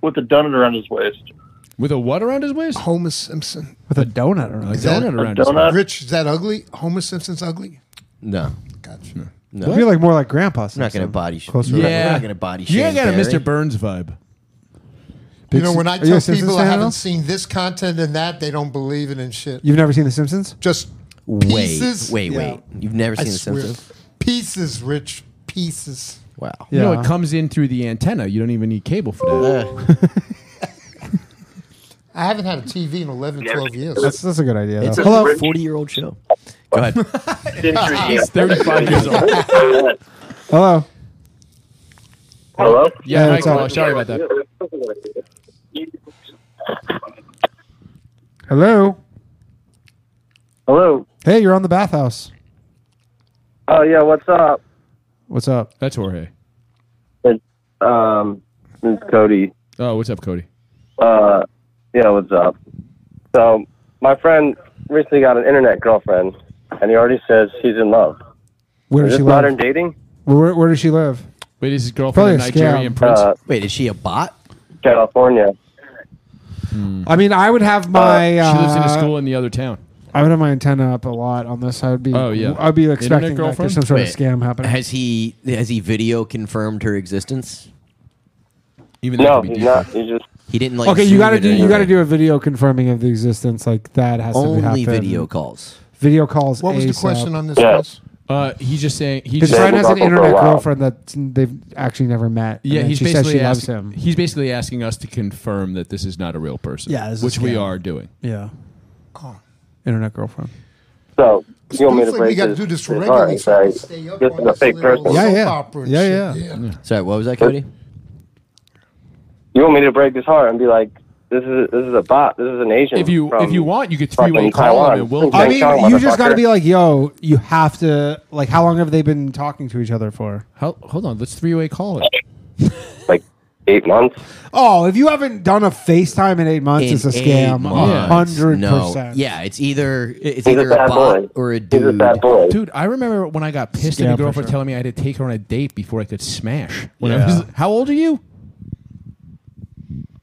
Speaker 11: with a donut around his waist.
Speaker 3: With a what around his waist?
Speaker 4: Homer Simpson.
Speaker 1: With a donut around.
Speaker 3: A
Speaker 1: it.
Speaker 4: that
Speaker 3: donut
Speaker 11: A
Speaker 3: around his waist.
Speaker 11: donut.
Speaker 4: Rich, is that ugly? Homer Simpson's ugly?
Speaker 2: No.
Speaker 4: Gotcha.
Speaker 2: No.
Speaker 1: It'd be like more like Grandpa.
Speaker 2: I'm not going to body shame.
Speaker 1: Closer.
Speaker 2: We're not-
Speaker 3: Yeah.
Speaker 2: We're not going to body shame.
Speaker 3: You ain't got a
Speaker 2: Barry.
Speaker 3: Mr. Burns vibe.
Speaker 4: you know, when I
Speaker 1: Are you a
Speaker 4: tell
Speaker 1: Simpsons
Speaker 4: people I
Speaker 1: fan at
Speaker 4: haven't
Speaker 1: all?
Speaker 4: seen this content and that, they don't believe it and shit.
Speaker 1: You've never seen The Simpsons?
Speaker 4: Just
Speaker 2: Wait,
Speaker 4: pieces.
Speaker 2: wait,
Speaker 4: Yeah.
Speaker 2: wait. You've never
Speaker 4: I
Speaker 2: seen The
Speaker 4: swear.
Speaker 2: Simpsons?
Speaker 4: Pieces, Rich. Pieces.
Speaker 2: Wow.
Speaker 3: You know, it comes in through the antenna. You don't even need cable for that.
Speaker 4: I haven't had a TV in 11, 12 years.
Speaker 1: That's, that's a good idea.
Speaker 2: It's
Speaker 1: though.
Speaker 2: a
Speaker 1: Hello.
Speaker 2: 40 year old show. Go ahead.
Speaker 11: He's
Speaker 3: 35 years old.
Speaker 1: Hello.
Speaker 11: Hello?
Speaker 1: Yeah,
Speaker 3: Yeah,
Speaker 1: it's
Speaker 3: Mike,
Speaker 1: all
Speaker 3: well,
Speaker 1: right.
Speaker 3: sorry about that.
Speaker 1: Hello.
Speaker 11: Hello.
Speaker 1: Hey, you're on the bathhouse.
Speaker 9: Oh yeah, what's up?
Speaker 1: What's up?
Speaker 3: That's Jorge.
Speaker 9: Um, it's Cody.
Speaker 3: Oh, what's up, Cody?
Speaker 9: Uh, yeah, what's up? So my friend recently got an internet girlfriend, and he already says he's in love.
Speaker 1: Where
Speaker 9: Is
Speaker 1: does
Speaker 9: this
Speaker 1: she
Speaker 9: modern
Speaker 1: live?
Speaker 9: dating?
Speaker 1: Where, where does she live?
Speaker 3: Wait, is his girlfriend a
Speaker 1: Probably a
Speaker 3: Nigerian
Speaker 1: scam.
Speaker 3: prince?
Speaker 9: Uh,
Speaker 2: Wait, is she a bot?
Speaker 9: California. Uh,
Speaker 1: I mean, I would have my.
Speaker 3: she
Speaker 1: Uh,
Speaker 3: lives in a school in the other town.
Speaker 1: I would have my antenna up a lot on this. I would be.
Speaker 3: Oh, yeah.
Speaker 1: I'd be
Speaker 3: Internet
Speaker 1: expecting like,
Speaker 3: girlfriend?
Speaker 1: there's some sort of
Speaker 2: Wait,
Speaker 1: scam happening.
Speaker 2: Has he has he video confirmed her existence?
Speaker 3: Even though
Speaker 9: No,
Speaker 3: it could be
Speaker 9: he's
Speaker 3: deep.
Speaker 9: not. He's just
Speaker 2: He didn't like.
Speaker 1: okay, you
Speaker 2: Zoom
Speaker 1: gotta
Speaker 2: it
Speaker 1: do.
Speaker 2: or
Speaker 1: You gotta
Speaker 2: anything.
Speaker 1: do a video confirming of the existence. Like that has to
Speaker 2: only
Speaker 1: happen.
Speaker 2: video calls.
Speaker 1: Video calls.
Speaker 4: What was the
Speaker 1: ASAP.
Speaker 4: question on this?
Speaker 9: Yeah.
Speaker 4: Chris?
Speaker 3: Uh, he's just saying he's
Speaker 1: His
Speaker 3: just,
Speaker 1: friend
Speaker 9: Yeah,
Speaker 1: has an
Speaker 9: we've known for a
Speaker 1: internet
Speaker 9: while.
Speaker 1: girlfriend that they've actually never met. and
Speaker 3: yeah.
Speaker 1: then
Speaker 3: He's
Speaker 1: she says
Speaker 3: basically
Speaker 1: she loves
Speaker 3: asking,
Speaker 1: him.
Speaker 3: He's basically asking us to confirm that this is not a real person.
Speaker 1: Yeah, this is a
Speaker 3: which we
Speaker 1: scam.
Speaker 3: are doing.
Speaker 1: Yeah. Internet girlfriend.
Speaker 9: so. You want me to
Speaker 4: Looks like we
Speaker 9: break
Speaker 4: got to
Speaker 9: this?
Speaker 4: do this
Speaker 9: this-
Speaker 4: regularly.
Speaker 9: alright,
Speaker 4: so I can
Speaker 9: sorry.
Speaker 4: stay up
Speaker 9: This
Speaker 4: on
Speaker 9: is a fake
Speaker 4: little
Speaker 9: person.
Speaker 1: Yeah,
Speaker 4: soap
Speaker 1: yeah.
Speaker 4: opera and
Speaker 1: Yeah,
Speaker 4: shit.
Speaker 1: yeah.
Speaker 2: Sorry, what was that, Cody?
Speaker 9: You want me to break his heart and be like, "This is this is a bot. This is an Asian."
Speaker 3: If you
Speaker 9: from
Speaker 3: if you want, you could
Speaker 9: fucking
Speaker 3: three way call
Speaker 9: Taiwan.
Speaker 3: him and we'll.
Speaker 9: Okay.
Speaker 1: I
Speaker 9: Like, tell
Speaker 1: mean,
Speaker 9: him,
Speaker 1: you just
Speaker 9: motherfucker.
Speaker 1: got to be like, yo, you have to. Like, how long have they been talking to each other for?
Speaker 3: Hel- Hold on, let's three way call it.
Speaker 9: like
Speaker 11: eight months.
Speaker 1: Oh, if you haven't done a FaceTime in eight months, it's a
Speaker 2: eight
Speaker 1: scam.
Speaker 2: months.
Speaker 1: hundred
Speaker 2: No.
Speaker 1: percent.
Speaker 2: Yeah, it's either it's
Speaker 1: He's a
Speaker 2: either a
Speaker 1: bad
Speaker 2: bot
Speaker 1: boy.
Speaker 2: or a
Speaker 1: He's a
Speaker 2: dude.
Speaker 1: bad
Speaker 3: Dude, I remember when I got pissed at
Speaker 2: Yeah,
Speaker 3: a
Speaker 2: for
Speaker 3: girlfriend
Speaker 2: sure.
Speaker 3: telling me I had to take her on a date before I could smash. When I
Speaker 11: Yeah.
Speaker 3: was- how old are you?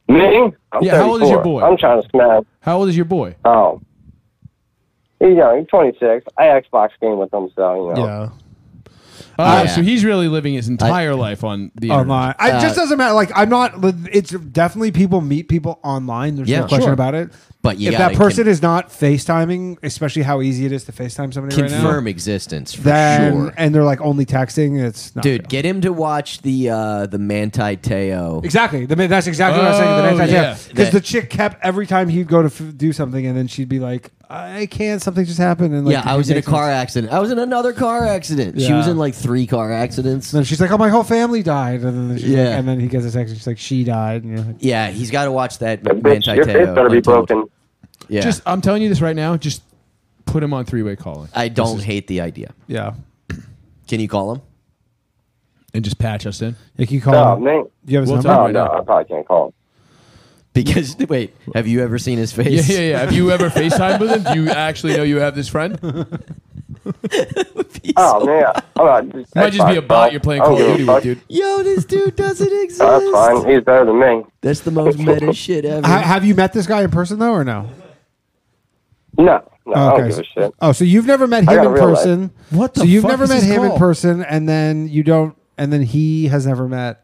Speaker 11: Me? I'm
Speaker 3: yeah, how old is your
Speaker 11: 34.
Speaker 3: boy?
Speaker 11: I'm trying to smash.
Speaker 3: How old is your boy?
Speaker 11: Oh. He's young. He's 26. I Xbox game with him, so, you know.
Speaker 1: Yeah.
Speaker 3: Uh,
Speaker 1: Yeah.
Speaker 3: So he's really living his entire life on the internet.
Speaker 1: Online, Oh, I-
Speaker 2: Uh,
Speaker 1: it just doesn't matter. Like I'm not. It's definitely people meet people online. There's
Speaker 3: Yeah.
Speaker 1: no question
Speaker 3: Sure.
Speaker 1: about it.
Speaker 2: But you
Speaker 1: if
Speaker 2: gotta
Speaker 1: that person is not FaceTiming, especially how easy it is to FaceTime somebody right
Speaker 2: confirm
Speaker 1: now,
Speaker 2: existence for
Speaker 1: then
Speaker 2: sure.
Speaker 1: and they're like only texting. It's not
Speaker 2: Dude, get him to watch the uh, the Manti Teo.
Speaker 1: Exactly. The, man- that's exactly what I was saying. The
Speaker 2: Oh,
Speaker 1: man's idea.
Speaker 2: yeah.
Speaker 1: Because
Speaker 2: That-
Speaker 1: the chick kept every time he'd go to f- do something, and then she'd be like, "I can't. Something just happened." And like,
Speaker 2: yeah, I was in a
Speaker 1: makes me-
Speaker 2: car accident. I was in another car accident. She was
Speaker 1: Yeah.
Speaker 2: in like three car accidents.
Speaker 1: And she's like, "Oh, my whole family died." And then she's like-
Speaker 2: Yeah.
Speaker 1: and then he gets a text. And she's like, "She died." And you're like,
Speaker 2: Yeah, he's got to watch that
Speaker 1: bitch,
Speaker 2: Manti
Speaker 1: your
Speaker 2: Teo.
Speaker 1: face better be
Speaker 2: Untold.
Speaker 1: broken.
Speaker 2: Yeah,
Speaker 3: Just I'm telling you this right now. Just put him on three way calling.
Speaker 2: I don't
Speaker 3: This is-
Speaker 2: hate the idea.
Speaker 1: Yeah.
Speaker 2: Can you call him?
Speaker 3: And just patch us in.
Speaker 1: Yeah, can you
Speaker 11: No, man.
Speaker 3: We'll
Speaker 11: no,
Speaker 3: talk
Speaker 11: no,
Speaker 3: right
Speaker 11: I probably can't call him.
Speaker 2: Because wait, have you ever seen his
Speaker 3: now. Yeah,
Speaker 2: face?
Speaker 3: yeah, yeah. Have you ever FaceTime with him? Do you actually know you have this friend?
Speaker 11: Oh, man. I'm not,
Speaker 3: Might just be a bot you're playing Call of Duty with, dude.
Speaker 2: Yo, this dude doesn't exist.
Speaker 11: That's fine. He's better than me.
Speaker 2: That's the most meta shit ever.
Speaker 1: Ha- have you met this guy in person though, or no?
Speaker 11: No, no, I
Speaker 1: Okay.
Speaker 11: don't give a shit.
Speaker 1: Oh, so you've never met
Speaker 11: I
Speaker 1: him
Speaker 11: got
Speaker 1: in
Speaker 11: real life.
Speaker 1: person.
Speaker 11: What the
Speaker 1: So you've
Speaker 11: fuck
Speaker 1: never
Speaker 11: is
Speaker 1: met
Speaker 11: this
Speaker 1: him in
Speaker 11: called?
Speaker 1: person, and then you don't, and then he has never met.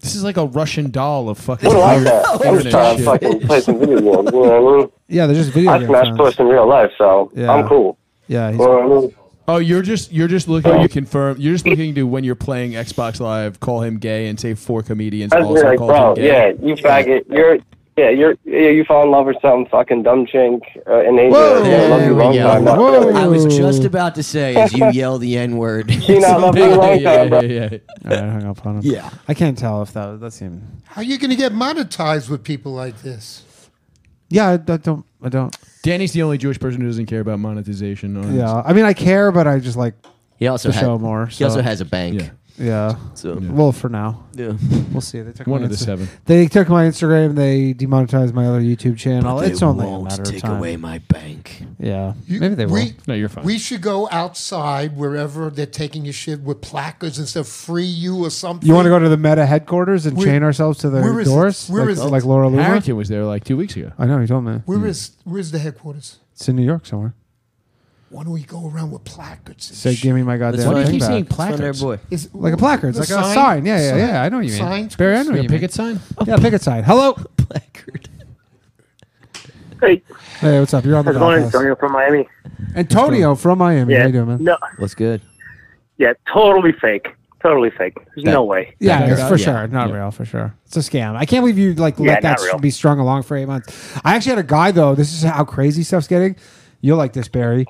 Speaker 3: This is like a Russian doll of fucking.
Speaker 1: What do I
Speaker 3: weird
Speaker 1: get?
Speaker 11: I'm just
Speaker 3: feminine
Speaker 11: trying to
Speaker 3: shit.
Speaker 11: fucking play some video games. You know what I mean?
Speaker 1: Yeah, they're just video
Speaker 11: I
Speaker 1: game
Speaker 11: smash
Speaker 1: friends.
Speaker 11: puss in real life, so
Speaker 1: Yeah.
Speaker 11: I'm cool.
Speaker 1: Yeah,
Speaker 11: You
Speaker 1: he's
Speaker 11: know what I mean? Oh.
Speaker 3: Oh, you're just you're just looking to confirm. You're just looking to when you're playing Xbox Live, call him gay and say four comedians
Speaker 11: I'd be
Speaker 3: also
Speaker 11: like,
Speaker 3: called
Speaker 11: bro,
Speaker 3: him gay.
Speaker 11: yeah, you faggot. You're, yeah, you're, yeah, you fall in love with some fucking dumb chink uh, in Asia.
Speaker 2: Whoa.
Speaker 11: They love you
Speaker 2: There
Speaker 11: long
Speaker 2: we go.
Speaker 11: time. not really.
Speaker 2: I was just about to say, as you yell the N word,
Speaker 11: She not love you long time, bro.
Speaker 1: All right, I hung up on him.
Speaker 2: Yeah.
Speaker 1: I can't tell if that that's him.
Speaker 4: How are you going to get monetized with people like this?
Speaker 1: Yeah, I, I don't. I don't.
Speaker 3: Danny's the only Jewish person who doesn't care about monetization. On his-
Speaker 1: Yeah, I mean, I care, but I just like
Speaker 2: He also
Speaker 1: the
Speaker 2: had-
Speaker 1: show more.
Speaker 2: he also has a bank.
Speaker 1: Yeah. Yeah.
Speaker 2: So-
Speaker 1: Well, for now.
Speaker 2: Yeah.
Speaker 1: We'll see. They took
Speaker 3: One
Speaker 1: my
Speaker 3: of the
Speaker 1: Insta-
Speaker 3: seven.
Speaker 1: They took my Instagram. They demonetized my other YouTube channel.
Speaker 2: But they
Speaker 1: it's only
Speaker 2: won't
Speaker 1: a matter
Speaker 2: take
Speaker 1: of time.
Speaker 2: away my bank.
Speaker 1: Yeah.
Speaker 4: You-
Speaker 1: Maybe they will.
Speaker 4: we-
Speaker 3: No, you're fine.
Speaker 4: We should go outside wherever they're taking your shit with placards and stuff, free you or something.
Speaker 1: you want to go to the Meta headquarters and
Speaker 4: Where-
Speaker 1: chain ourselves to their
Speaker 4: where is it?
Speaker 1: doors?
Speaker 4: Where
Speaker 1: like,
Speaker 4: is it?
Speaker 1: like Laura Loomer?
Speaker 3: Harrington was there like two weeks ago.
Speaker 1: I know. He told me.
Speaker 4: Where is where's the headquarters?
Speaker 1: It's in New York somewhere.
Speaker 4: Why don't we go around with placards? And
Speaker 1: Say,
Speaker 4: shit?
Speaker 1: give me my goddamn
Speaker 3: why do you
Speaker 1: thing
Speaker 3: keep
Speaker 1: back.
Speaker 3: saying placards? Boy.
Speaker 4: Is-
Speaker 1: Like a placard. It's
Speaker 4: The
Speaker 1: like a sign. Yeah, yeah,
Speaker 4: sign-
Speaker 1: yeah. I know what you mean.
Speaker 4: signs?
Speaker 1: Barry, I know
Speaker 3: Like
Speaker 1: what
Speaker 3: a
Speaker 1: you mean.
Speaker 3: picket sign?
Speaker 1: Yeah, picket sign. Hello.
Speaker 12: Hey,
Speaker 1: Hey, what's up? You're on the
Speaker 12: how's it going,
Speaker 1: podcast.
Speaker 12: Antonio from Miami?
Speaker 1: Antonio from Miami. How
Speaker 12: Yeah.
Speaker 1: you doing, man?
Speaker 12: No,
Speaker 2: What's good?
Speaker 12: yeah, totally fake, totally fake. There's no way.
Speaker 1: Yeah,
Speaker 2: Yeah.
Speaker 1: it's for
Speaker 2: Yeah.
Speaker 1: sure. Not real, for sure. It's a scam. I can't believe you like
Speaker 12: Yeah,
Speaker 1: let
Speaker 12: not
Speaker 1: that
Speaker 12: real.
Speaker 1: be strung along for eight months. I actually had a guy though. This is how crazy stuff's getting. You'll like this, Barry.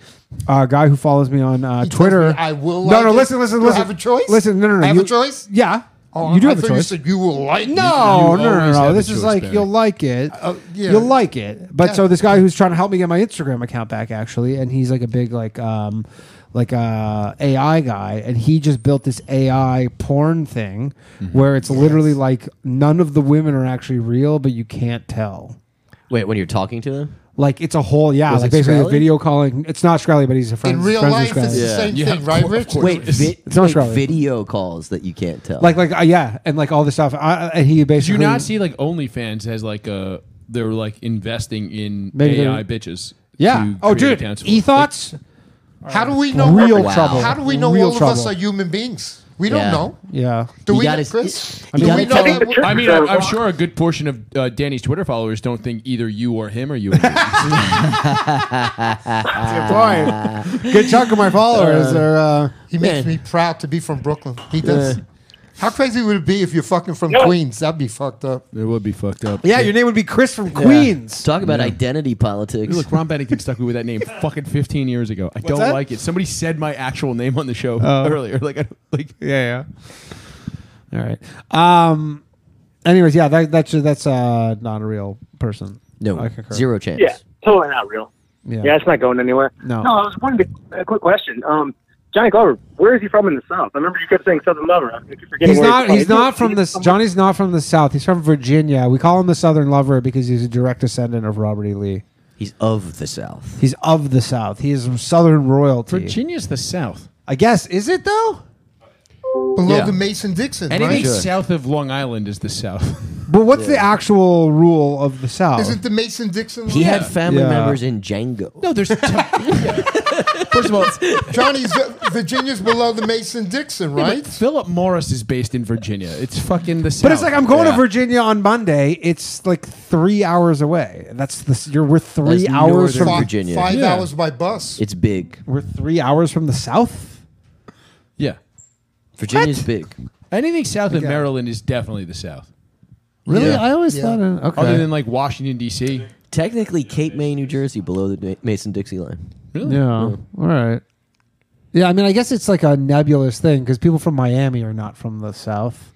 Speaker 1: A guy who follows me on uh,
Speaker 4: tells
Speaker 1: Twitter.
Speaker 4: me I will
Speaker 1: No,
Speaker 4: like
Speaker 1: no.
Speaker 4: it?
Speaker 1: Listen, listen,
Speaker 4: Do I
Speaker 1: listen.
Speaker 4: have a choice?
Speaker 1: Listen, no, no, no.
Speaker 4: I have
Speaker 1: you,
Speaker 4: a choice?
Speaker 1: Yeah.
Speaker 4: Oh,
Speaker 1: you do
Speaker 4: I
Speaker 1: have a
Speaker 4: thought you
Speaker 1: choice.
Speaker 4: said you will like it.
Speaker 1: No,
Speaker 4: You
Speaker 1: no, no,
Speaker 4: always
Speaker 1: no.
Speaker 4: have a
Speaker 1: This is
Speaker 4: choice,
Speaker 1: like
Speaker 4: Barry. Oh,
Speaker 1: you'll like it.
Speaker 4: yeah.
Speaker 1: You'll like it. But
Speaker 4: Yeah.
Speaker 1: so this guy who's trying to help me get my Instagram account back actually, and he's like a big like um like uh AI guy, and he just built this AI porn thing where it's literally like none of the women are actually real, but you can't tell.
Speaker 2: Wait, when you're talking to him?
Speaker 1: Like it's a whole yeah,
Speaker 2: Was
Speaker 1: like
Speaker 2: it
Speaker 1: basically a
Speaker 2: Shkreli?
Speaker 1: video calling. It's not Shkreli, but he's a friend.
Speaker 4: In real
Speaker 1: friends with
Speaker 4: life, it's
Speaker 1: Shkreli.
Speaker 4: the same
Speaker 2: Yeah.
Speaker 4: thing, right, Rich?
Speaker 2: Wait, vi-
Speaker 1: It's not
Speaker 2: like
Speaker 1: Shkreli.
Speaker 2: video calls that you can't tell.
Speaker 1: Like like uh, yeah, and like all this stuff. I, and he
Speaker 3: Did you
Speaker 1: basically
Speaker 3: not see like OnlyFans has like a they're like investing in
Speaker 1: Maybe they're-
Speaker 3: AI bitches?
Speaker 1: Yeah.
Speaker 3: to
Speaker 1: Oh,
Speaker 3: create
Speaker 1: dude.
Speaker 3: accounts for.
Speaker 1: E thoughts.
Speaker 4: How do we know?
Speaker 1: Real trouble.
Speaker 4: How do we know
Speaker 1: Real
Speaker 4: all of us
Speaker 1: trouble.
Speaker 4: are human beings? We don't
Speaker 1: Yeah.
Speaker 4: know.
Speaker 1: Yeah.
Speaker 4: Do
Speaker 2: You
Speaker 4: we,
Speaker 2: gotta-
Speaker 4: Chris?
Speaker 2: you
Speaker 4: Do
Speaker 2: gotta
Speaker 4: we know
Speaker 2: tell me
Speaker 4: that
Speaker 2: the
Speaker 4: we're-
Speaker 2: truth.
Speaker 3: I mean, I, I'm sure a good portion of uh, Danny's Twitter followers don't think either you or him are you. and me. Ah.
Speaker 1: Good point. Good chunk of my followers are. Uh,
Speaker 4: He makes me proud to be from Brooklyn. He does.
Speaker 1: Yeah.
Speaker 4: How crazy would it be if you're fucking from Queens? That'd be fucked up.
Speaker 3: It would be fucked up.
Speaker 1: yeah, your name would be Chris from
Speaker 2: Yeah.
Speaker 1: Queens.
Speaker 2: Talk about
Speaker 3: Yeah.
Speaker 2: identity politics.
Speaker 3: Look, Ron Bennington stuck me with that name fucking 15 years ago. I don't
Speaker 1: that?
Speaker 3: like it. Somebody said my actual name on the show
Speaker 1: Oh.
Speaker 3: earlier. Like, I, don't- like
Speaker 1: Yeah, yeah. All right. Um. Anyways, yeah, that, that's that's uh, not a real person.
Speaker 2: no,
Speaker 1: I concur.
Speaker 2: zero chance.
Speaker 12: Yeah, totally not real.
Speaker 1: Yeah.
Speaker 12: Yeah, it's not going anywhere.
Speaker 1: No.
Speaker 12: No, I was wondering a quick question. Um, Johnny Glover, where is he from in the South? I remember you kept saying Southern Lover. I keep forgetting
Speaker 1: He's
Speaker 12: where
Speaker 1: not. He's not from
Speaker 12: Is
Speaker 1: the. Johnny's not from the South. He's from Virginia. We call him the Southern Lover because he's a direct descendant of Robert E. Lee.
Speaker 2: He's of the South.
Speaker 1: He's of the South. He is Southern royalty.
Speaker 3: Virginia's the South.
Speaker 1: I guess is it though?
Speaker 4: Below
Speaker 3: Yeah.
Speaker 4: the Mason Dixon.
Speaker 3: Anything
Speaker 4: right?
Speaker 3: south of Long Island is the South.
Speaker 1: But what's the actual rule of the South?
Speaker 4: Isn't the Mason Dixon?
Speaker 2: He had family
Speaker 1: Yeah.
Speaker 2: members in Django.
Speaker 3: No, there's. First of all,
Speaker 4: Johnny's Virginia's below the Mason Dixon,
Speaker 3: Yeah, but
Speaker 4: right?
Speaker 3: Philip Morris is based in Virginia. It's fucking the South.
Speaker 1: But it's like I'm going
Speaker 3: Yeah.
Speaker 1: to Virginia on Monday. It's like three hours away. That's the s- you're we're three
Speaker 2: That's
Speaker 1: hours
Speaker 2: northern
Speaker 1: from
Speaker 2: Virginia.
Speaker 4: Five
Speaker 1: Yeah.
Speaker 4: hours by bus.
Speaker 2: It's big.
Speaker 1: We're three hours from the South.
Speaker 3: Yeah.
Speaker 2: Virginia's big.
Speaker 3: Anything south of
Speaker 1: Okay.
Speaker 3: Maryland is definitely the South.
Speaker 1: Really?
Speaker 2: Yeah.
Speaker 1: I always
Speaker 4: Yeah.
Speaker 1: thought. uh, okay.
Speaker 3: Other than like Washington D.C.
Speaker 2: Technically, Cape May, New Jersey, below the Mason Dixie line.
Speaker 3: Really?
Speaker 1: yeah. All right. Yeah. I mean, I guess it's like a nebulous thing because people from Miami are not from the South.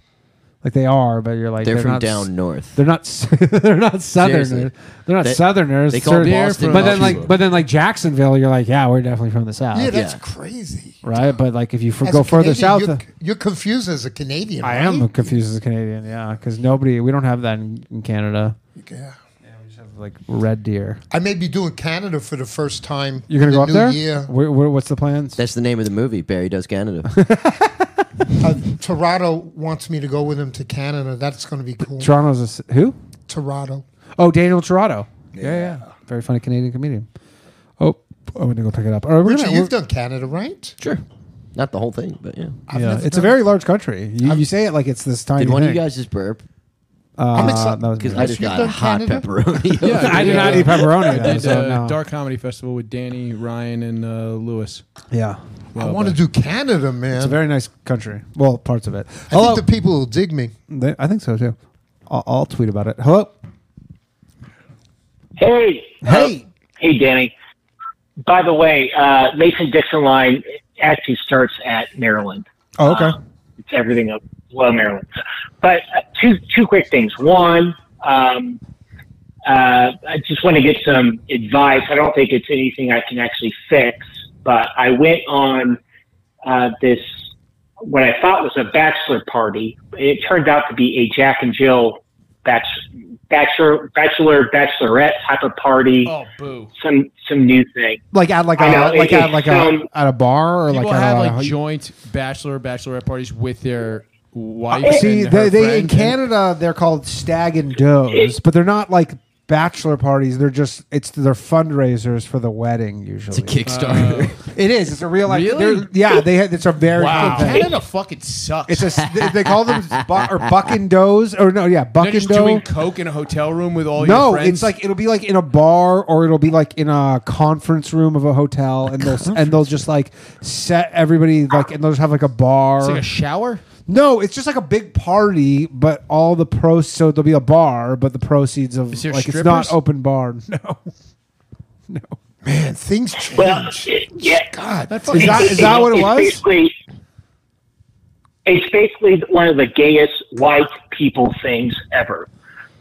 Speaker 1: Like they are, but you're like
Speaker 2: They're, from
Speaker 1: not s-
Speaker 2: down north.
Speaker 1: They're not. s- They're not Southerners.
Speaker 2: Seriously.
Speaker 1: They're not
Speaker 2: They-
Speaker 1: Southerners.
Speaker 2: they call
Speaker 1: They're-
Speaker 2: Boston
Speaker 1: But then,
Speaker 2: Mountain
Speaker 1: like,
Speaker 2: People.
Speaker 1: but then, like Jacksonville, you're like, yeah, we're definitely from the South,
Speaker 4: yeah, that's
Speaker 2: yeah.
Speaker 4: crazy.
Speaker 1: right? But like, if you f-
Speaker 4: As
Speaker 1: go
Speaker 4: a
Speaker 1: further
Speaker 4: Canadian,
Speaker 1: south, uh,
Speaker 4: you're, you're confused as a Canadian.
Speaker 1: I
Speaker 4: right?
Speaker 1: am confused as a Canadian, yeah, because nobody, we don't have that in, in Canada.
Speaker 4: Yeah.
Speaker 1: Like Red Deer,
Speaker 4: I may be doing Canada for the first time.
Speaker 1: you're gonna
Speaker 4: in
Speaker 1: go
Speaker 4: the
Speaker 1: up
Speaker 4: new
Speaker 1: there.
Speaker 4: Year.
Speaker 1: Where, where, what's the plans?
Speaker 2: That's the name of the movie, Barry Does Canada.
Speaker 4: Uh, Toronto wants me to go with him to Canada. That's going to be cool.
Speaker 1: Toronto's a, s- who?
Speaker 4: Toronto.
Speaker 1: Oh, Daniel Toronto. Yeah, yeah, very funny Canadian comedian. Oh, I'm gonna go pick it up. All right, Oh, we're
Speaker 4: Richard,
Speaker 1: gonna-
Speaker 4: you've
Speaker 1: we're-
Speaker 4: done Canada, right?
Speaker 2: sure. Not the whole thing, but yeah.
Speaker 1: yeah,
Speaker 4: never
Speaker 1: it's a
Speaker 4: done
Speaker 1: very large country. You, you say it like it's this tiny.
Speaker 2: Did one of you
Speaker 1: thing.
Speaker 2: guys just burp?
Speaker 1: Uh,
Speaker 4: I'm exci-
Speaker 1: that was
Speaker 2: Because
Speaker 1: me.
Speaker 2: I just
Speaker 4: You've
Speaker 2: got
Speaker 4: done
Speaker 2: a hot
Speaker 4: Canada?
Speaker 2: pepperoni.
Speaker 3: Yeah,
Speaker 1: I did not eat pepperoni.
Speaker 3: I
Speaker 1: Though,
Speaker 3: did
Speaker 1: so
Speaker 3: uh,
Speaker 1: no.
Speaker 3: Dark Comedy Festival with Danny, Ryan, and uh, Lewis.
Speaker 1: Yeah,
Speaker 4: I want to do Canada, man.
Speaker 1: it's a very nice country. Well, parts of it.
Speaker 4: I
Speaker 1: Hello.
Speaker 4: think the people will dig me.
Speaker 1: They- I think so too. I'll, I'll tweet about it. Hello.
Speaker 12: Hey.
Speaker 1: Hey.
Speaker 12: Hey, Danny. By the way, uh, Mason Dixon line actually starts at Maryland.
Speaker 1: Oh, okay.
Speaker 4: Ah.
Speaker 12: It's everything up well Maryland. But uh, two two quick things. One, um, uh, I just want to get some advice. I don't think it's anything I can actually fix, but I went on uh, this what I thought was a bachelor party. It turned out to be a Jack and Jill bach- bachelor bachelor bachelorette type of party
Speaker 3: Oh, boo.
Speaker 12: some some new thing.
Speaker 1: like at like a
Speaker 12: I know, um, it-
Speaker 1: like at
Speaker 12: it's
Speaker 1: like
Speaker 12: some-
Speaker 1: a at a bar or
Speaker 3: People
Speaker 1: like uh, at
Speaker 3: have
Speaker 1: a,
Speaker 3: like joint bachelor bachelorette parties with their wife.
Speaker 1: see
Speaker 3: and
Speaker 1: they,
Speaker 3: her
Speaker 1: they in
Speaker 3: friends, and-
Speaker 1: Canada they're called stag and does, but they're not like bachelor parties. They're just it's their fundraisers for the wedding usually.
Speaker 2: It's a Kickstarter.
Speaker 1: Uh, It is. It's a real like
Speaker 3: Really?
Speaker 1: they're- yeah. They had it's a very
Speaker 3: Wow.
Speaker 1: good thing.
Speaker 3: Canada fucking sucks.
Speaker 1: It's a s- they- they call them bu- or buck and does or no yeah buck
Speaker 3: They're just
Speaker 1: and doe.
Speaker 3: doing coke in a hotel room with all your
Speaker 1: No,
Speaker 3: friends.
Speaker 1: it's like it'll be like in a bar or it'll be like in a conference room of a hotel, and they'll and they'll just like set everybody like and they'll just have like a bar.
Speaker 3: It's like a shower.
Speaker 1: No, it's just like a big party, but all the pro. So there'll be a bar, but the proceeds of
Speaker 3: Is there
Speaker 1: like it's
Speaker 3: strippers?
Speaker 1: not open bar. No,
Speaker 4: Man, things change.
Speaker 12: Well, it- yeah.
Speaker 4: God,
Speaker 3: That's
Speaker 1: is that is that what it
Speaker 12: It's
Speaker 1: was?
Speaker 12: Basically, it's basically one of the gayest white people things ever.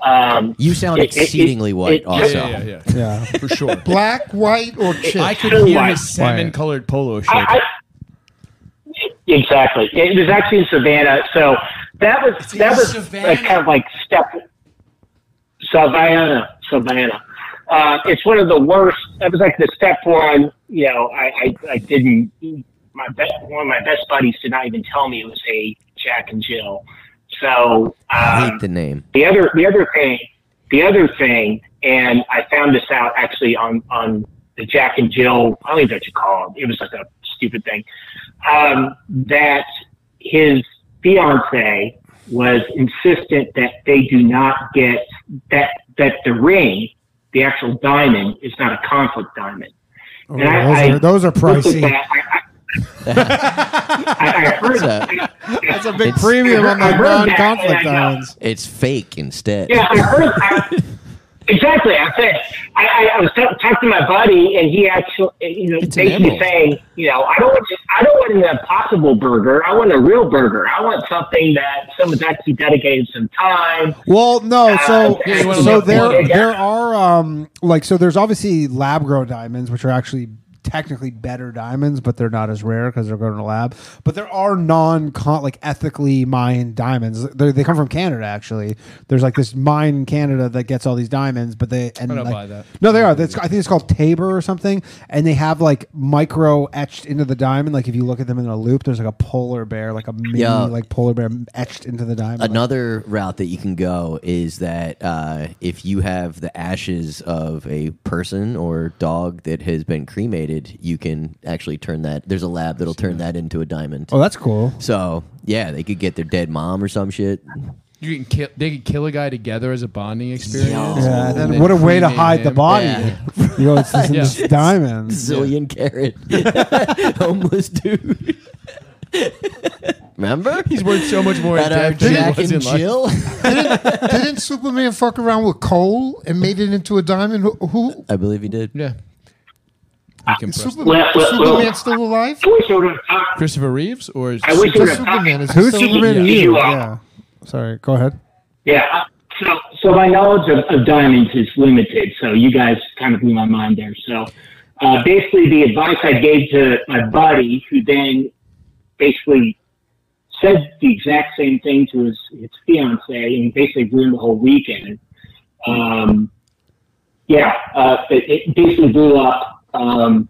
Speaker 12: Um,
Speaker 2: You sound
Speaker 12: It- it-
Speaker 2: exceedingly
Speaker 12: it-
Speaker 2: white,
Speaker 12: it-
Speaker 2: also.
Speaker 3: Yeah, yeah, yeah.
Speaker 1: Yeah,
Speaker 3: For sure.
Speaker 4: black, white, or chip?
Speaker 3: I could
Speaker 12: Too
Speaker 3: hear
Speaker 12: white.
Speaker 3: his salmon-colored polo shirt.
Speaker 12: I, I, exactly. It was actually in Savannah, so that was that
Speaker 3: in
Speaker 12: was
Speaker 3: Savannah?
Speaker 12: like, kind of like step Savannah, Savannah. Uh, it's one of the worst. That was like the step one. You know, I I, I didn't. My best, one of my best buddies did not even tell me it was a Jack and Jill. So
Speaker 2: I
Speaker 12: um,
Speaker 2: hate the name.
Speaker 12: the other the other thing the other thing and I found this out actually on on the Jack and Jill I don't even know what you call it. It was like a stupid thing. Um, that his fiance was insistent that they do not get that that the ring, the actual diamond, is not a conflict diamond.
Speaker 1: Oh,
Speaker 12: And I-
Speaker 1: those,
Speaker 12: I
Speaker 1: are, those are
Speaker 12: Looked at
Speaker 1: pricey.
Speaker 12: that, I, I, I, I heard
Speaker 2: That's
Speaker 1: That's a big
Speaker 2: uh, It's-
Speaker 1: premium on
Speaker 12: I
Speaker 1: the
Speaker 12: heard that,
Speaker 1: non-conflict
Speaker 12: and I know.
Speaker 1: islands.
Speaker 2: It's fake instead.
Speaker 12: Yeah, I heard. I, exactly. I said I, I, I was t- talking to my buddy, and he actually, you know,
Speaker 2: It's an
Speaker 12: basically
Speaker 2: emerald.
Speaker 12: saying, you know, I don't want, I don't want an impossible burger. I want a real burger. I want something that someone's actually dedicated some time.
Speaker 1: Well, no, so
Speaker 12: Yeah, Ah, you wanna
Speaker 1: so
Speaker 12: look
Speaker 1: there
Speaker 12: for it.
Speaker 1: there are um like so there's obviously lab grown diamonds which are actually technically better diamonds, but they're not as rare because they're grown in a lab. But there are non con like ethically mined diamonds. They're, they come from Canada actually. There's like this mine in Canada that gets all these diamonds, but they and
Speaker 3: I don't
Speaker 1: like-
Speaker 3: buy that.
Speaker 1: No, they are. That's, I think it's called Tabor or something, and they have like micro etched into the diamond. Like if you look at them in a loop, there's like a polar bear, like a mini
Speaker 2: Yeah.
Speaker 1: like polar bear etched into the diamond.
Speaker 2: Another route that you can go is that uh, if you have the ashes of a person or dog that has been cremated, you can actually turn that. There's a lab that'll turn that into a diamond.
Speaker 1: Oh, that's cool.
Speaker 2: So yeah, they could get their dead mom or some shit.
Speaker 3: You can kill. They could kill a guy together as a bonding experience.
Speaker 1: Yeah,
Speaker 3: and
Speaker 1: then what a way to
Speaker 3: cremate
Speaker 1: hide the
Speaker 3: him.
Speaker 1: body.
Speaker 3: Yeah.
Speaker 1: You know, it's this, in this
Speaker 3: Yeah.
Speaker 1: diamond.
Speaker 2: Zillion carrot homeless dude. Remember?
Speaker 3: He's worth so much more in
Speaker 2: At our
Speaker 3: death than he
Speaker 2: Jack
Speaker 3: was
Speaker 2: and
Speaker 3: in life.
Speaker 2: Jill.
Speaker 4: didn't, didn't Superman fuck around with coal and made it into a diamond? Who? who
Speaker 2: I believe he did.
Speaker 3: Yeah.
Speaker 4: Superman,
Speaker 3: Well, well,
Speaker 4: Superman
Speaker 3: well.
Speaker 4: still alive?
Speaker 3: Christopher Reeves or is
Speaker 4: I wish it
Speaker 3: Super-
Speaker 4: was- Superman is
Speaker 1: Who's
Speaker 4: so-
Speaker 1: Superman?
Speaker 4: Yeah.
Speaker 1: You? Yeah. Sorry, go ahead.
Speaker 12: Yeah. So, so my knowledge of, of diamonds is limited. So you guys kind of blew my mind there. So, uh, basically, the advice I gave to my buddy, who then basically said the exact same thing to his his fiance, and basically ruined the whole weekend. Um, yeah, uh, it, it basically blew up. Um,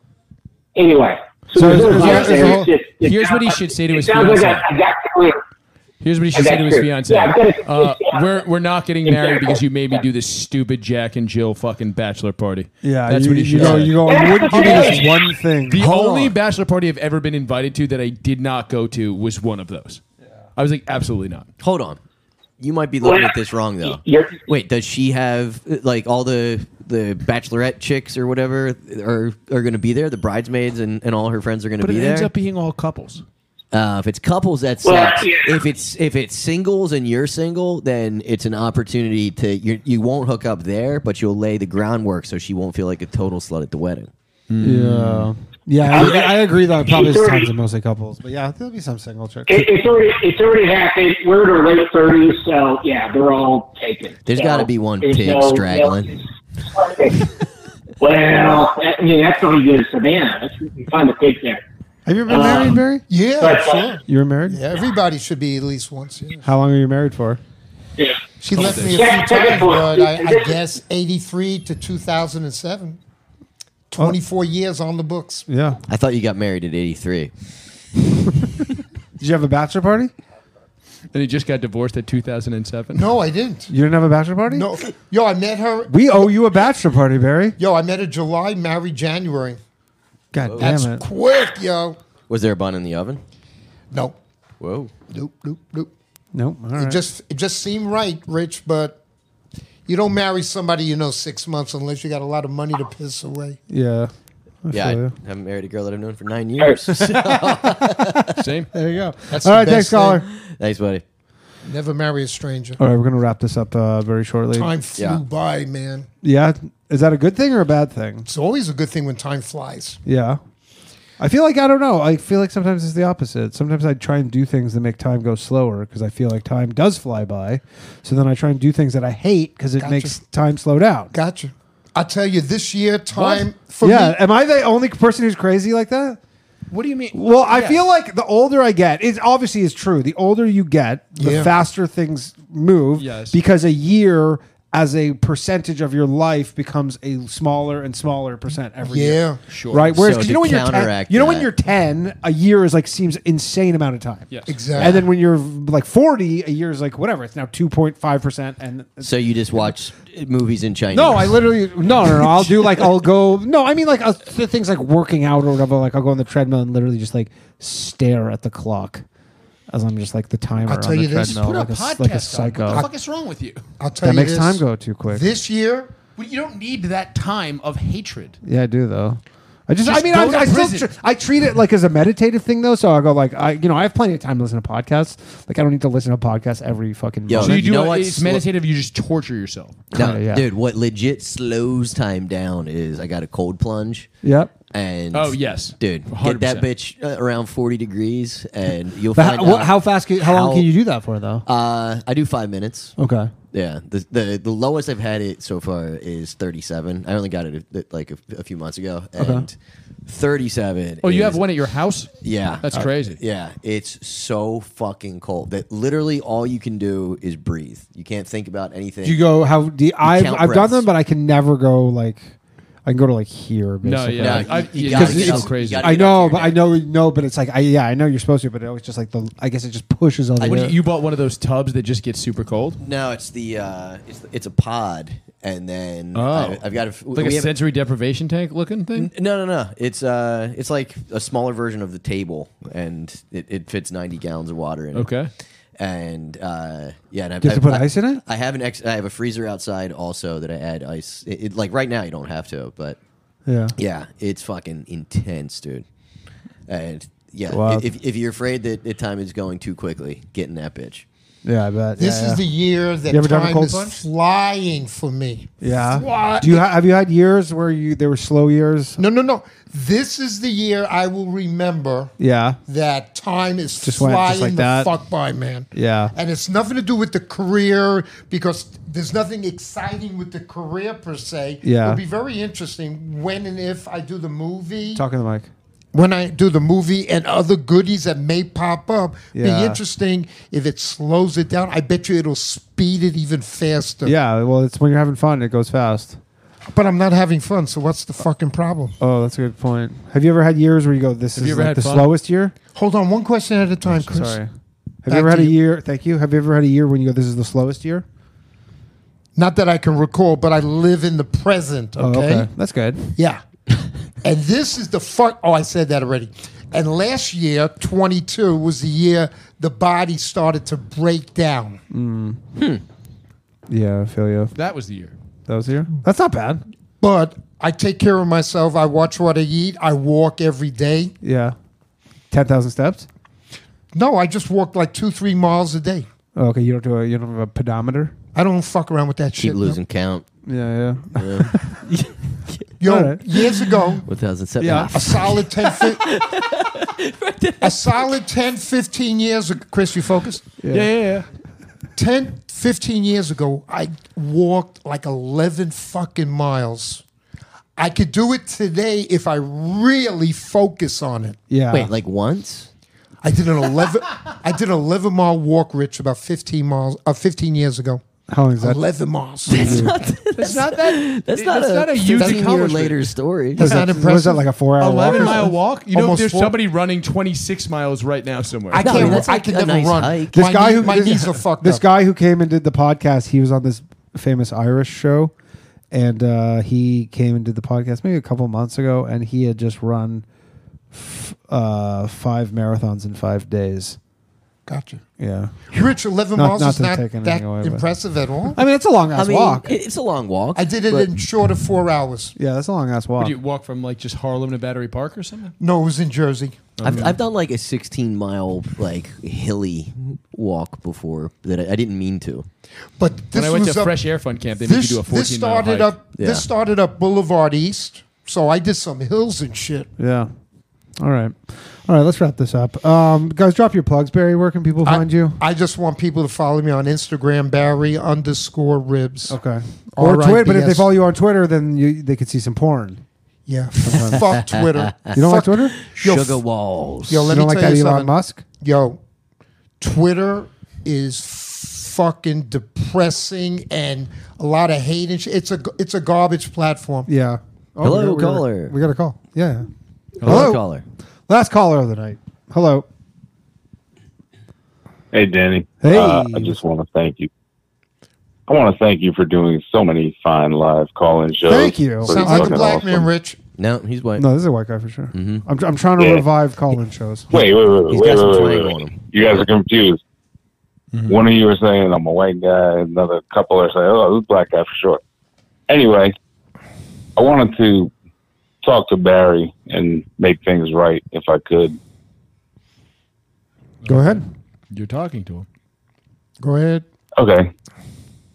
Speaker 12: anyway,
Speaker 3: So
Speaker 12: there's
Speaker 3: is-
Speaker 12: no
Speaker 3: is
Speaker 12: advice
Speaker 3: there- is
Speaker 12: there.
Speaker 3: all-
Speaker 12: It's just- it
Speaker 3: here's what he
Speaker 12: sounds-
Speaker 3: should say to
Speaker 12: it
Speaker 3: his
Speaker 12: sounds like
Speaker 3: fiance.
Speaker 12: I- I got clear.
Speaker 3: Here's what he should say to his
Speaker 12: Exactly.
Speaker 3: fiance.
Speaker 12: Yeah, I'm gonna-
Speaker 3: Uh, we're we're not getting married
Speaker 12: Exactly.
Speaker 3: because you made me do this stupid Jack and Jill fucking bachelor party.
Speaker 1: Yeah,
Speaker 3: that's
Speaker 1: you,
Speaker 3: what he
Speaker 1: you
Speaker 3: should
Speaker 1: go.
Speaker 3: say.
Speaker 1: You go. Wouldn't you do this one thing?
Speaker 3: The
Speaker 1: Hold
Speaker 3: only
Speaker 1: on.
Speaker 3: bachelor party I've ever been invited to that I did not go to was one of those. I was like, absolutely not.
Speaker 2: Hold on. You might be looking at this wrong though. Wait, does she have like all the the bachelorette chicks or whatever are are going to be there? The bridesmaids and, and all her friends are going to
Speaker 3: But
Speaker 2: be
Speaker 3: it
Speaker 2: there.
Speaker 3: ends up being all couples.
Speaker 2: Uh, if it's couples, that
Speaker 3: Well,
Speaker 2: sucks.
Speaker 3: yeah.
Speaker 2: If it's if it's singles and you're single, then it's an opportunity to you you won't hook up there, but you'll lay the groundwork so she won't feel like a total slut at the wedding.
Speaker 1: Hmm. Yeah. Yeah, I, I agree though. Probably it's times of mostly couples, but yeah, there'll be some single chicks.
Speaker 12: It, it's already it's already happened. We're in our late thirties, so yeah, they're all taken.
Speaker 2: There's
Speaker 12: There's
Speaker 2: got to be one pig straggling.
Speaker 12: well, that, I mean that's only good as Savannah. That's, you can find a pig there.
Speaker 1: Have you ever
Speaker 4: been
Speaker 12: Um,
Speaker 4: married, Barry? Yeah,
Speaker 12: but-
Speaker 4: sure.
Speaker 1: You were married?
Speaker 4: Yeah, everybody should be at least once. Yeah.
Speaker 1: How long are you married for?
Speaker 12: Yeah.
Speaker 4: She left me a few
Speaker 12: Yeah,
Speaker 4: times,
Speaker 12: check it for-
Speaker 4: but I, I guess 83 to 2007. 24 years on the books.
Speaker 1: Yeah.
Speaker 2: I thought you got married at 83.
Speaker 1: Did you have a bachelor party?
Speaker 3: And he just got divorced at 2007.
Speaker 4: No, I didn't.
Speaker 1: You didn't have a bachelor party?
Speaker 4: No. Yo, I met her.
Speaker 1: We owe you a bachelor party, Barry.
Speaker 4: Yo, I met her July, married January.
Speaker 1: God
Speaker 4: That's
Speaker 1: damn it.
Speaker 4: quick, yo.
Speaker 2: Was there a bun in the oven?
Speaker 4: No.
Speaker 2: Whoa.
Speaker 4: Nope, nope, nope.
Speaker 1: Nope. All
Speaker 4: It
Speaker 1: right.
Speaker 4: just it just seemed right, Rich, but you don't marry somebody you know six months unless you got a lot of money to piss away.
Speaker 1: yeah. I
Speaker 2: yeah, I
Speaker 1: feel ya.
Speaker 2: haven't married a girl that I've known for nine years.
Speaker 3: Same.
Speaker 1: There you go.
Speaker 4: That's the
Speaker 1: All right, thanks,
Speaker 4: best
Speaker 1: caller.
Speaker 2: Thanks, buddy.
Speaker 4: Never marry a stranger.
Speaker 1: All right, we're gonna wrap this up uh, very shortly.
Speaker 4: Time flew
Speaker 2: Yeah.
Speaker 4: by, man.
Speaker 1: Yeah, is that a good thing or a bad thing?
Speaker 4: It's always a good thing when time flies.
Speaker 1: Yeah. I feel like I don't know. I feel like sometimes it's the opposite. Sometimes I try and do things that make time go slower because I feel like time does fly by. So then I try and do things that I hate because it
Speaker 4: Gotcha.
Speaker 1: makes time slow down.
Speaker 4: Gotcha. I tell you, this year time for
Speaker 1: yeah.
Speaker 4: me.
Speaker 1: Am I the only person who's crazy like that?
Speaker 3: What do you mean?
Speaker 1: Well, I
Speaker 3: Yeah.
Speaker 1: feel like the older I get, it obviously is true. The older you get, the
Speaker 4: Yeah.
Speaker 1: faster things move
Speaker 3: Yes.
Speaker 1: because a year as a percentage of your life becomes a smaller and smaller percent every
Speaker 4: Yeah.
Speaker 1: year.
Speaker 3: Sure.
Speaker 1: Right? Whereas
Speaker 2: So
Speaker 1: 'cause
Speaker 2: to
Speaker 1: you know when you're 10,
Speaker 2: counteract
Speaker 1: you know when
Speaker 2: that-
Speaker 1: you're 10, a year is like seems insane amount of time.
Speaker 3: Yes.
Speaker 4: Exactly.
Speaker 1: And then when you're like 40, a year is like whatever, it's now 2.5% and
Speaker 2: So you just watch movies in Chinese?
Speaker 1: no, I literally no, no, no. I'll do like I'll go. No, I mean like uh, th- things like working out or whatever. Like I'll go on the treadmill and literally just like stare at the clock as I'm just like the timer
Speaker 4: I'll tell
Speaker 1: on the
Speaker 4: you this.
Speaker 1: treadmill,
Speaker 3: Put
Speaker 1: like,
Speaker 3: a
Speaker 1: a,
Speaker 3: podcast
Speaker 1: like a
Speaker 3: on. What the
Speaker 1: psycho.
Speaker 3: fuck is wrong with you?
Speaker 4: I'll tell
Speaker 1: That
Speaker 4: you
Speaker 1: makes
Speaker 4: this,
Speaker 1: time go too quick.
Speaker 4: This year,
Speaker 3: Well, you don't need that time of hatred.
Speaker 1: Yeah, I do though. I just, I
Speaker 3: Just
Speaker 1: mean,
Speaker 3: go
Speaker 1: I,
Speaker 3: to
Speaker 1: I still,
Speaker 3: prison.
Speaker 1: tr- I treat it like as a meditative thing though. So I go like, I, you know, I have plenty of time to listen to podcasts. Like I don't need to listen to podcasts every fucking.
Speaker 2: Yo,
Speaker 1: moment.
Speaker 3: So you,
Speaker 2: Oh, You
Speaker 3: do
Speaker 2: know
Speaker 3: it-
Speaker 2: what's-
Speaker 3: it's meditative. You just torture yourself.
Speaker 2: No,
Speaker 1: Kinda, yeah.
Speaker 2: dude, what legit slows time down is I got a cold plunge.
Speaker 1: Yep.
Speaker 2: And
Speaker 3: Oh, yes.
Speaker 2: dude, get that
Speaker 3: 100%.
Speaker 2: bitch uh, around forty degrees, and you'll
Speaker 1: But
Speaker 2: find
Speaker 1: how,
Speaker 2: out
Speaker 1: how fast? Can, how, long can you do that for though?
Speaker 2: Uh, I do five minutes.
Speaker 1: Okay.
Speaker 2: Yeah, the, the the lowest I've had it so far is 37. I only got it uh, like a, a few months ago, and
Speaker 3: Okay.
Speaker 2: 37.
Speaker 3: Oh, you
Speaker 2: is-
Speaker 3: have one at your house?
Speaker 2: Yeah,
Speaker 3: That's
Speaker 2: Uh,
Speaker 3: crazy.
Speaker 2: Yeah, it's so fucking cold that literally all you can do is breathe. You can't think about anything.
Speaker 1: Do you go how? Do you, I've
Speaker 2: count
Speaker 1: I've done
Speaker 2: breaths.
Speaker 1: them, but I can never go like. I can go to like here. Basically.
Speaker 2: yeah. No, you-
Speaker 1: Like,
Speaker 2: you
Speaker 1: because
Speaker 2: gotta get
Speaker 1: it's-
Speaker 2: out- you gotta
Speaker 1: I
Speaker 2: get out
Speaker 1: know, but I know, no, but it's like I yeah, I know you're supposed to, but it always just like the. I guess it just pushes on the.
Speaker 3: What,
Speaker 1: air.
Speaker 3: you bought one of those tubs that just gets super cold?
Speaker 2: No, it's the uh, it's the, it's a pod, and then
Speaker 3: Oh,
Speaker 2: Mm, I, have got a,
Speaker 3: like a
Speaker 2: we have-
Speaker 3: sensory deprivation tank looking thing.
Speaker 2: No, no, no. It's uh, it's like a smaller version of the table, and it, it fits ninety gallons of water in it.
Speaker 3: Okay.
Speaker 2: And uh, yeah, and I've,
Speaker 1: Do you have to
Speaker 2: I've-
Speaker 1: put ice in it?
Speaker 2: I have an ex. I have a freezer outside also that I add ice. It, it- like right now, you don't have to, but
Speaker 1: Yeah.
Speaker 2: yeah, it's fucking intense, dude. And yeah,
Speaker 1: Wow.
Speaker 2: if if you're afraid that the time is going too quickly, get in that bitch.
Speaker 1: yeah, I bet.
Speaker 4: This
Speaker 1: Yeah,
Speaker 4: is the
Speaker 1: yeah.
Speaker 4: year that
Speaker 1: You ever done a
Speaker 4: time
Speaker 1: cold
Speaker 4: is
Speaker 1: plunge?
Speaker 4: flying for me.
Speaker 1: Yeah.
Speaker 4: Fly-
Speaker 1: Do you ha- have you had years where you there were slow years?
Speaker 4: No, no, no. This is the year I will remember
Speaker 1: Yeah.
Speaker 4: that time is
Speaker 1: Just went
Speaker 4: flying
Speaker 1: just like
Speaker 4: the
Speaker 1: that.
Speaker 4: fuck by, man.
Speaker 1: Yeah.
Speaker 4: And it's nothing to do with the career because there's nothing exciting with the career per se.
Speaker 1: Yeah.
Speaker 4: It'll be very interesting when and if I do the movie.
Speaker 1: Talking to the mic.
Speaker 4: when I do the movie and other goodies that may pop up,
Speaker 1: Yeah.
Speaker 4: be interesting if it slows it down. I bet you it'll speed it even faster.
Speaker 1: Yeah. Well, it's when you're having fun, it goes fast.
Speaker 4: But I'm not having fun, so what's the fucking problem?
Speaker 1: Oh, that's a good point. Have you ever had years where you go, "This
Speaker 4: Have
Speaker 1: is
Speaker 4: you ever
Speaker 1: like
Speaker 4: had
Speaker 1: the
Speaker 4: fun?
Speaker 1: slowest year"?
Speaker 4: Hold on, one question at a time, Chris.
Speaker 1: Sorry. Have
Speaker 4: Back
Speaker 1: you ever had
Speaker 4: to
Speaker 1: a year? Thank you. Have you ever had a year when you go, "This is the slowest year"?
Speaker 4: Not that I can recall, but I live in the present.
Speaker 1: Oh,
Speaker 4: Okay.
Speaker 1: okay. That's good.
Speaker 4: Yeah. and this is the fuck. Oh, I said that already. And last year, 22 was the year the body started to break down.
Speaker 1: Mm.
Speaker 2: Hmm.
Speaker 1: Yeah, I feel you.
Speaker 3: That was the year.
Speaker 1: That was here. That's not bad.
Speaker 4: But I take care of myself. I watch what I eat. I walk every day.
Speaker 1: Yeah. Ten thousand steps.
Speaker 4: No, I just walk like two, three miles a day.
Speaker 1: Oh, okay, you don't do a you don't have a pedometer.
Speaker 4: I don't fuck around with that
Speaker 2: Keep
Speaker 4: shit. no.
Speaker 2: losing count.
Speaker 1: Yeah,
Speaker 2: yeah.
Speaker 4: Yo,
Speaker 1: All right.
Speaker 4: years ago,
Speaker 2: One thousand seven.
Speaker 4: Yeah. A solid 10, fif- a solid 10, 15 years ago. Chris, you focused?
Speaker 1: Yeah. Yeah,
Speaker 4: 10, 15 years ago, I walked like 11 fucking miles. I could do it today if I really focus on it.
Speaker 1: Yeah.
Speaker 2: Wait, like once?
Speaker 4: I did an 11 I did an 11 mile walk, Rich, about 15 miles, uh, 15 years ago.
Speaker 1: How long is that?
Speaker 4: 11 miles.
Speaker 1: That's not-
Speaker 3: That's not that.
Speaker 2: That's not a,
Speaker 3: huge
Speaker 2: 15 year
Speaker 3: accomplishment.
Speaker 2: later story.
Speaker 1: That's not impressive. Was that like a four-hour walk?
Speaker 3: Eleven mile walk. You know,
Speaker 1: Almost
Speaker 3: there's
Speaker 1: four-
Speaker 3: somebody running 26 miles right now somewhere.
Speaker 4: I No, can't- that's I like can a never nice run. hike.
Speaker 1: This
Speaker 4: My
Speaker 1: guy
Speaker 4: knee-
Speaker 1: who
Speaker 4: my
Speaker 1: this,
Speaker 4: knees are fucked
Speaker 1: This
Speaker 4: up.
Speaker 1: guy who came and did the podcast, he was on this famous Irish show, and uh, he came and did the podcast maybe a couple months ago, and he had just run f- uh, five marathons in five days.
Speaker 4: Gotcha.
Speaker 1: Yeah.
Speaker 4: Rich, 11
Speaker 1: Not-
Speaker 4: miles
Speaker 1: not
Speaker 4: is
Speaker 1: to
Speaker 4: not
Speaker 1: take anything
Speaker 4: that
Speaker 1: away, but-
Speaker 4: impressive at all.
Speaker 1: I mean, it's a long
Speaker 2: I
Speaker 1: ass
Speaker 2: mean,
Speaker 1: walk.
Speaker 2: it- it's a long walk.
Speaker 4: I did it
Speaker 2: but-
Speaker 4: in short of four hours.
Speaker 1: yeah, that's a long ass walk.
Speaker 3: Would you walk from like just Harlem to Battery Park or something?
Speaker 4: No, it was in Jersey.
Speaker 2: I've, I've done like a 16 mile like hilly walk before that I, I didn't mean to.
Speaker 4: But
Speaker 3: When
Speaker 4: this
Speaker 3: I went
Speaker 4: was
Speaker 3: to
Speaker 4: up-
Speaker 3: Fresh Air Fun Camp, they
Speaker 4: this,
Speaker 3: make you do a 14
Speaker 4: this started
Speaker 3: mile hike.
Speaker 4: up. This started up Boulevard East. So I did some hills and shit.
Speaker 1: yeah. All right. All right, let's wrap this up. Um, guys, drop your plugs, Barry. Where can people find you?
Speaker 4: I just want people to follow me on Instagram, Barry underscore ribs.
Speaker 1: Okay. Or Twitter, but if they follow you on Twitter, then you, they could see some porn.
Speaker 4: Yeah.
Speaker 1: Sometimes.
Speaker 4: Fuck Twitter.
Speaker 1: You don't like
Speaker 4: Fuck-
Speaker 1: Twitter?
Speaker 4: Yo,
Speaker 2: Sugar
Speaker 4: f-
Speaker 2: walls.
Speaker 4: Yo, let
Speaker 1: You don't
Speaker 4: me
Speaker 1: like
Speaker 4: tell
Speaker 1: that
Speaker 4: you
Speaker 1: Elon
Speaker 4: something.
Speaker 1: Musk?
Speaker 4: Yo, Twitter is fucking depressing and a lot of hate and shit. It's a it's a garbage platform.
Speaker 1: Yeah. Oh,
Speaker 2: Hello,
Speaker 1: we got- we got-
Speaker 2: caller.
Speaker 1: We got a call. Yeah.
Speaker 2: Hello, caller.
Speaker 1: Last caller of the night. Hello.
Speaker 10: Hey, Danny.
Speaker 1: Hey.
Speaker 10: Uh, I just want to thank you. I want to thank you for doing so many fine live call-in shows.
Speaker 1: Thank you.
Speaker 10: Pretty
Speaker 1: Sounds
Speaker 4: Like a
Speaker 10: fucking
Speaker 4: black
Speaker 10: awesome.
Speaker 4: man, Rich.
Speaker 2: No, he's white. Mm-hmm.
Speaker 1: No, this is a white guy for sure. I'm, tr- I'm trying to
Speaker 10: Yeah.
Speaker 1: revive call-in shows.
Speaker 10: Wait, wait, wait,
Speaker 2: He's
Speaker 10: wait,
Speaker 2: got some
Speaker 10: wait, wait,
Speaker 2: triangle
Speaker 10: wait,
Speaker 2: on him.
Speaker 10: You guys are confused.
Speaker 1: Mm-hmm.
Speaker 10: One of you are saying I'm a white guy. Another couple are saying, "Oh, this black guy for sure." Anyway, I wanted to talk to Barry and make things right if I could.
Speaker 1: Go ahead.
Speaker 3: You're talking to him.
Speaker 1: Go ahead.
Speaker 10: Okay.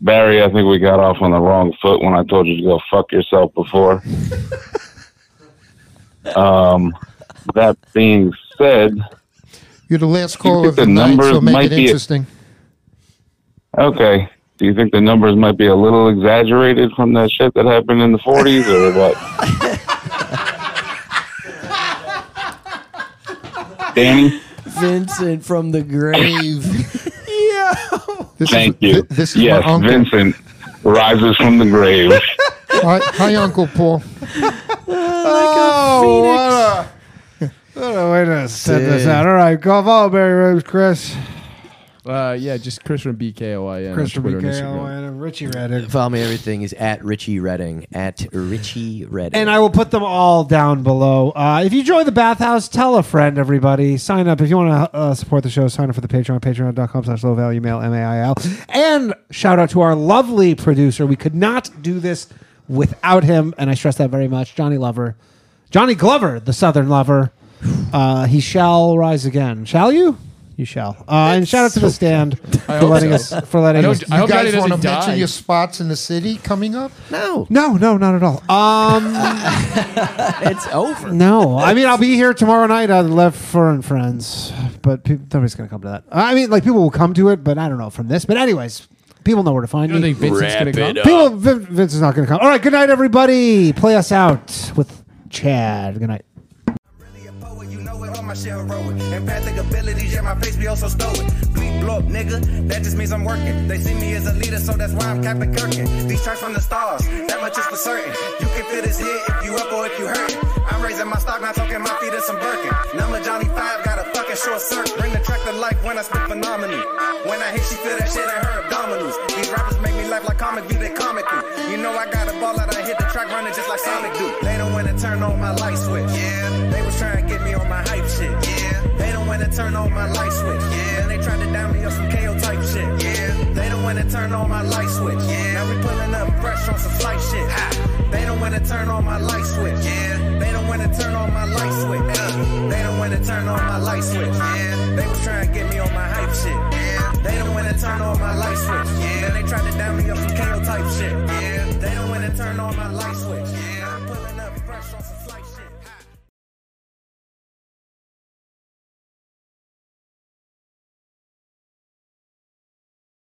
Speaker 10: Barry, I think we got off on the wrong foot when I told you to go fuck yourself before. um, that being said,
Speaker 4: You're the last
Speaker 10: think
Speaker 4: caller of the,
Speaker 10: the
Speaker 4: night,
Speaker 10: numbers
Speaker 4: so make
Speaker 10: might
Speaker 4: it
Speaker 10: be-
Speaker 4: interesting.
Speaker 10: okay. Do you think the numbers might be a little exaggerated from that shit that happened in the 40s or what? Danny?
Speaker 2: Vincent from the grave.
Speaker 1: yeah.
Speaker 10: Thank you.
Speaker 4: this is my
Speaker 10: yes,
Speaker 4: uncle.
Speaker 10: Vincent rises from the grave.
Speaker 4: Hi, hi, Uncle Paul.
Speaker 1: oh, what a, what a way to set this
Speaker 3: Dude.
Speaker 1: out. All right, call follow Barry Rose, Chris.
Speaker 3: Uh, yeah, just Chris from BKOIN. on
Speaker 1: Chris from
Speaker 3: Oh, Twitter and
Speaker 1: BKOIN.
Speaker 3: Instagram.
Speaker 1: Richie Redding.
Speaker 2: Follow me. Everything is at Richie Redding. At Richie Redding.
Speaker 1: And I will put them all down below. Uh, if you join the bathhouse, tell a friend, everybody. Sign up. If you want to uh, support the show, sign up for the Patreon, patreon.com slash low value mail, M-A-I-L. And shout out to our lovely producer. We could not do this without him, and I stress that very much. Johnny Lover. Johnny Glover, the Southern Lover. Uh, he shall rise again. Shall you? You shall. Uh, and shout out to the stand for letting us for letting us.
Speaker 4: you guys want to mention your spots in the city coming up?
Speaker 2: No,
Speaker 1: no, no, not at all. Um,
Speaker 2: it's over.
Speaker 1: No, I mean I'll be here tomorrow night on Left Fern Friends, but peop nobody's gonna come to that. I mean, like people will come to it, but I don't know from this. But anyways, people know where to find
Speaker 3: You don't
Speaker 1: me.
Speaker 3: think Vincent's Wrap gonna come? it up.
Speaker 1: People, Vin- Vincent's not gonna come. All right, good night, everybody. Play us out with Chad. Good night.
Speaker 13: all my shit heroic. Empathic abilities, yeah, my face be also stoic. Bleep, blow up, nigga, that just means I'm working. They see me as a leader, so that's why I'm Captain Kirkin. These tracks from the stars, that much is for certain. You can feel this hit if you up or if you hurting. I'm raising my stock, not talking my feet to some Birkin. Number Johnny 5, got a fucking short circuit. Bring the track to life when I spit phenomenon. When I hit, she feel that shit in her abdominals. These rappers make me laugh like comic view, they comic through. You know I got a ball out, I hit the track running just like Sonic do. They don't wanna turn on my light switch. Yeah. They was trying to get me on my hype shit. Yeah. They don't wanna turn on my light switch. Yeah. They tried to down me on some KO type shit. Yeah. They don't wanna turn on my light switch. Yeah. Now we pulling up fresh on some flight shit. Ha. They don't wanna turn on my light switch. Yeah. They don't wanna turn on my light switch. Uh. They don't wanna turn on my light switch. Yeah. They was trying to get me on my hype shit. Yeah. They don't wanna turn on my light switch. Yeah. They tried to down me on some KO type shit. Yeah. They don't wanna turn on my light switch. Yeah.